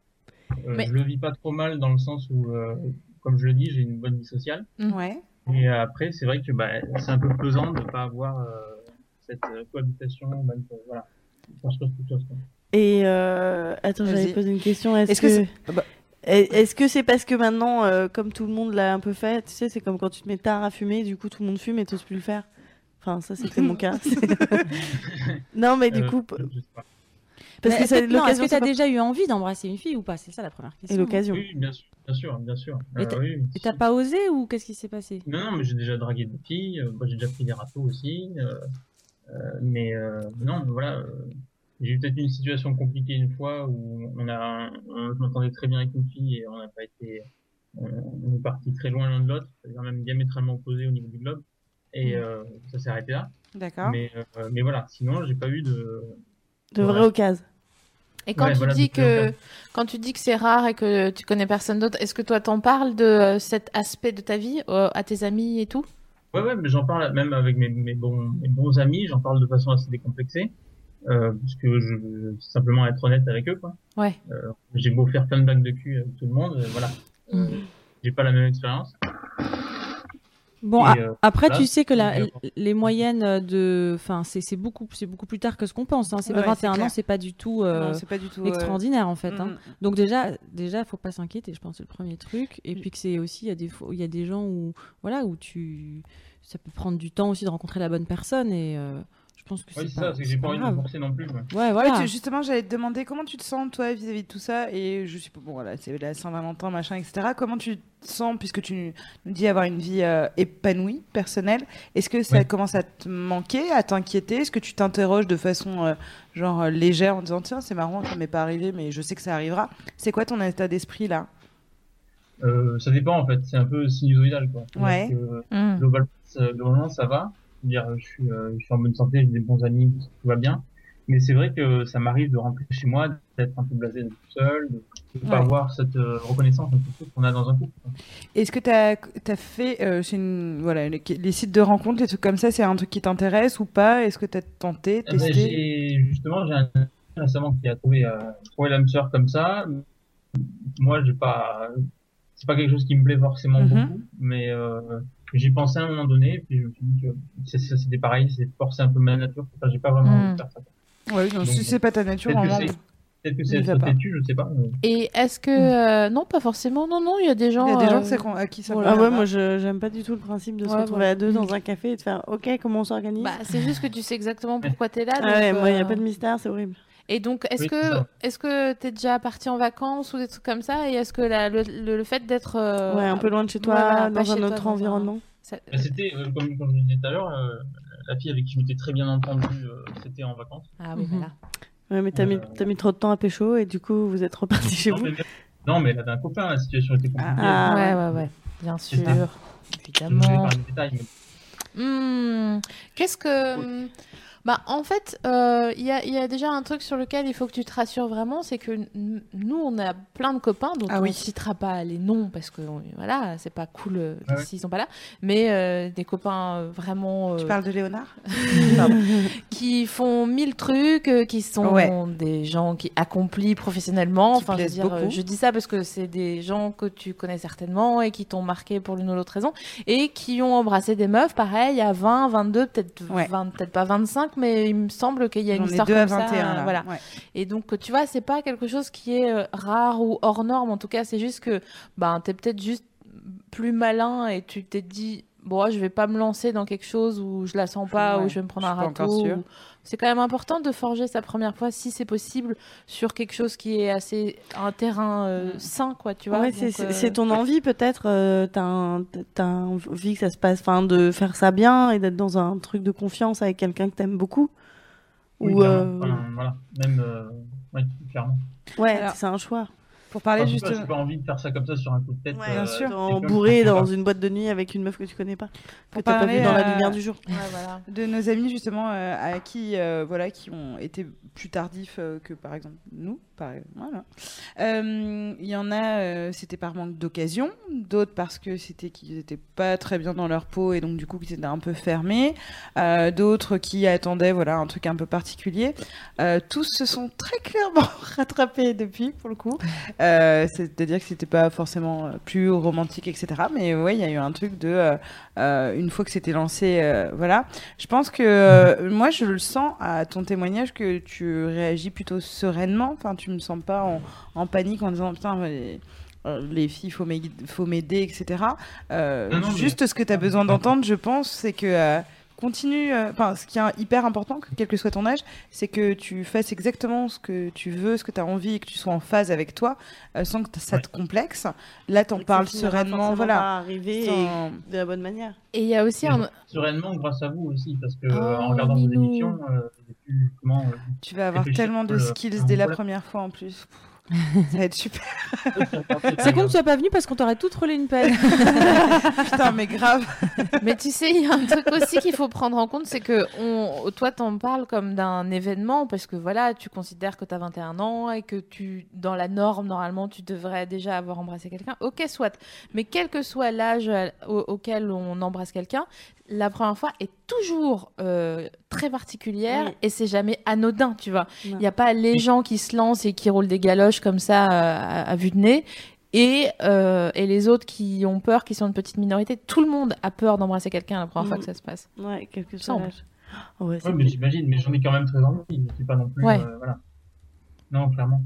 Euh,
Mais-
Je le vis pas trop mal dans le sens où, euh, comme je le dis, j'ai une bonne vie sociale.
Ouais.
Et après, c'est vrai que bah, c'est un peu pesant de ne pas avoir euh, cette euh, cohabitation. bah, euh, voilà. Construire quelque chose, quoi.
Et euh, attends,
Vas-y.
j'avais posé une question. Est-ce
Est-ce
que Ah bah,
que c'est-
est- est-ce que c'est parce que maintenant, euh, comme tout le monde l'a un peu fait, tu sais, c'est comme quand tu te mets tard à fumer, du coup tout le monde fume et t'oses plus le faire. Enfin, ça c'était mon
(laughs)
cas. non, mais du
Euh,
coup, p-
je sais pas.
parce
Mais
que c'est
est-ce que- non, Est-ce
l'occasion.
que tu as
c'est pas-
déjà eu envie d'embrasser une fille ou pas C'est ça hein. la première question.
Oui, bien sûr, bien sûr, bien sûr.
Et
Euh,
t'as-
oui.
et t'as pas osé ou qu'est-ce qui s'est passé
Non, non, mais j'ai déjà dragué des filles, euh, moi, j'ai déjà pris des râteaux aussi. euh, euh, mais euh, non, voilà. euh, j'ai eu peut-être une situation compliquée une fois où on a, on- je m'entendais très bien avec une fille et on n'a pas été, on, on est parti très loin l'un de l'autre, c'est-à-dire même diamétralement opposés au niveau du globe,
Mm.
et
Mhm.
euh, ça s'est arrêté là.
D'accord.
Mais, euh, mais voilà, sinon j'ai pas eu de.
De vraies occasions.
Et quand
Ouais,
tu
voilà,
dis
de
euh,
vraies
que
occasions.
quand tu dis que c'est rare et que tu connais personne d'autre, est-ce que toi t'en parles de euh, cet aspect de ta vie euh, à tes amis et tout
Ouais, ouais, mais j'en parle même avec mes, mes, bons, mes bons amis, j'en parle de façon assez décomplexée, euh, parce que je veux simplement être honnête avec eux, quoi.
Ouais.
Euh, j'ai beau faire plein de blagues de cul avec tout le monde, euh, voilà,
Mm.
j'ai pas la même expérience.
Bon,
Et,
a-
euh,
après,
voilà.
tu sais que la-
Et, euh,
les moyennes de. Enfin, c'est c'est beaucoup, c'est beaucoup plus tard que ce qu'on pense. hein. C'est pas
Ouais, c'est
21 ans,
clair. Ah
c'est pas du tout, euh,
Non, c'est pas du tout,
extraordinaire,
euh,
en fait. hein.
mm, mm.
Donc, déjà, déjà, faut pas s'inquiéter, je pense, c'est le premier truc. Et puis, que c'est aussi, il y, a des fois- il y a des gens où. Voilà, où tu. Ça peut prendre du temps aussi de rencontrer la bonne personne. Et euh, je pense que
Oui,
c'est
c'est ça,
pas.
c'est que j'ai
c'est
pas envie de
grave.
me forcer non plus. moi.
Ouais, voilà.
tu- justement, j'allais te demander comment tu te sens, toi, vis-à-vis de tout ça. Et je suis. Bon, voilà, c'est la Saint-Valentin, machin, etc. Comment tu te sens, puisque tu nous dis avoir une vie euh, épanouie, personnelle Est-ce que ça
Ouais.
commence à te manquer, à t'inquiéter Est-ce que tu t'interroges de façon, euh, genre, euh, légère en disant Tiens, c'est marrant, ça m'est pas arrivé, mais je sais que ça arrivera C'est quoi ton état d'esprit, là
Euh, ça dépend en fait, c'est un peu sinusoïdal quoi. C'est-à-dire
Ouais.
que,
Mm.
Globalement, ça- globalement, ça va. C'est-à-dire, je suis, euh, je suis en bonne santé, j'ai des bons amis, tout va bien. Mais c'est vrai que ça m'arrive de rentrer chez moi, d'être un peu blasé d'être tout seul, de ne pas
Ouais.
avoir cette euh, reconnaissance un peu plus qu'on a dans un couple.
Est-ce que tu as, fait, euh, c'est une, voilà, les, les sites de rencontres, les trucs comme ça, c'est un truc qui t'intéresse ou pas Est-ce que tu as tenté,
Eh ben,
testé
j'ai- justement, j'ai un ami récemment qui a trouvé, euh, trouvé l'âme sœur comme ça. Moi, j'ai pas, c'est pas quelque chose qui me plaît forcément
Mhm.
beaucoup, mais euh, j'ai pensé à un moment donné, puis je me suis dit que c'est- c'est- c'était pareil, c'est forcer un peu ma nature. Enfin, j'ai pas vraiment envie
Mhm.
de faire ça.
Ouais, non, si
Donc,
c'est pas ta nature,
peut-être que
vraiment,
c'est- Peut-être que
ne
c'est
le fais
être
pas.
têtu, je sais pas. mais-
Et est-ce
Hmm.
que euh, non, pas forcément. Non, non, il y a des gens.
Il y a des gens
euh,
que c'est con- à qui ça
voilà.
plaira
Ah ouais,
pas. Mm.
moi je- j'aime pas du tout le principe de se
Ouais,
retrouver
voilà.
à deux dans un café et de faire OK, comment on s'organise
Bah, c'est juste que tu sais exactement pourquoi t'es là.
Ah
donc,
ouais, moi il y a
euh,
pas de mystère, (laughs) c'est horrible.
Et donc, est-ce
Oui, c'est
que
ça.
est-ce que t'es déjà parti en vacances ou des trucs comme ça Et est-ce que la- le, le- le fait d'être euh,
Ouais, un peu loin de chez
ouais,
toi,
voilà, pas
dans
chez
un
toi,
autre
dans
environnement.
ça-
Bah, c'était, euh, comme, comme je le disais tout à l'heure, euh, la fille avec qui je m'étais très bien entendu, euh, c'était en vacances.
Ah
oui, Mhm.
voilà.
Ouais, mais t'as mis, t'as mis trop de temps à pécho et du coup vous êtes reparti chez
non,
vous.
mais, non, mais elle avait un copain, la situation était compliquée.
Ah,
ouais, ouais, ouais, bien
C'est
sûr,
ça. Je vais
évidemment.
pas dans les détails, mais-
Hmm, Qu'est-ce que. Bah, en fait, euh, il y, a, il y a déjà un truc sur lequel il faut que tu te rassures vraiment, c'est que n- nous, on a plein de copains
Ah
dont on ne citera pas les noms parce que on- voilà, c'est pas cool euh,
Ah ouais.
s'ils sont pas là, mais euh, des copains euh, vraiment.
Tu
euh,
parles de Léonard
(laughs) qui font mille trucs, euh, qui sont
Ouais.
des gens qui accomplissent professionnellement.
Qui
Enfin, je, veux
plaisent
dire, euh,
beaucoup.
je dis ça parce que c'est des gens que tu connais certainement et qui t'ont marqué pour l'une ou l'autre raison et qui ont embrassé des meufs, pareil, à 20, 22, peut-être 20, peut-être pas 25, mais il me semble qu'il y a
J'en
une
ai
histoire
deux
comme
à
ça.
21,
euh,
là.
voilà.
Ouais.
Et donc, tu vois, c'est pas quelque chose qui est euh, rare ou hors norme. En tout cas, c'est juste que ben, t'es peut-être juste plus malin et tu t'es dit bon je vais pas me lancer dans quelque chose où je la sens pas
Ouais,
où je vais me prendre
je
un
suis pas
râteau
encore sûre.
ou- c'est quand même important de forger sa première fois si c'est possible sur quelque chose qui est assez un terrain euh,
Mm.
sain quoi tu vois
Ouais,
donc,
c'est- c'est
euh,
c'est
Bah,
ton envie peut-être, euh, t'as un- t'as envie que ça se passe, enfin de faire ça bien et d'être dans un truc de confiance avec quelqu'un que t'aimes beaucoup.
Oui,
Ou
clairement.
euh,
Enfin, voilà, même, euh, ouais, clairement.
ouais,
Alors-
c'est un choix.
Pour parler
Enfin, je sais pas,
justement-
J'ai pas envie de faire ça comme ça sur un coup de tête.
Ouais,
euh,
En
quelqu'un que je
bourré
connais
dans
pas.
une boîte de nuit avec une meuf que tu connais pas. Que
pour
t'as pas
parler
vu dans la
euh,
lumière du jour.
de nos amis justement euh, à qui euh, voilà qui ont été plus tardifs euh, que par exemple nous par voilà Euh, il y en a euh, c'était par manque d'occasion d'autres parce que c'était qu'ils étaient pas très bien dans leur peau et donc du coup qu'ils étaient un peu fermés Euh, d'autres qui attendaient voilà un truc un peu particulier Euh, tous se sont très clairement (laughs) rattrapés depuis pour le coup Euh, c'est-à-dire que c'était pas forcément euh, plus romantique etc mais ouais il y a eu un truc de euh, euh, une fois que c'était lancé euh, voilà je pense que euh, moi je le sens à ton témoignage que tu réagis plutôt sereinement enfin tu me sens pas en, en panique en disant putain mais, euh, les filles faut m'aider, faut m'aider etc Euh,
Non, non, mais-
juste ce que tu as besoin d'entendre je pense c'est que euh, continue euh, enfin ce qui est hyper important que- quel que soit ton âge c'est que tu fasses exactement ce que tu veux ce que tu as envie et que tu sois en phase avec toi euh, sans que t- ça te complexe là t'en parles sereinement voilà
Arriver
Sans-
de la bonne manière.
Et il y a aussi un.
Sereinement grâce à vous aussi, parce que euh,
Oh,
en regardant vos
Minou.
émissions, euh, j'ai pu comment. euh,
Tu vas avoir
réfléchir
tellement de
sur le-
skills
sur
dès la
mon problème.
première fois
(laughs)
en plus. Ça va être super.
C'est con que tu sois pas venu parce qu'on t'aurait toutes roulé une
(laughs)
pelle.
Putain, mais grave.
(laughs) Mais tu sais, il y a un truc aussi qu'il faut prendre en compte, c'est que on, toi, t'en parles comme d'un événement, parce que voilà, tu considères que t'as 21 ans et que tu, dans la norme, normalement, tu devrais déjà avoir embrassé quelqu'un. Ok, soit. Mais quel que soit l'âge à- au- auquel on embrasse quelqu'un, la première fois est toujours euh, très particulière
Oui.
et c'est jamais anodin, tu vois. Il
Non.
n'y a pas les gens qui se lancent et qui roulent des galoches comme ça euh, à, à vue de nez. Et, euh, et les autres qui ont peur, qui sont une petite minorité, tout le monde a peur d'embrasser quelqu'un la première fois
Mhm.
que ça se passe.
Ouais, quelque
Il me semble.
chose. Ouais,
Ouais, mais j'imagine, mais j'en ai quand même très envie. mais C'est pas non plus.
Ouais.
euh, voilà. Non, clairement.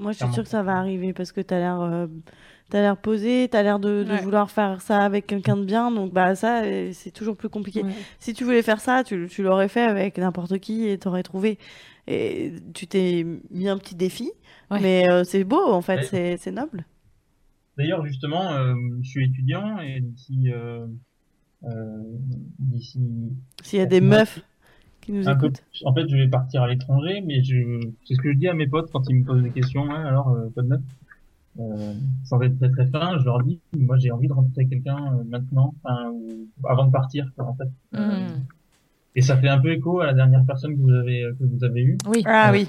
Moi, je suis
Clairement.
sûre que ça va arriver parce que t'as l'air, euh, t'as l'air posé, t'as l'air de, de
Ouais.
vouloir faire ça avec quelqu'un de bien. Donc, bah, ça, euh, c'est toujours plus compliqué. Si tu voulais faire ça, tu, tu l'aurais fait avec n'importe qui et t'aurais trouvé. Et tu t'es mis un petit défi,
Ouais.
mais euh, c'est beau en fait,
Ouais.
c'est, c'est noble.
D'ailleurs, justement, euh, je suis étudiant et d'ici. euh, euh, d'ici.
S'il y a des meufs qui nous
Un peu-
écoutent.
en fait, je vais partir à l'étranger, mais je, c'est ce que je dis à mes potes quand ils me posent des questions. Ouais, alors, euh, pas de meuf. Euh, sans être très très fin, je leur dis, moi j'ai envie de rencontrer quelqu'un euh, maintenant, enfin, ou avant de partir, quoi, en fait. Euh, Et ça fait un peu écho à la dernière personne que vous avez, euh, que vous avez eue. Euh,
Oui.
Ah oui.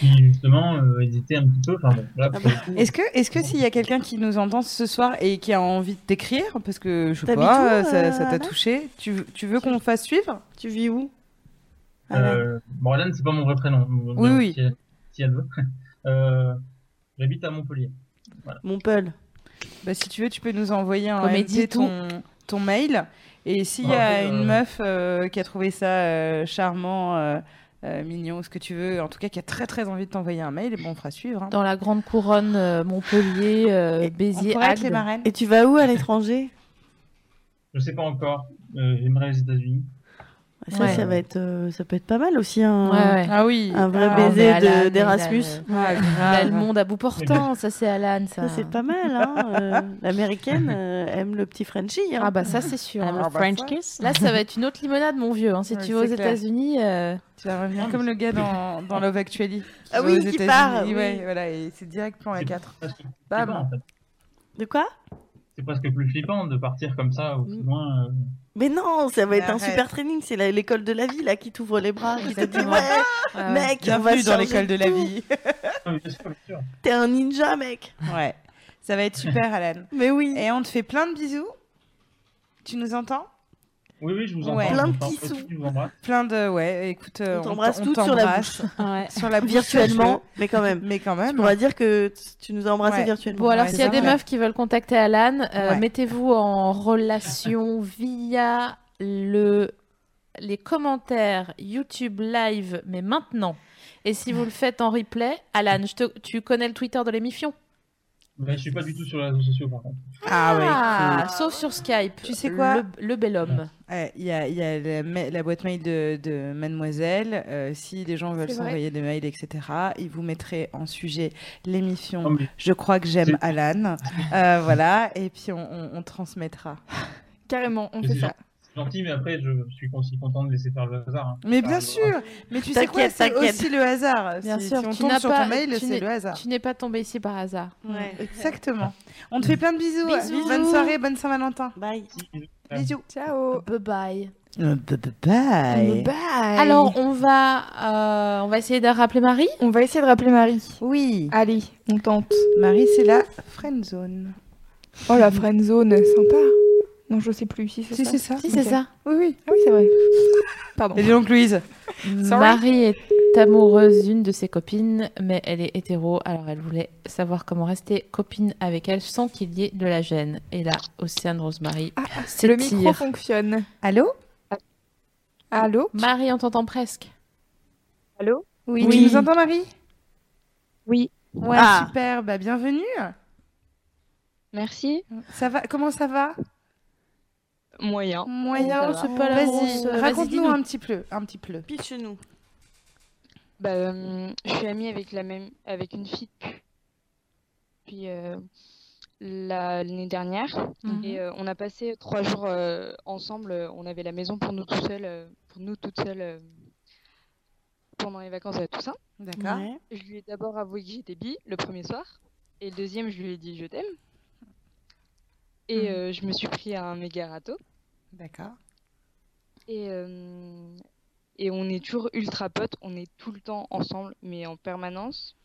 Qui justement euh, hésitait un petit peu. Enfin bon,
Ah
là, pour le coup,
Est-ce que, est-ce que s'il y a quelqu'un qui nous entend ce soir et qui a envie de t'écrire, parce que je sais
T'habites
pas,
où,
euh, ça,
euh,
ça t'a
Anna
touché, tu, tu veux qu'on fasse suivre
Tu vis où
euh, bon, Alan, c'est pas mon vrai prénom.
Ah Oui, oui.
Si elle, si elle veut. (laughs) Euh, j'habite à Montpellier. Voilà.
Montpellier.
Bah, si tu veux, tu peux nous envoyer en
Comme elle
MP
dit tout.
ton, ton mail. Et s'il y a
Ouais, euh,
une meuf euh, qui a trouvé ça euh, charmant, euh, euh, mignon, ce que tu veux, en tout cas qui a très très envie de t'envoyer un mail, et bon, on fera suivre. hein.
Dans la grande couronne, euh, Montpellier, euh,
On
Béziers,
pourrait être
Agde.
les marraines.
Et tu vas où à l'étranger
Je sais pas encore. Euh, j'aimerais les États-Unis.
Ça,
Ouais.
ça va être, euh, ça peut être pas mal aussi un,
Ouais, ouais.
Ah oui.
un vrai
Ah,
baiser
mais
de-
Alan,
d'Erasmus.
il
Ah,
Il a
grave.
euh, Bah, le monde à bout portant, ça c'est Alan, ça.
Ça, c'est pas mal. Hein. euh, L'américaine euh, aime le petit Frenchie. hein.
Ah bah ça c'est sûr. hein.
le French kiss.
Là, ça va
(laughs)
être une autre limonade, mon vieux. hein. Si
Ouais,
tu vas aux
c'est clair.
États-Unis, euh,
Tu vas revenir comme le gars dans, dans Love Actually.
Ah
Tu vas
oui,
aux
qui
États-Unis,
part, oui.
ouais, voilà, et c'est direct plan
C'est-
A4.
C'est presque
Bam.
flippant, en fait.
De quoi
C'est presque plus flippant de partir comme ça,
Mm.
au moins. euh,
Mais non, ça va
Mais
être un
arrête.
super training. C'est la- l'école de la vie là qui t'ouvre les bras, qui te dit
Exactement. Ah
ouais,
ouais, ouais.
mec, on va
Bienvenue dans
changer
l'école de la
tout.
vie. (laughs)
bien sûr, bien sûr.
T'es un ninja, mec.
Ouais. Ça va être super, Alan.
(laughs) Mais oui.
Et on te fait plein de bisous. Tu nous entends
Oui, oui, je vous entends.
Ouais.
Plein de
je vous entends.
petits sous.
Je vous embrasse.
Plein de. Ouais, écoute. euh,
On t'embrasse
t-
toutes sur la
t'embrasse.
(laughs)
(laughs)
Ouais.
Sur la bouche,
Virtuellement, mais quand
si tu
même.
veux. Mais quand
On
même.
pourra dire que t- tu nous as embrassés
Ouais.
virtuellement.
Bon, alors
bah, Ouais,
s'il y a
c'est
des
vrai.
meufs qui veulent contacter Alan, euh,
Ouais.
mettez-vous en relation via le... les commentaires YouTube live, mais maintenant. Et si vous le faites en replay, Alan, je te- tu connais le Twitter de l'émission
Mais je suis pas du tout sur les réseaux sociaux, par contre.
Ah ouais.
Ah,
cool.
sauf sur Skype.
Tu sais quoi
le, le bel homme.
Ouais, Il y a, il y a la, ma- la boîte mail de, de Mademoiselle. Euh, si les gens veulent
C'est vrai.
s'envoyer des mails, etc., ils vous mettraient en sujet l'émission
Non, mais
Je crois que j'aime
C'est- (laughs)
Alan. Euh, voilà, et puis on, on- on transmettra.
Carrément, on
Mais
fait
c'est
ça.
gentil, mais après, je suis aussi content de laisser faire le hasard. hein.
Mais
Enfin,
bien
je-
sûr, mais tu sais quoi,
T'inquiète,
c'est
t'inquiète.
aussi le hasard.
Bien
si,
sûr,
si on
tu
tombe
n'as
sur
pas-
ton mail,
tu
c'est
n'es-
le hasard.
Tu n'es pas tombé ici par hasard.
Exactement. On te fait plein de bisous.
Bisous.
Bonne soirée, bonne Saint-Valentin.
Bye.
Bisous.
Ciao.
Bye bye.
Euh, Bye.
Alors, on va, euh, on va essayer de rappeler Marie
On va essayer de rappeler Marie.
Oui.
Allez, on tente.
Marie, c'est la friendzone.
Oh, la friendzone, sympa. Non, je sais plus. Si, c'est
Si,
ça.
c'est ça.
Si, c'est
Ok.
ça.
Oui, oui. Ah oui, c'est vrai. Pardon.
Et dis donc, Louise.
Sorry.
Marie est amoureuse d'une de ses copines, mais elle est hétéro, alors elle voulait savoir comment rester copine avec elle sans qu'il y ait de la gêne. Et là, Océane Rosemary,
Ah,
c'est
Le micro fonctionne.
Allô
Ah.
Allô
Marie, on t'entend presque.
Allô
Oui, tu nous entends, Marie
Oui.
Ouais,
Ah.
super. Bah, bienvenue.
Merci.
Ça va Comment ça va
Moyen.
Moyen,
Ça va.
euh, Vas-y, raconte-nous un petit peu, un petit peu.
Pitch-nous.
Bah, euh, je suis amie avec la même, avec une fille depuis depuis, euh, la- l'année dernière
Mhm.
et euh, on a passé trois jours euh, ensemble. euh, On avait la maison pour nous tout seuls, euh, pour nous toutes seules euh, pendant les vacances à Toussaint.
D'accord. Ouais.
Je lui ai d'abord avoué que j'étais bi le premier soir et le deuxième je lui ai dit je t'aime et
Mhm.
euh, je me suis pris à un méga râteau.
D'accord.
Et, euh, et on est toujours ultra potes, on est tout le temps ensemble, mais en permanence.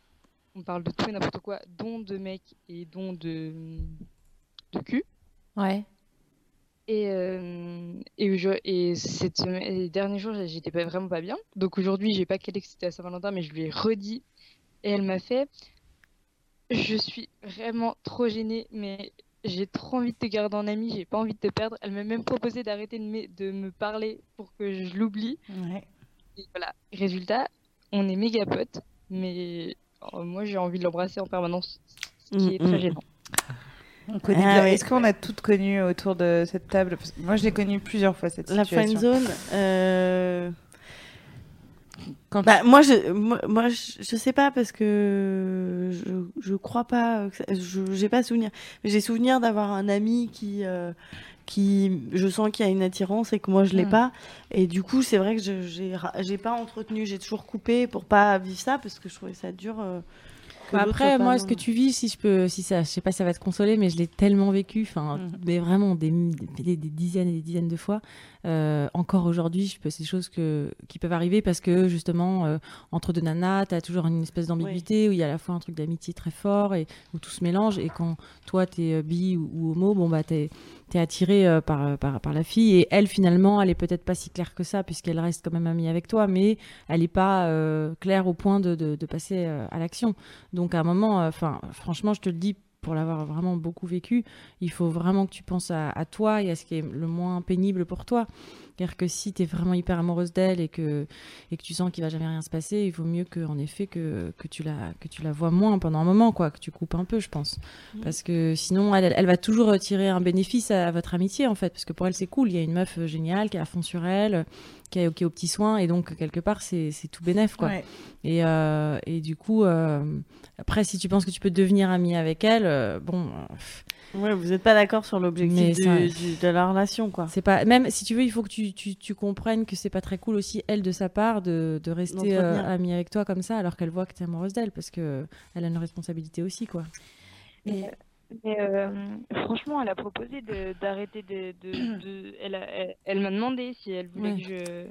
On parle de tout et n'importe quoi, dont de mecs et dont de, de cul.
Ouais.
Et, euh, et, aujo- et cette semaine- et les derniers jours, j'ai- j'étais pas, vraiment pas bien. Donc aujourd'hui, j'ai pas qu'elle que c'était à Saint-Valentin, mais je lui ai redit. Et elle m'a fait Je suis vraiment trop gênée, mais j'ai trop envie de te garder en amie, j'ai pas envie de te perdre. Elle m'a même proposé d'arrêter de, me- de me parler pour que je l'oublie. Et voilà, résultat, on est méga potes, mais euh, moi j'ai envie de l'embrasser en permanence, ce qui est
Mm, mm.
très gênant.
On connaît
Ah
bien.
ouais.
Est-ce qu'on a toutes connu autour de cette table Parce que Moi, je l'ai connue plusieurs fois cette
La
situation.
friendzone. Euh... Bah, moi, je, moi, moi, je, je sais pas parce que je, je crois pas. que ça- je j'ai pas souvenir. Mais j'ai souvenir d'avoir un ami qui, euh, qui, je sens qu'il y a une attirance et que moi je l'ai
Mm.
pas. Et du coup, c'est vrai que je- j'ai, ra- j'ai pas entretenu. J'ai toujours coupé pour pas vivre ça parce que je trouvais ça dur. euh, que
Bah
l'autre
après,
soit pas
moi, ce
dans-
que tu vis, si je peux, si ça, je sais pas, si ça va te consoler, mais je l'ai tellement vécu, enfin,
Mm.
mais vraiment des, des- des dizaines et des dizaines de fois. Euh, encore aujourd'hui, je peux, c'est des choses que, qui peuvent arriver parce que justement, euh, entre deux nanas, t'as toujours une espèce d'ambiguïté où il y a à la fois un truc d'amitié très fort et où tout se mélange. Et quand toi, t'es euh, bi ou, ou homo, bon bah t'es t'es attiré euh, par, euh, par, par la fille et elle finalement elle est peut-être pas si claire que ça puisqu'elle reste quand même amie avec toi mais elle est pas euh, claire au point de, de, de passer euh, à l'action donc à un moment euh, enfin franchement je te le dis pour l'avoir vraiment beaucoup vécu, il faut vraiment que tu penses à, à toi et à ce qui est le moins pénible pour toi. C'est-à-dire que si tu es vraiment hyper amoureuse d'elle et que, et que tu sens qu'il va jamais rien se passer, il vaut mieux que, en effet que, que, tu la, que tu la vois moins pendant un moment, quoi, que tu coupes un peu, je pense.
Mhm.
Parce que sinon, elle, elle- elle va toujours tirer un bénéfice à, à votre amitié, en fait. Parce que pour elle, c'est cool. Il y a une meuf euh, géniale qui est à fond sur elle, euh, qui est OK aux petits soins. Et donc, quelque part, c'est c'est tout bénef, quoi.
Ouais.
Et, euh, et du coup, euh, après, si tu penses que tu peux devenir amie avec elle, euh, bon. euh, pff,
Ouais, vous n'êtes pas d'accord sur l'objectif
Mais ça-
du- du- de la relation, quoi.
c'est pas même si tu veux, il faut que tu, tu, tu comprennes que c'est pas très cool aussi elle de sa part de, de rester euh,
D'entretenir.
amie avec toi comme ça alors qu'elle voit que t'es amoureuse d'elle parce que elle a une responsabilité aussi quoi.
Mais, mais, euh, franchement, elle a proposé de- d'arrêter de.
(clears throat)
de- de- elle a- elle, elle m'a demandé si elle voulait
Ouais.
que je.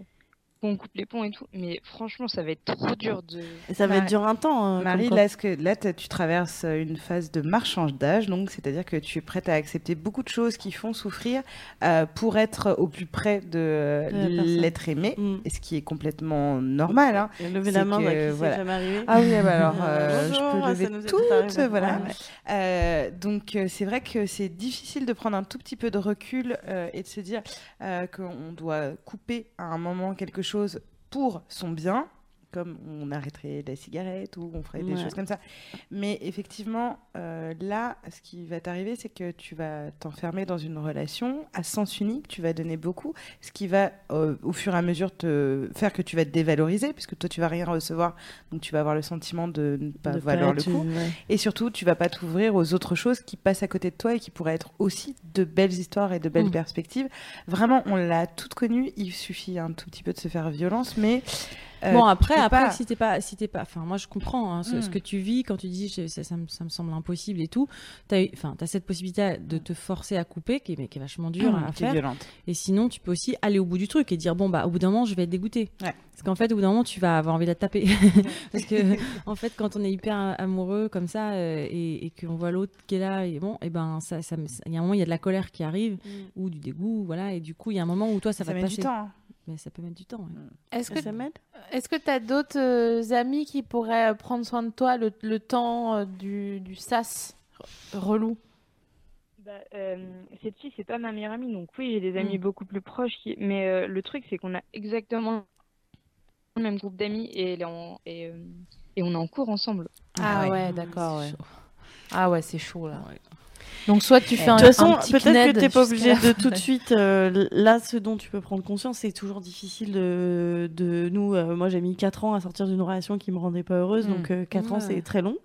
qu'on coupe les ponts et tout. Mais franchement, ça va être trop dur de.
Et ça va être dur un temps. hein,
Marie,
comme quand-
là, ce que, là t'as- tu traverses euh, une phase de marchandage, d'âge, donc c'est-à-dire que tu es prête à accepter beaucoup de choses qui font souffrir euh, pour être au plus près de euh,
De la personne.
l'être aimé, et ce qui est complètement normal. Hein.
Levez la
C'est
main,
que,
bah, qui c'est
voilà.
jamais arrivé
Ah oui, ah bah alors,
Euh,
euh,
bonjour, ça
je peux
nous
lever
est tout arrivé.
toutes, voilà.
Ouais.
Euh, donc euh, c'est vrai que c'est difficile de prendre un tout petit peu de recul euh, et de se dire euh, qu'on doit couper à un moment quelque chose pour son bien comme on arrêterait la cigarette ou on ferait des
Ouais.
choses comme ça. Mais effectivement, euh, là, ce qui va t'arriver, c'est que tu vas t'enfermer dans une relation à sens unique, tu vas donner beaucoup, ce qui va euh, au fur et à mesure te faire que tu vas te dévaloriser, puisque toi, tu vas rien recevoir, donc tu vas avoir le sentiment de ne pas
De pas
valoir le
être
coup.
une- ouais.
Et surtout, tu vas pas t'ouvrir aux autres choses qui passent à côté de toi et qui pourraient être aussi de belles histoires et de belles
Mm.
perspectives. Vraiment, on l'a toutes connue. Il suffit un tout petit peu de se faire violence, mais euh,
bon
tu
après
peux
après
pas-
si t'es pas si t'es pas enfin moi je comprends hein, ce, ce
Mm.
que tu vis quand tu dis je- ça, ça me, ça me semble impossible et tout t'as eu- enfin t'as cette possibilité de te forcer à couper qui est mais qui est vachement dure
Mm,
à
qui est
faire
violente.
et sinon tu peux aussi aller au bout du truc et dire bon bah au bout d'un moment je vais être dégoûté parce qu'en fait au bout d'un moment tu vas avoir envie de la taper (laughs) parce que en fait quand on est hyper amoureux comme ça euh, et, et qu'on voit l'autre qui est là et bon et ben ça ça me- il y a un moment il y a de la colère qui arrive
Hmm.
ou du dégoût voilà et du coup il y a un moment où toi ça,
Ça
va te
met du
passer.
temps, hein.
mais ça peut mettre du temps ouais.
Hmm.
Est-ce que
Ça m'aide
Est-ce que tu as d'autres euh, amis qui pourraient euh, prendre soin de toi le, le temps euh, du, du sas re- relou
Bah, euh, cette fille, c'est pas ma meilleure amie, donc oui, j'ai des amis
Mm.
beaucoup plus proches. qui- Mais euh, le truc, c'est qu'on a exactement le même groupe d'amis et, elle est en- et, euh, et on est en cours ensemble.
Ah, ouais, d'accord. ouais. Ah ouais, c'est chaud là. Donc soit tu fais
de
un,
toute façon,
un petit
peut-être
kned
que t'es pas
jusqu'à
obligé
la
de
fin
tout de
la-
suite. euh, là, ce dont tu peux prendre conscience, c'est toujours difficile de, de nous. euh, moi, j'ai mis 4 ans à sortir d'une relation qui me rendait pas heureuse,
Mm.
donc 4 ans,
Ouais.
c'est très long.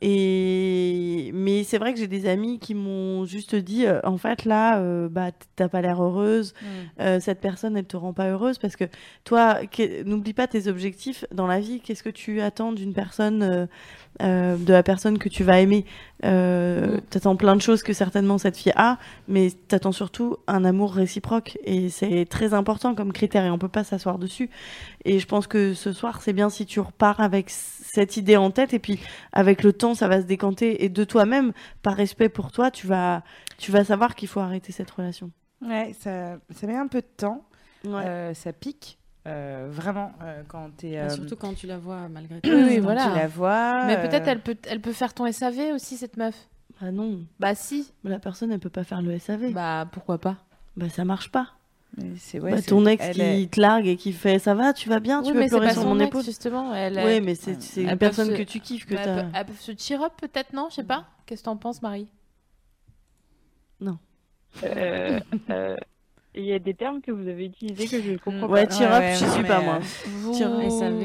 Et mais c'est vrai que j'ai des amis qui m'ont juste dit, euh, en fait, là, euh, bah, t- t'as pas l'air heureuse. euh, cette personne, elle te rend pas heureuse parce que toi, que- n'oublie pas tes objectifs dans la vie. Qu'est-ce que tu attends d'une personne, euh, euh, de la personne que tu vas aimer euh, T'attends plein de choses que certainement cette fille a, mais t'attends surtout un amour réciproque et c'est très important comme critère et on peut pas s'asseoir dessus. Et je pense que ce soir, c'est bien si tu repars avec c- cette idée en tête et puis avec le temps, ça va se décanter et de toi-même, par respect pour toi, tu vas, tu vas savoir qu'il faut arrêter cette relation.
Ouais, ça, ça met un peu de temps. Euh, ça pique. euh, vraiment, euh, quand t'es.
Bah,
euh,
surtout quand tu la vois
(clears throat)
malgré tout
Oui, oui,
Quand
voilà.
tu
la vois,
Mais
euh,
peut-être elle peut, elle peut faire ton SAV aussi, cette meuf.
Bah non.
Bah si.
La personne, elle peut pas faire le SAV.
Bah pourquoi pas
Bah ça marche pas.
C'est
ouais,
Bah,
c'est-
ton ex
elle
qui
est-
te largue et qui fait ça va, tu vas bien,
Oui,
tu veux
mais c'est
pleurer
pas
sur
son
mon
ex,
épaule.
justement. Elle,
ouais,
elle-
mais c'est c'est
Elles
une
peuvent
personne
se-
que tu kiffes que
Bah,
t'as. Mm.
elles peuvent- Elles peuvent se cheer up peut-être, non Je sais pas. Qu'est-ce que t'en penses, Marie
(laughs)
Euh, euh, Il y a des termes que vous avez utilisés que je comprends
Ouais,
pas.
cheer up, je suis pas moi.
euh,
Vous-
Cheer
Oh.
up.
SAV,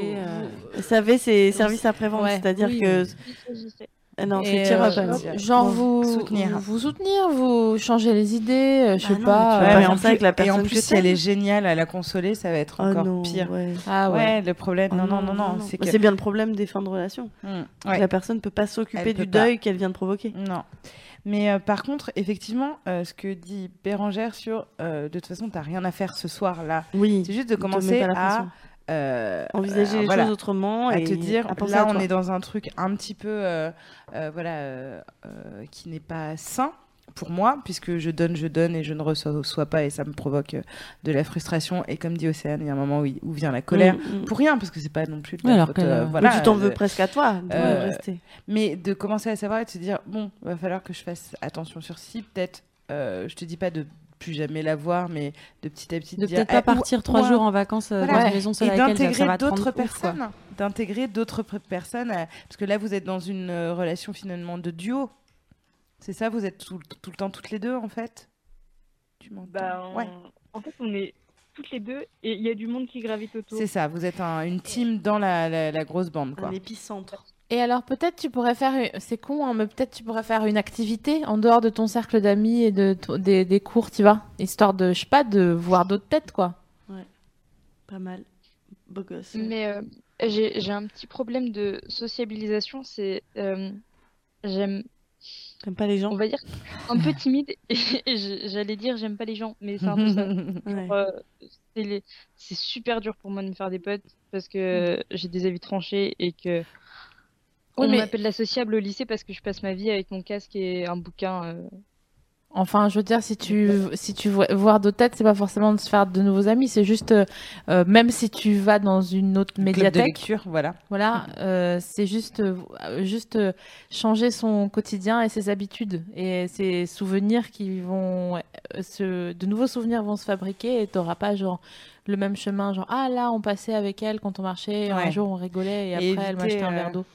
euh,
SAV, c'est service après-vente,
Ouais.
c'est-à-dire
Oui,
que. Ah Non, c'est cheer up.
euh, Genre vous soutenir. vous soutenir, vous changer les idées, euh, je sais pas.
Ouais,
euh,
mais en plus, et en
que
plus, si
t'aimes.
elle est géniale à la consoler, ça va être
Ah
encore
non,
pire.
ouais.
Ah ouais.
le problème.
Ah
non, non, non, non. C'est
Bah,
que- Mmh,
c'est bien le problème des fins de relation.
ouais.
La personne peut pas s'occuper
Elle
du
peut pas.
deuil qu'elle vient de provoquer.
Non. Mais euh, par contre, effectivement, euh, ce que dit Bérangère sur euh, de toute façon, t'as rien à faire ce soir-là.
Oui.
C'est juste de
te mets
commencer
pas la
à
pression.
euh,
Envisager les choses autrement
à
et
te dire
à penser
là,
à
on
toi.
est dans un truc un petit peu euh, euh, voilà euh, euh, qui n'est pas sain. Pour moi, puisque je donne, je donne et je ne reçois pas, et ça me provoque euh, de la frustration. Et comme dit Océane, il y a un moment où, il- où vient la colère
Mm, mm.
pour rien, parce que c'est pas non plus de
Oui,
la
alors
faute,
qu'elle,
euh,
euh,
voilà,
Mais tu t'en
euh,
veux presque à toi de rester.
mais de commencer à savoir et de se dire bon, va falloir que je fasse attention sur ci, peut-être. euh, je te dis pas de plus jamais la voir, mais de petit à petit.
De
dire,
peut-être pas
eh, ou-
partir
ou
trois
un-
jours en vacances, euh, dans une maison seule
et
avec elle, ça- ça
d'intégrer
va te rendre
d'autres
ouf, quoi.
personnes, d'intégrer d'autres pr- personnes, à- parce que là vous êtes dans une euh, relation finalement de duo. C'est ça, vous êtes tout, tout le temps toutes les deux en fait. Tu m'entends
Bah, on-
Ouais.
En fait, on est Euh, toutes les deux et il y a du monde qui gravite autour.
C'est ça, vous êtes un- une team dans la, la- la grosse bande quoi.
épicentre.
Et alors peut-être tu pourrais faire, une- c'est con, hein, mais peut-être tu pourrais faire une activité en dehors de ton cercle d'amis et de ton- des, des cours, tu vois, histoire de, je sais pas, de voir d'autres têtes, quoi.
Ouais. Pas mal. Beau gosse.
Mais euh, j'ai j'ai un petit problème de sociabilisation, c'est euh, j'aime
T'aimes pas les gens
On va dire un peu timide (laughs) et, et je- j'allais dire j'aime pas les gens, mais c'est un peu ça. Genre,
(laughs) Ouais.
euh, c'est les- c'est super dur pour moi de me faire des potes parce que
Mm.
j'ai des avis tranchés et que on
mais-
m'appelle la sociable au lycée parce que je passe ma vie avec mon casque et un bouquin euh,
Enfin, je veux dire, si tu, si tu vois, voir d'autres têtes, c'est pas forcément de se faire de nouveaux amis, c'est juste, euh, euh, même si tu vas dans une autre
de
médiathèque.
lecture, voilà.
Voilà, euh, c'est juste, euh, juste euh, changer son quotidien et ses habitudes. Et ses souvenirs qui vont, euh, se, de nouveaux souvenirs vont se fabriquer et t'auras pas, genre, le même chemin, genre, ah là, on passait avec elle quand on marchait, un
Ouais.
jour on rigolait et après elle
éviter,
m'achetait un
euh,
verre d'eau.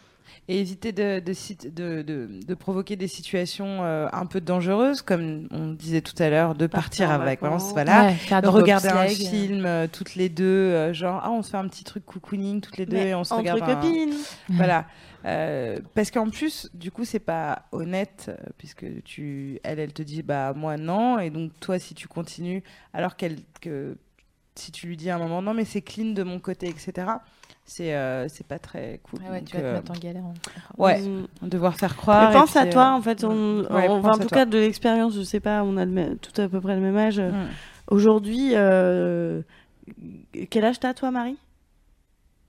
Et éviter de, de sit- de- de- de provoquer des situations euh, un peu dangereuses, comme on disait tout à l'heure, de partir,
en
avec
vacances.
voilà,
Ouais, faire du
regarder un
bobsleigh.
film euh, toutes les deux, euh, genre ah on se fait un petit truc cocooning toutes les deux
Mais
et on se
entre
regarde. un-
copines.
Voilà, Euh, parce qu'en plus du coup c'est pas honnête euh, puisque tu, elle, elle te dit bah moi non et donc toi si tu continues alors qu'elle que si tu lui dis à un moment non mais c'est clean de mon côté etc c'est euh, c'est pas très cool.
Ah ouais, tu
Donc,
vas te
euh,
mettre en galère, en fait.
Ouais,
Mm.
devoir faire croire.
Mais
et
pense à
puis,
toi,
euh,
en fait. On,
ouais,
on- enfin,
pense
en
à
tout
toi.
cas, de l'expérience, je sais pas, on a le même- tout à peu près le même âge.
Mm.
Aujourd'hui, euh, quel âge t'as, toi, Marie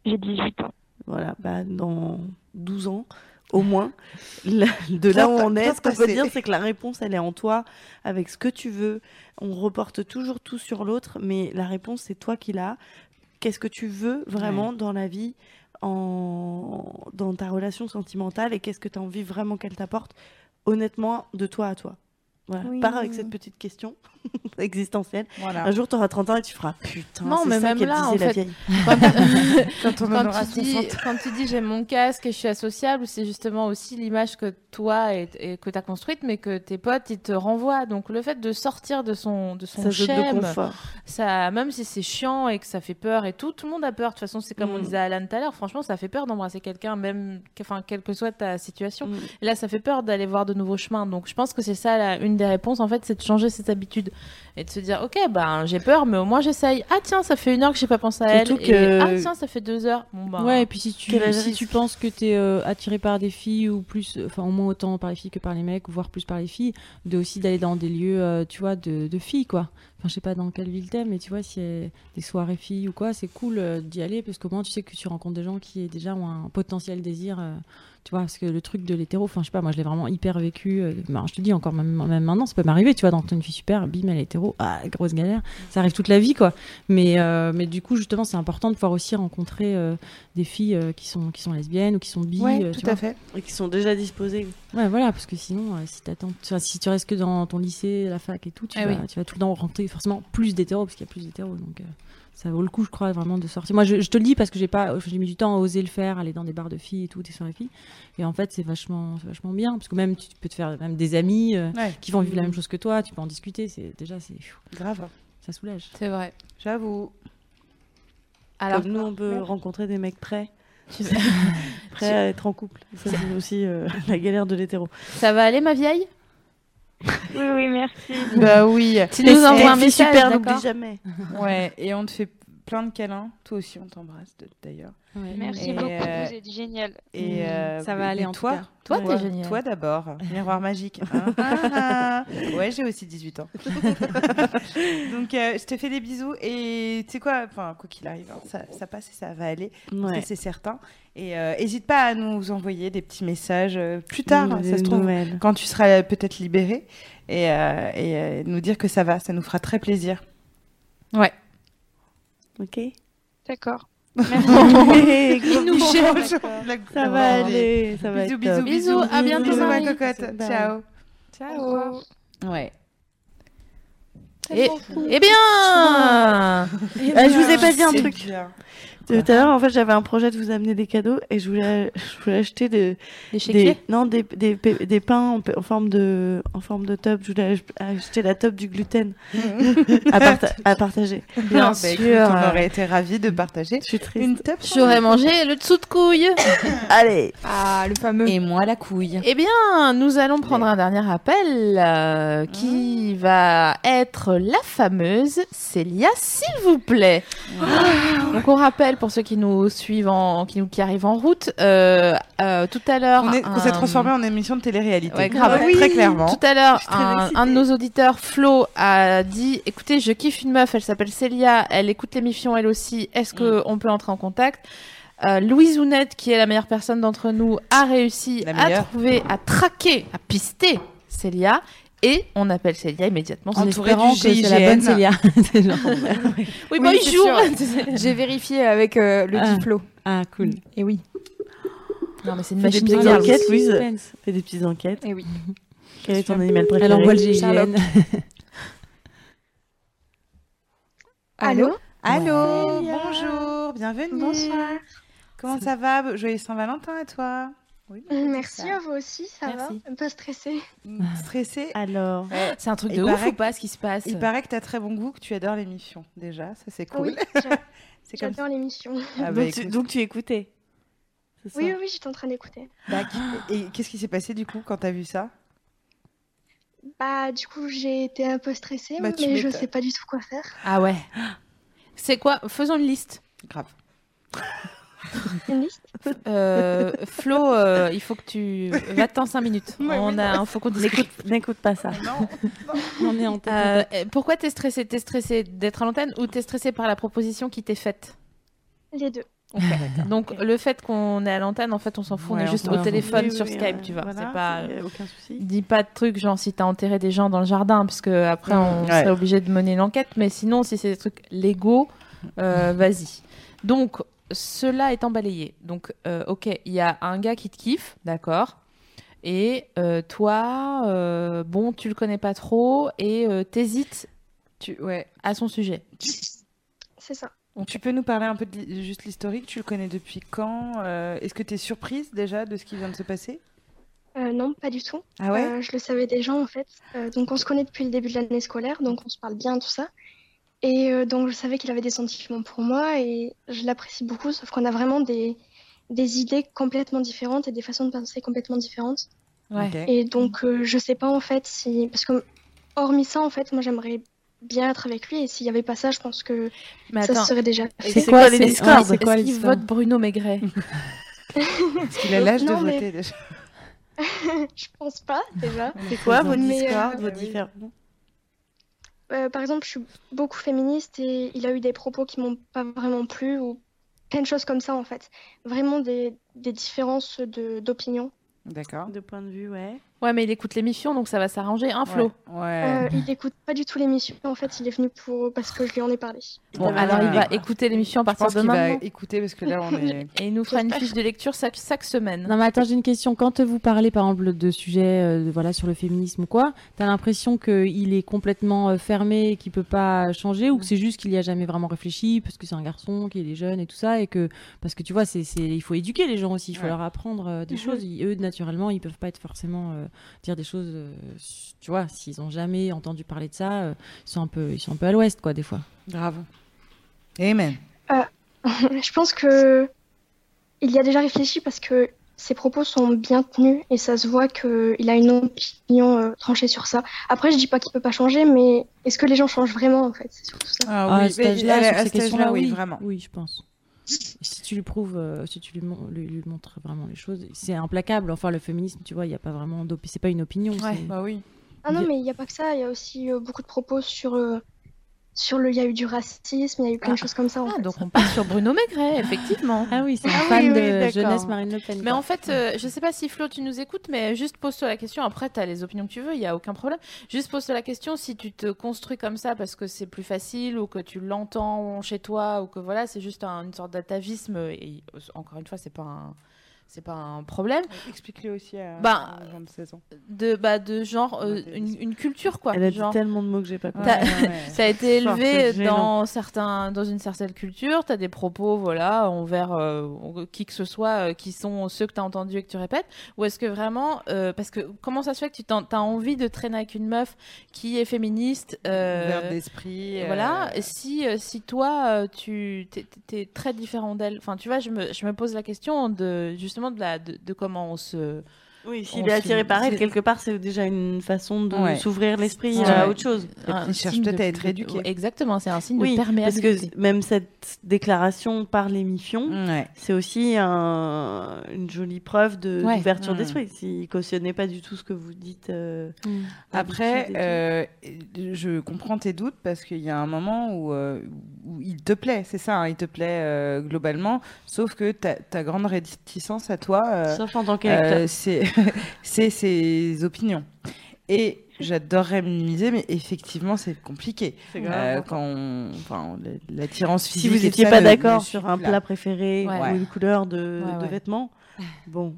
J'ai 18 ans.
Voilà, bah, dans 12 ans, au
(laughs)
moins, la- de là où on est, ce qu'on peut dire, c'est que la réponse, elle est en toi, avec ce que tu veux. On reporte toujours tout sur l'autre, mais la réponse, c'est toi qui l'as. Qu'est-ce que tu veux vraiment
Ouais.
dans la vie, en... dans ta relation sentimentale, et qu'est-ce que tu as envie vraiment qu'elle t'apporte, honnêtement, de toi à toi. Voilà,
Oui.
pars avec cette petite question (laughs) existentielle.
Voilà.
Un jour, tu auras 30 ans et tu feras putain,
non,
c'est
mais
ça
même
qu'elle
là, en
disait, la
fait, (laughs)
vieille.
quand,
Quand on en aura
tu dis,
60.
quand tu dis j'aime mon casque et je suis associable, c'est justement aussi l'image que toi et, et que tu as construite, mais que tes potes ils te renvoient. Donc le fait de sortir de son de son
Sa zone de
schème,
confort.
ça, même si c'est chiant et que ça fait peur et tout, tout le monde a peur. De toute façon, c'est comme on
Mm.
disait à Alan tout à l'heure. Franchement, ça fait peur d'embrasser quelqu'un, même que- enfin quelle que soit ta situation.
Mm.
Et là, ça fait peur d'aller voir de nouveaux chemins. Donc je pense que c'est ça la- une des réponses en fait, c'est de changer ses habitudes et de se dire ok ben j'ai peur, mais au moins j'essaye. Ah tiens, ça fait une heure que j'ai pas pensé à
Surtout
elle. et-
que-
ah tiens, ça fait deux heures. Bon, bah,
ouais, et puis si tu,
quel âge
si
risque
tu penses que tu es attiré par des filles, ou plus, enfin au moins autant par les filles que par les mecs, voire plus par les filles, de aussi d'aller dans des lieux, euh, tu vois, de, de filles, quoi. Enfin, je sais pas dans quelle ville t'es, mais tu vois, s'il y a des soirées filles ou quoi, c'est cool euh, d'y aller, parce qu'au moins tu sais que tu rencontres des gens qui déjà ont un potentiel désir, euh, tu vois, parce que le truc de l'hétéro, enfin, je sais pas, moi je l'ai vraiment hyper vécu. euh, bah, je te dis encore, même, même maintenant, ça peut m'arriver, tu vois, d'entendre une fille super, bim, elle est hétéro, ah, grosse galère, ça arrive toute la vie, quoi. Mais, euh, mais du coup, justement, c'est important de pouvoir aussi rencontrer euh, des filles euh, qui, sont, qui sont lesbiennes ou qui sont bi. euh, tu vois.
Et qui sont déjà disposés.
(laughs)
Ouais, voilà, parce que sinon, euh, si, t'attends- tu vois, si tu restes que dans ton lycée, la fac et tout, tu,
Ah
vas,
oui.
tu vas tout le temps rentrer forcément plus d'hétéros, parce qu'il y a plus d'hétéros. Donc euh, ça vaut le coup, je crois, vraiment de sortir. Moi, je, je te le dis parce que j'ai pas, j'ai mis du temps à oser le faire, aller dans des bars de filles et tout, des soirées filles. Et en fait, c'est vachement, c'est vachement bien, parce que même tu peux te faire même des amis euh,
Ouais.
qui vont vivre la
Mhm.
même chose que toi, tu peux en discuter. C'est déjà, c'est pfiou,
Grave.
ça soulage.
C'est vrai.
J'avoue.
Alors,
Comme nous, on peut
Claire
rencontrer des mecs prêts.
Tu-
prêts
Tu-
à être en couple. Ça, c'est aussi euh, (laughs) la galère de l'hétéro.
Ça va aller, ma vieille
Oui, oui, merci.
Bah oui.
Tu nous
Et
envoies
cette
un
fille
message,
super
d'accord
n'oublie jamais. (laughs) Ouais, et on te fait plein de câlins. Toi aussi, on t'embrasse de- d'ailleurs.
Merci
Et,
beaucoup,
euh,
vous êtes génial.
Et euh,
Ça va
et
aller en
toi.
tout cas. Toi, t'es génial.
Toi d'abord. Miroir (laughs) magique. hein. Ah, ah. ouais, j'ai aussi 18 (laughs) ans. Donc, euh, je te fais des bisous. Et tu sais quoi, enfin, quoi qu'il arrive, hein, ça, ça passe et ça va aller. parce que
Ouais.
C'est certain. Et n'hésite pas à nous envoyer des petits messages euh, plus tard,
Mm,
ça
des
se trouve,
nouvelles.
quand tu seras peut-être libéré. Et, euh, et, euh, nous dire que ça va. Ça nous fera très plaisir.
Ouais.
Ok.
D'accord.
(laughs)
Merci.
Il nous
Gros
change.
bisous.
D'accord.
Ça va aller. Ça va
Bisous,
être top.
bisous, bisous.
à bientôt,
Bisous, ma
Marie.
cocotte.
Bye.
Ciao.
Ciao.
Ouais.
Et, eh
Ah,
bien
Eh je vous ai pas dit un
C'est
truc.
bien.
Tout à l'heure, en fait, j'avais un projet de vous amener des cadeaux et je voulais, je voulais acheter des,
Des
des,
chéquiers
non, des, des, pe- des pains en, pe- en forme de, en forme de top. Je voulais ach- acheter la top du gluten à, parta- à partager.
Bien sûr. bah, on
euh,
aurait été ravis de partager une top. hein.
J'aurais mangé le dessous de
(coughs)
couille.
Allez.
Ah, le fameux.
Et moi, la couille.
Eh bien, nous allons prendre un dernier appel euh, qui
Ah.
va être la fameuse Célia, s'il vous plaît.
Ah.
Donc, on rappelle pour ceux qui nous suivent, en, qui, nous, qui arrivent en route, euh, euh, tout à l'heure.
On est- on s'est
un-
transformé en émission de télé-réalité.
Ouais, grave.
Très clairement.
Tout à l'heure, un, un de nos auditeurs, Flo, a dit "Écoutez, je kiffe une meuf. Elle s'appelle Célia. Elle écoute l'émission, elle aussi. Est-ce que on peut entrer en contact Euh, Louise Ounette, qui est la meilleure personne d'entre nous, a réussi à
meilleure.
trouver, à traquer, à pister Célia. Et on appelle Célia immédiatement
En
son
espérant que c'est la
(laughs)
bonne Célia. C'est genre-
Oui, bah, il
c'est
joue.
sûr. (laughs) J'ai vérifié avec euh, le
Ah.
Diplo.
Ah, cool.
Et oui.
Non, mais c'est
Fais des petites enquêtes, Louise. Fais des petites enquêtes.
Et oui.
Quel est ton animal préféré
Elle envoie le GIGN.
Allô Allô,
Bonjour.
bonjour, bienvenue.
Bonsoir.
Comment ça va Joyeux Saint-Valentin à toi. Oui,
Euh, Merci à vous aussi, ça va Un peu stressé.
Stressé
Alors,
Ah. c'est un truc
Euh, Il
de ouf
paraît
ou pas ce qui se passe
Il paraît que tu as très bon goût, que tu adores l'émission déjà, ça c'est
Oui,
cool. (laughs) c'est comme
J'adore l'émission.
Ah bah,
donc, tu,
écoute.
donc tu écoutais.
Oui, oui, oui, j'étais en train d'écouter.
Bac. Et et qu'est-ce qui s'est passé du coup quand t'as vu ça
Bah, du coup, j'ai été un peu stressée, hein,
Bah, tu
mais je
m'étonnes.
sais pas du tout quoi faire.
Ah ouais. C'est quoi Faisons une liste. (laughs)
Grave.
Une liste
Euh, Flo, euh, il faut que tu va-t'en 5 minutes. On a, faut qu'on discute.
(laughs) N'écoute pas ça.
On est en tête.
Euh, euh, pourquoi t'es stressé T'es stressé d'être à l'antenne ou t'es stressé par la proposition qui t'est faite
Les deux.
Donc le fait qu'on est à l'antenne, en fait, on s'en fout.
Ouais,
on est
on
juste
s'en
au
fout.
téléphone
Oui,
sur
oui,
Skype,
euh,
tu vois.
voilà,
c'est pas.
c'est- aucun souci.
Dis pas de trucs genre si t'as enterré des gens dans le jardin, parce que après on
Ouais.
serait obligé de mener l'enquête. Mais sinon, si c'est des trucs légaux, euh, vas-y. Donc cela étant balayé, donc euh, ok, il y a un gars qui te kiffe, d'accord. Et euh, toi, euh, bon, tu le connais pas trop et euh, t'hésites,
tu ouais,
à son sujet.
C'est ça.
Tu peux nous parler un peu de l'hi- juste l'historique Tu le connais depuis quand Euh, Est-ce que tu es surprise déjà de ce qui vient de se passer
Euh, non, pas du tout.
Ah ouais
Euh, Je le savais déjà en fait. Euh, donc on se connaît depuis le début de l'année scolaire, donc on se parle bien, tout ça. Et euh, donc je savais qu'il avait des sentiments pour moi et je l'apprécie beaucoup, sauf qu'on a vraiment des, des idées complètement différentes et des façons de penser complètement différentes.
Ouais.
Et donc euh, je sais pas en fait si... Parce que hormis ça en fait, moi j'aimerais bien être avec lui et s'il y avait pas ça, je pense que
Mais
ça
attends,
se serait déjà fait.
C'est quoi, les Discord
c'est quoi
Est-ce qu'il
l'histoire
vote Bruno Maigret
(laughs)
Parce qu'il a l'âge de
Non, mais-
voter déjà.
(laughs) je pense pas déjà.
C'est quoi vos
Mais, euh,
discords, vos différents
Euh, par exemple, je suis beaucoup féministe et il a eu des propos qui m'ont pas vraiment plu ou plein de choses comme ça en fait. Vraiment des, des différences de- d'opinion.
D'accord.
De point de vue, ouais.
Ouais, mais il écoute l'émission, donc ça va s'arranger, hein, Flo
Euh, il n'écoute pas du tout l'émission en fait, il est venu pour... parce que je lui en ai parlé.
Bon,
Ouais.
alors il va
Ouais.
écouter l'émission à
euh, Je
partir
pense
de
qu'il va
maintenant.
écouter parce que là on est.
(laughs) Et il nous fera une fiche de lecture chaque, chaque semaine.
Non mais attends, j'ai une question. Quand vous parlez par exemple de sujets euh, voilà, sur le féminisme ou quoi, t'as l'impression qu'il est complètement euh, fermé et qu'il peut pas changer ou que c'est juste qu'il y a jamais vraiment réfléchi parce que c'est un garçon, qu'il est jeune et tout ça et que parce que tu vois, c'est, c'est- il faut éduquer les gens aussi, il faut
Ouais.
leur apprendre euh, des
Mhm.
choses. Ils- eux, naturellement, ils peuvent pas être forcément euh, dire des choses, euh, s- tu vois, s'ils ont jamais entendu parler de ça, euh, ils, sont un peu, ils sont un peu à l'ouest quoi des fois.
Grave. Amen.
Euh, (laughs) je pense que il y a déjà réfléchi parce que ses propos sont bien tenus et ça se voit qu'il a une opinion euh, tranchée sur ça. Après, je dis pas qu'il peut pas changer, mais est-ce que les gens changent vraiment en fait C'est surtout ça.
Ah,
oui,
à cet
mais
âge-là,
elle-
sur
à
ces
cet âge-là,
questions-là,
oui,
oui,
vraiment.
Oui, je pense. Si tu lui prouves, euh, si tu lui, mon- lui- lui montres vraiment les choses, c'est implacable. Enfin, le féminisme, tu vois, il y a pas vraiment d'op- c'est pas une opinion.
Ouais,
c'est-
bah oui.
Ah non,
Il-
mais il n'y a pas que ça. Il y a aussi euh, beaucoup de propos sur, euh, sur le. Il y a eu du racisme, il y a eu plein de choses comme ça. En fait.
Ah. Donc on part sur Bruno Maigret, effectivement.
Ah oui, c'est
Ah
un
oui,
fan
oui,
de
d'accord.
jeunesse Marine Le Pen.
Mais
quoi.
en fait, euh, je sais pas si Flo, tu nous écoutes, mais juste pose-toi la question. Après, tu as les opinions que tu veux, il y a aucun problème. Juste pose-toi la question si tu te construis comme ça parce que c'est plus facile ou que tu l'entends chez toi ou que voilà, c'est juste un- une sorte d'atavisme. Et euh, encore une fois, c'est pas un, c'est pas un problème.
Explique-le aussi à
Bah,
aux gens de 16 ans.
De, bah, de genre euh, une, une culture quoi.
Elle a dit
genre...
tellement de mots que j'ai pas compris.
T'as (laughs) t'as été
Enfin,
élevé
c'est gênant.
dans, certains, dans une certaine culture, t'as des propos voilà, envers euh, en- qui que ce soit euh, qui sont ceux que t'as entendus et que tu répètes Ou est-ce que vraiment. euh, parce que comment ça se fait que tu t'en- t'as envie de traîner avec une meuf qui est féministe euh,
Ouverte d'esprit,
et Voilà,
euh,
et si, euh, si toi, euh, tu t'es- t'es t'es très différent d'elle. Enfin, tu vois, je me, je me pose la question de, justement de, la, de, de comment on se.
Oui,
on
s'il est attiré
se-
par elle,
c'est-
quelque part, c'est déjà une façon de
Ouais.
s'ouvrir l'esprit euh,
Ouais.
à autre chose.
Et puis, Un il cherche signe peut-être de- à être de- éduqué. Exactement, c'est un signe de
oui, Parce
perméabilité.
que même cette déclaration par l'émission,
Ouais.
c'est aussi un- une jolie preuve de-
Ouais.
d'ouverture
Mm.
d'esprit. S'il cautionnait pas du tout ce que vous dites. euh,
Après,
d'habitude et
euh, je comprends tes doutes parce qu'il y a un moment où, euh, où il te plaît, c'est ça, hein, il te plaît euh, globalement, sauf que ta, ta grande réticence à toi, euh, (laughs)
Sauf en tant qu'électeur.
c'est c'est ses opinions. Et J'adorerais minimiser, mais effectivement, c'est compliqué. Euh,
C'est grave.
quand on- enfin, le- l'attirance physique.
Si vous
et tout
n'étiez
ça
pas
ne-
d'accord
ne
sur
suffit
un
là.
plat préféré
Ouais.
ou une couleur de,
Ouais,
de
ouais.
vêtements, bon.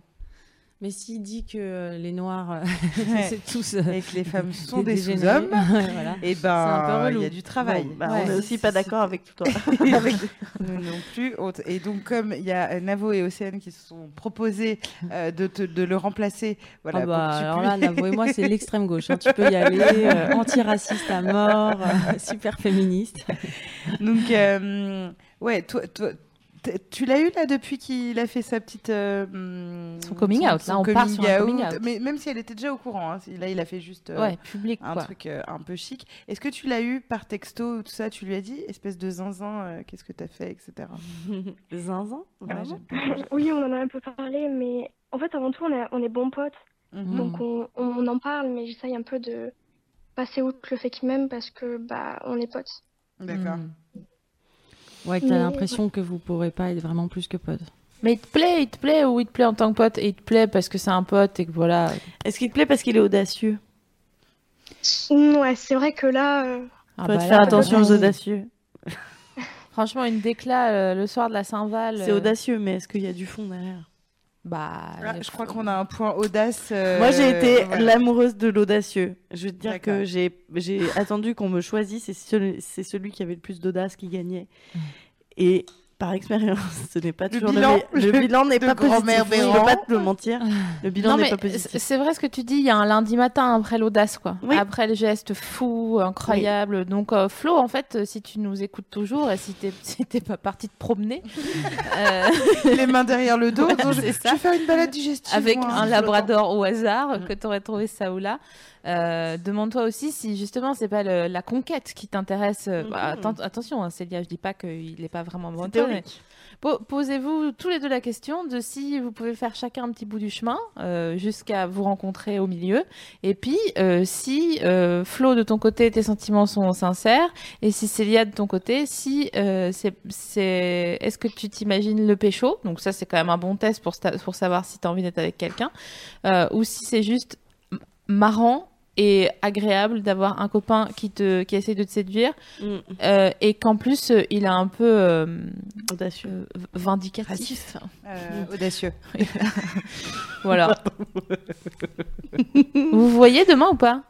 Mais s'il dit que euh, les noirs, euh,
(laughs)
(laughs)
Ouais.
c'est tous. euh, (laughs)
Et que les femmes sont des
dégénérés,
sous-hommes,
(laughs) voilà.
et
C'est un peu
ben il y
relou.
a du travail.
Bon, bah, on est aussi pas d'accord avec toi.
(laughs)
(laughs)
Avec- nous non plus. On t- Et donc comme il y a euh, Navo et Océane qui se sont proposés euh, de, te- de le remplacer, voilà.
Ah
pour
bah,
que tu
alors
puisses-
là, Navo et moi,
(laughs)
c'est l'extrême gauche. hein. Tu peux y aller, euh, antiraciste à mort, euh, (laughs) super féministe.
Donc, euh, ouais, toi, toi, t- tu l'as eu là depuis qu'il a fait sa petite. euh,
Son coming out, là, on part sur un coming out.
Mais même si elle était déjà au courant, hein, si- là il a fait juste euh,
Ouais, public,
un
quoi.
truc euh, un peu chic. Est-ce que tu l'as eu par texto ou tout ça Tu lui as dit, espèce de zinzin, euh, qu'est-ce que t'as fait, Ah etc.
zinzin
vraiment
(laughs) Oui, on en a un peu parlé, mais en fait, avant tout, on, est- on est bons potes. Donc, on, on en parle, mais j'essaye un peu de passer outre le fait qu'il m'aime parce que, bah, on est potes.
(laughs) D'accord.
Hmm. Ouais, que t'as
Mais-
l'impression que vous pourrez pas être vraiment plus que potes.
Mais il te plaît, il te plaît ou il te plaît en tant que pote et il te plaît parce que c'est un pote et que voilà.
Est-ce qu'il te plaît parce qu'il est audacieux
Ouais, c'est vrai que là. euh,
Ah
Faut
bah
te
là,
faire
là,
attention
là,
aux
là.
audacieux.
Franchement, une décla euh, le soir de la Saint-Val.
C'est
euh,
audacieux, mais est-ce qu'il y a du fond derrière
Bah,
Ah, je crois qu'on a un point audace. euh,
Moi, j'ai été
la
l'amoureuse de l'audacieux. Je veux te dire que j'ai j'ai attendu qu'on me choisisse et celui- c'est celui qui avait le plus d'audace qui gagnait. Et par expérience, ce n'est pas toujours le
bilan-
me- le, bilan n'est
de
pas positif.
grand-mère
Je ne
Béran.
peux pas te le mentir. Le bilan
Non,
n'est
mais
pas positif.
c- C'est vrai ce que tu dis, il y a un lundi matin après l'audace, quoi.
Oui.
Après le geste fou, incroyable. Donc, euh, Flo, en fait, euh, si tu nous écoutes toujours et si t'es (laughs) si t'es pas parti te
(laughs)
promener.
Les mains derrière le dos,
Voilà,
disons, je,
c'est
je
ça.
vais faire une balade digestive.
Avec
moi,
un
hein.
labrador au hasard
Mm.
que t'aurais trouvé ça ou là. Euh, Demande-toi aussi si justement c'est pas le- la conquête qui t'intéresse. Euh, bah,
Mhm.
atten- attention, hein, Célia, je dis pas qu'il est pas vraiment bon.
théorique.
Posez-vous tous les deux la question de si vous pouvez faire chacun un petit bout du chemin euh, jusqu'à vous rencontrer au milieu. Et puis euh, si euh, Flo de ton côté tes sentiments sont sincères et si Célia de ton côté si euh, c'est c'est est-ce que tu t'imagines le pécho donc ça c'est quand même un bon test pour sta- pour savoir si tu as envie d'être avec quelqu'un euh, ou si c'est juste m- marrant et agréable d'avoir un copain qui te qui essaie de te séduire
Mm.
euh, et qu'en plus euh, il a un peu euh,
audacieux
(laughs) vindicatif
Euh, audacieux.
(laughs) voilà
(laughs)
vous voyez demain ou pas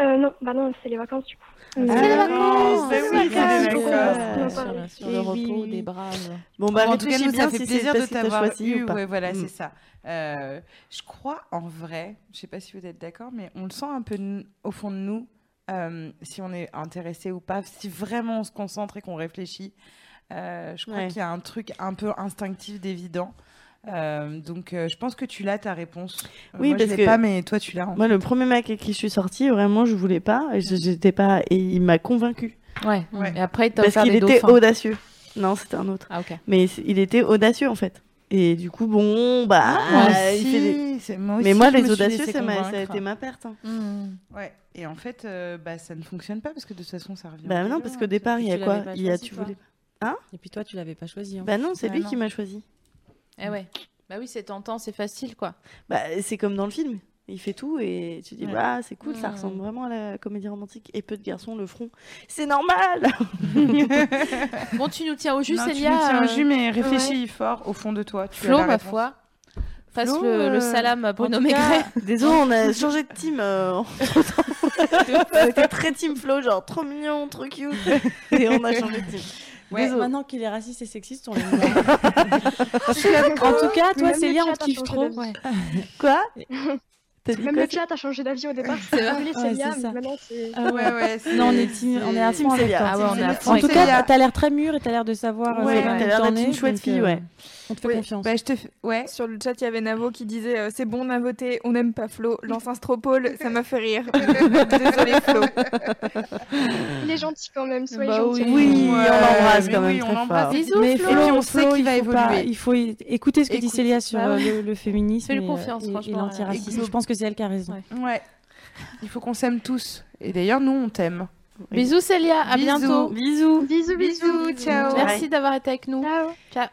euh, non, bah non, c'est les vacances du coup. Mais-
Ah, C'est les vacances,
c'est oui, les vacances.
Du coup,
vacances.
on en
sur,
parle.
le- sur le
Eh
repos
oui, oui.
des braves
Bon, bah,
Bon, en tout cas,
réfléchis
nous,
bien
ça fait
si c'est
plaisir
parce
de
que t'as
t'avoir
choisi
eu.
ou pas.
ouais, voilà,
Mm.
c'est ça. Euh, je crois, en vrai, je sais pas si vous êtes d'accord, mais on le sent un peu n- au fond de nous, euh, si on est intéressé ou pas, si vraiment on se concentre et qu'on réfléchit. Euh, je crois
Ouais.
qu'il y a un truc un peu instinctif d'évident. Euh, donc, euh, je pense que tu l'as ta réponse. Euh,
Oui,
moi,
parce
je l'ai
que
pas, mais toi, tu l'as. en
Moi, le premier mec avec qui je suis sortie, vraiment, je voulais pas. et je- J'étais pas. Et il m'a convaincu.
ouais, et après il t'a
Parce
offert
qu'il
des
était
dauphins.
audacieux. Non, c'était un autre.
Ah, ok.
Mais c- il était audacieux en fait. Et du coup, bon, bah.
Ah, Moi
il
aussi,
fait des-
c'est- moi
Mais
aussi,
moi,
je me
les
suis
audacieux,
laissée
ça m'a- ça a
convaincre.
été ma perte. hein.
Hmm.
Ouais. Et en fait, euh, bah, ça ne fonctionne pas parce que de toute façon, ça revient. hein.
Bah non, parce qu'au départ, il y a quoi Il y a tu voulais. Hein
Et puis toi, tu l'avais pas choisi. hein. en
Bah
fait.
non, c'est lui qui m'a choisi.
eh ouais bah oui c'est tentant c'est facile quoi
Bah, c'est comme dans le film. Il fait tout et tu dis,
Ouais.
bah, c'est cool, ça
Mm.
ressemble vraiment à la comédie romantique. Et peu de garçons le feront. C'est (laughs) normal
bon tu nous tiens au jus
Non,
Célia
Tu me tiens au
euh,
jus, mais réfléchis
ouais.
fort au fond de toi. Tu
Flo
as la
ma
réponse.
foi fasse
Flo,
le, le
euh,
salam à Bruno
En tout cas,
Maigret
Désolé, on a changé de team.
(laughs)
euh, entre-temps. on était très team Flo, genre trop mignon, trop cute. (laughs) Et on a changé de team.
Ouais,
Désolé.
maintenant qu'il est raciste et sexiste, on les
(laughs)
En tout cas, toi,
Même le
Célia, on
chat
te
a
kiffe
changé
trop.
d'avis.
Quoi T'as dit
Même
quoi,
le chat a changé d'avis au départ.
C'est
C'est
vrai
vrai,
Ouais,
c'est bien,
c'est ça.
mais maintenant c'est.
Ah ouais, ouais, c'est-
Non, on est
team- on est à
Team
fond avec
Célia.
toi.
Ah ouais, on est à fond
En
avec
tout
Célia.
cas, t'as l'air très mûre et t'as l'air de savoir. euh,
Ouais,
comment
t'as l'air
t'en
d'être
es,
une chouette
donc,
fille,
euh,
ouais. Bah,
On te fait
Ouais.
confiance.
Sur le chat, il y avait Navo qui disait euh, C'est bon, on a voté, on n'aime pas Flo, lance un stropole, ça m'a fait
(laughs)
rire. Désolé, Flo. Il est gentil quand même, soyez
Bah
gentil.
oui, oui, on l'embrasse
mais
quand même
oui, on
très
l'embrasse.
fort.
Bisous,
mais
Flo.
Flo,
Et puis on sait
Flo,
qu'il
il
va
faut pas-
évoluer.
il faut é- écouter ce que dit
Écoute,
Célia sur
bah
euh,
ouais.
le, le féminisme
Fais-lui
et, euh,
confiance,
et- et,
franchement,
l'antiracisme.
euh,
écoute.
Je pense que c'est elle qui a raison.
Ouais. Il faut qu'on s'aime tous. Et d'ailleurs, nous, on t'aime.
Bisous Célia, à
Bisous.
bientôt.
Bisous.
Bisous,
bisous.
ciao.
Merci d'avoir été avec nous.
Ciao.
Ciao.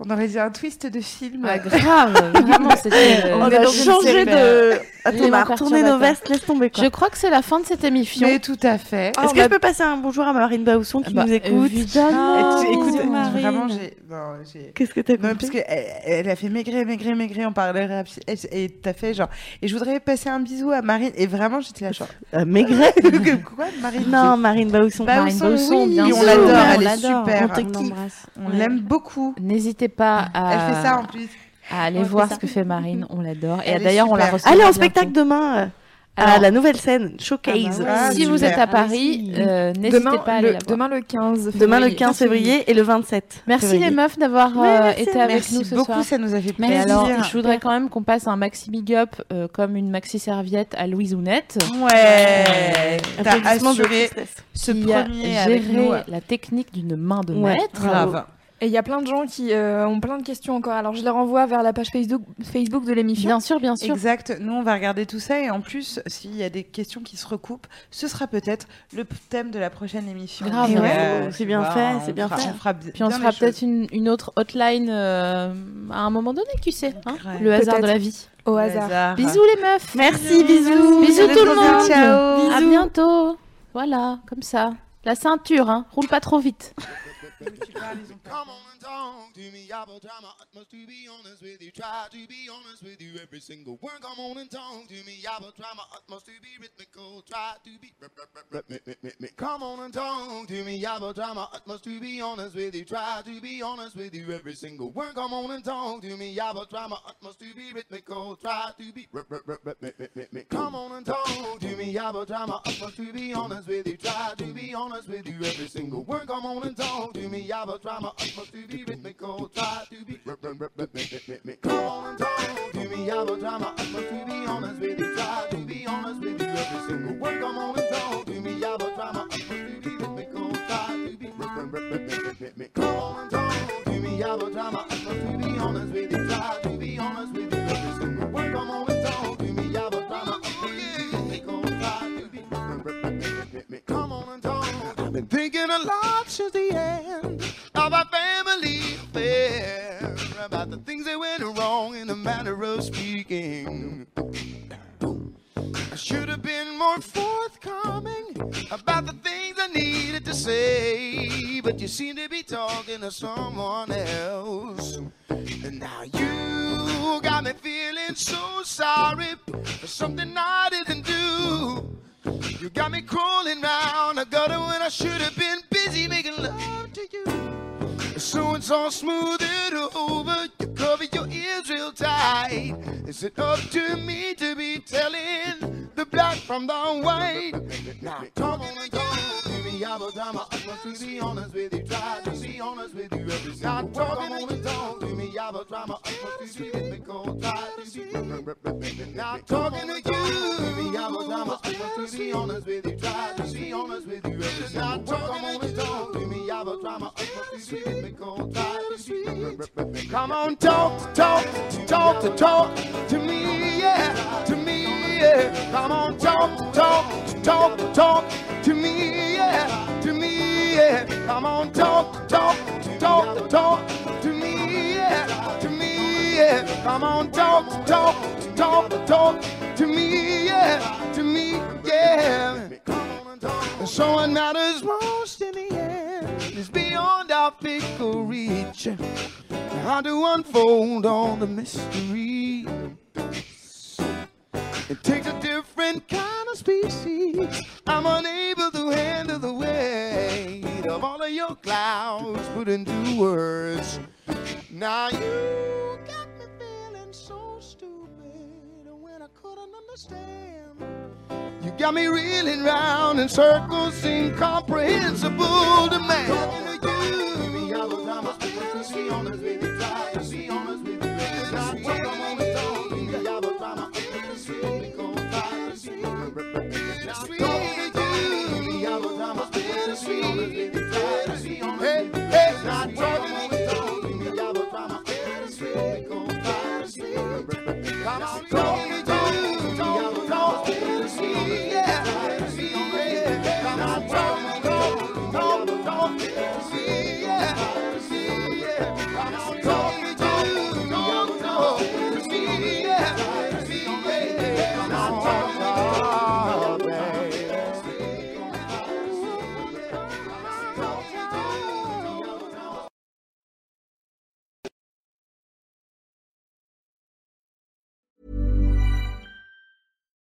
On aurait dit un twist de film.
Ah,
(laughs)
grave, vraiment,
(laughs)
c'était- euh,
On a changé de- Attends, on a
Élément
retourné nos
perturbateur.
vestes, laisse tomber. Quoi.
Je crois que c'est la fin de cette émission.
Mais tout à fait.
Est-ce que je peux passer un bonjour à Marine Bausson qui
Bah,
nous écoute
Évidemment.
Et tu-
Écoute,
écoute,
Oh, Vraiment, j'ai. non, j'ai-
Qu'est-ce que t'as
Non, parce que elle, elle a fait maigrer, maigrer, maigrer, on parlait rapide. Et et t'as fait genre. Et je voudrais passer un bisou à Marine. Et vraiment, j'étais là genre.
Euh, Maigret
(laughs) Que- Quoi, Marine
Non, Marine Bausson.
Bausson,
Marine Bausson,
oui,
bien
on
sûr.
l'adore,
Ouais,
elle
on
est
l'adore,
super.
on te kiffe.
On
Ouais.
l'aime beaucoup.
N'hésitez pas à.
Elle fait ça en plus.
À aller
Ouais,
voir
c'est
ce que fait Marine, on l'adore. Et
Elle est
d'ailleurs, on la
super.
reçoit.
Allez en
bientôt.
spectacle demain euh, à
Alors-
la nouvelle scène, Showcase.
Ah Si vous êtes à Paris, euh, n'hésitez
Ah, Demain,
pas à aller
le-
la voir.
demain, le 15 Demain, le 15 février et le 27.
Merci
février.
les meufs d'avoir
Mais
euh,
merci,
été avec
merci
nous ce
beaucoup,
soir.
ça nous a fait
Mais
plaisir.
alors, je voudrais quand même qu'on passe un maxi big up euh, comme une maxi serviette à Louise Ounette.
Ouais, t'as
Applaudissements de
assuré
tristesse.
ce
Qui a
premier
géré
avec nous.
la technique d'une main de
Ouais,
maître.
grave.
Et il y a plein de gens qui euh, ont plein de questions encore. Alors je les renvoie vers la page Facebook, Facebook de l'émission.
Bien sûr, bien sûr.
Exact. Nous, on va regarder tout ça. Et en plus, s'il y a des questions qui se recoupent, ce sera peut-être le p- thème de la prochaine émission.
Grave,
Donc,
ouais.
euh,
Oh,
tu
c'est bien
vois,
fait,
on
c'est bien
fera-
fait.
On fera bi-
Puis on
bien
se
les
fera
choses.
peut-être une, une autre hotline euh, à un moment donné, qui sait, hein, le hasard de la vie.
Au
Le
hasard.
hasard.
Bisous les meufs.
Merci, bisous.
Bisous
Bisous,
tout le
bisous,
monde.
ciao.
À
Bisous.
bientôt. Voilà, comme ça. La ceinture, hein. Roule pas trop vite.
Come on and talk to me. I will try my utmost to be honest with you. Try to be honest with you every single word. Come on and talk to me. I will try my utmost to be rhythmical. Try to be. Come on and talk to me. I will try my utmost to be honest with you. Try to be honest with you every single word. Come on and talk to me. I will try my utmost to be rhythmical. Try to be. Come on and talk to me. I will try my utmost to be honest with you. Try to be honest with you every single word. Come on and talk to me. I will try my utmost to be rhythmical. Try to be. Come on and talk to me. I will try my utmost to be honest with you. Try to be honest with you every single word. Come on and talk to me. I will try my utmost to be rhythmical. Try to be. Come on and talk to me. I will try my utmost to be honest with you. Try to be honest with you every single word. Come on and talk to me. I will try my utmost to be rhythmical. Try to be. Come on and talk. I've been thinking a lot since the end of our family affair about the things that went wrong in a matter of speaking. I should have been more forthcoming about the things I needed to say, but you seem to be talking to someone else. And now you got me feeling so sorry for something I didn't do. You got me crawling round a gutter when I should have been busy making love to you. So it's all smooth it over. You cover your ears real tight. Is it up to me to be telling the black from the white? Now come on and talk to me. I will try my utmost to be honest with you. Try to be honest with you every single word. Come on and talk to me. I will try my utmost to be ethical. Try to be now talking to you. Me, I will try my utmost to be honest with you. Try to be honest with you every single word. Come on and talk to me. I will try my utmost to be ethical. Try to be come on talk talk talk to talk to me. Yeah, to me. Yeah, come on talk talk talk talk to me. Yeah, to me. Yeah, come on talk talk talk talk to me. Yeah, to me yeah. Come on, talk, talk, talk, talk to me, yeah, to me, yeah. And so what matters most in the end is beyond our fickle reach. And How to unfold all the mystery. It takes a different kind of species. I'm unable to handle the weight of all of your clouds put into words. Now you got me feeling so stupid when I couldn't understand. You got me reeling round in circles incomprehensible to me. Talking to you, I was I must be honest with you. Try to be honest with you. Try to be honest with you. I was I must be honest with you. Try to be honest with you. I was I must be honest with you. Try to be honest with you. Hey, hey, not talking to you. Talk,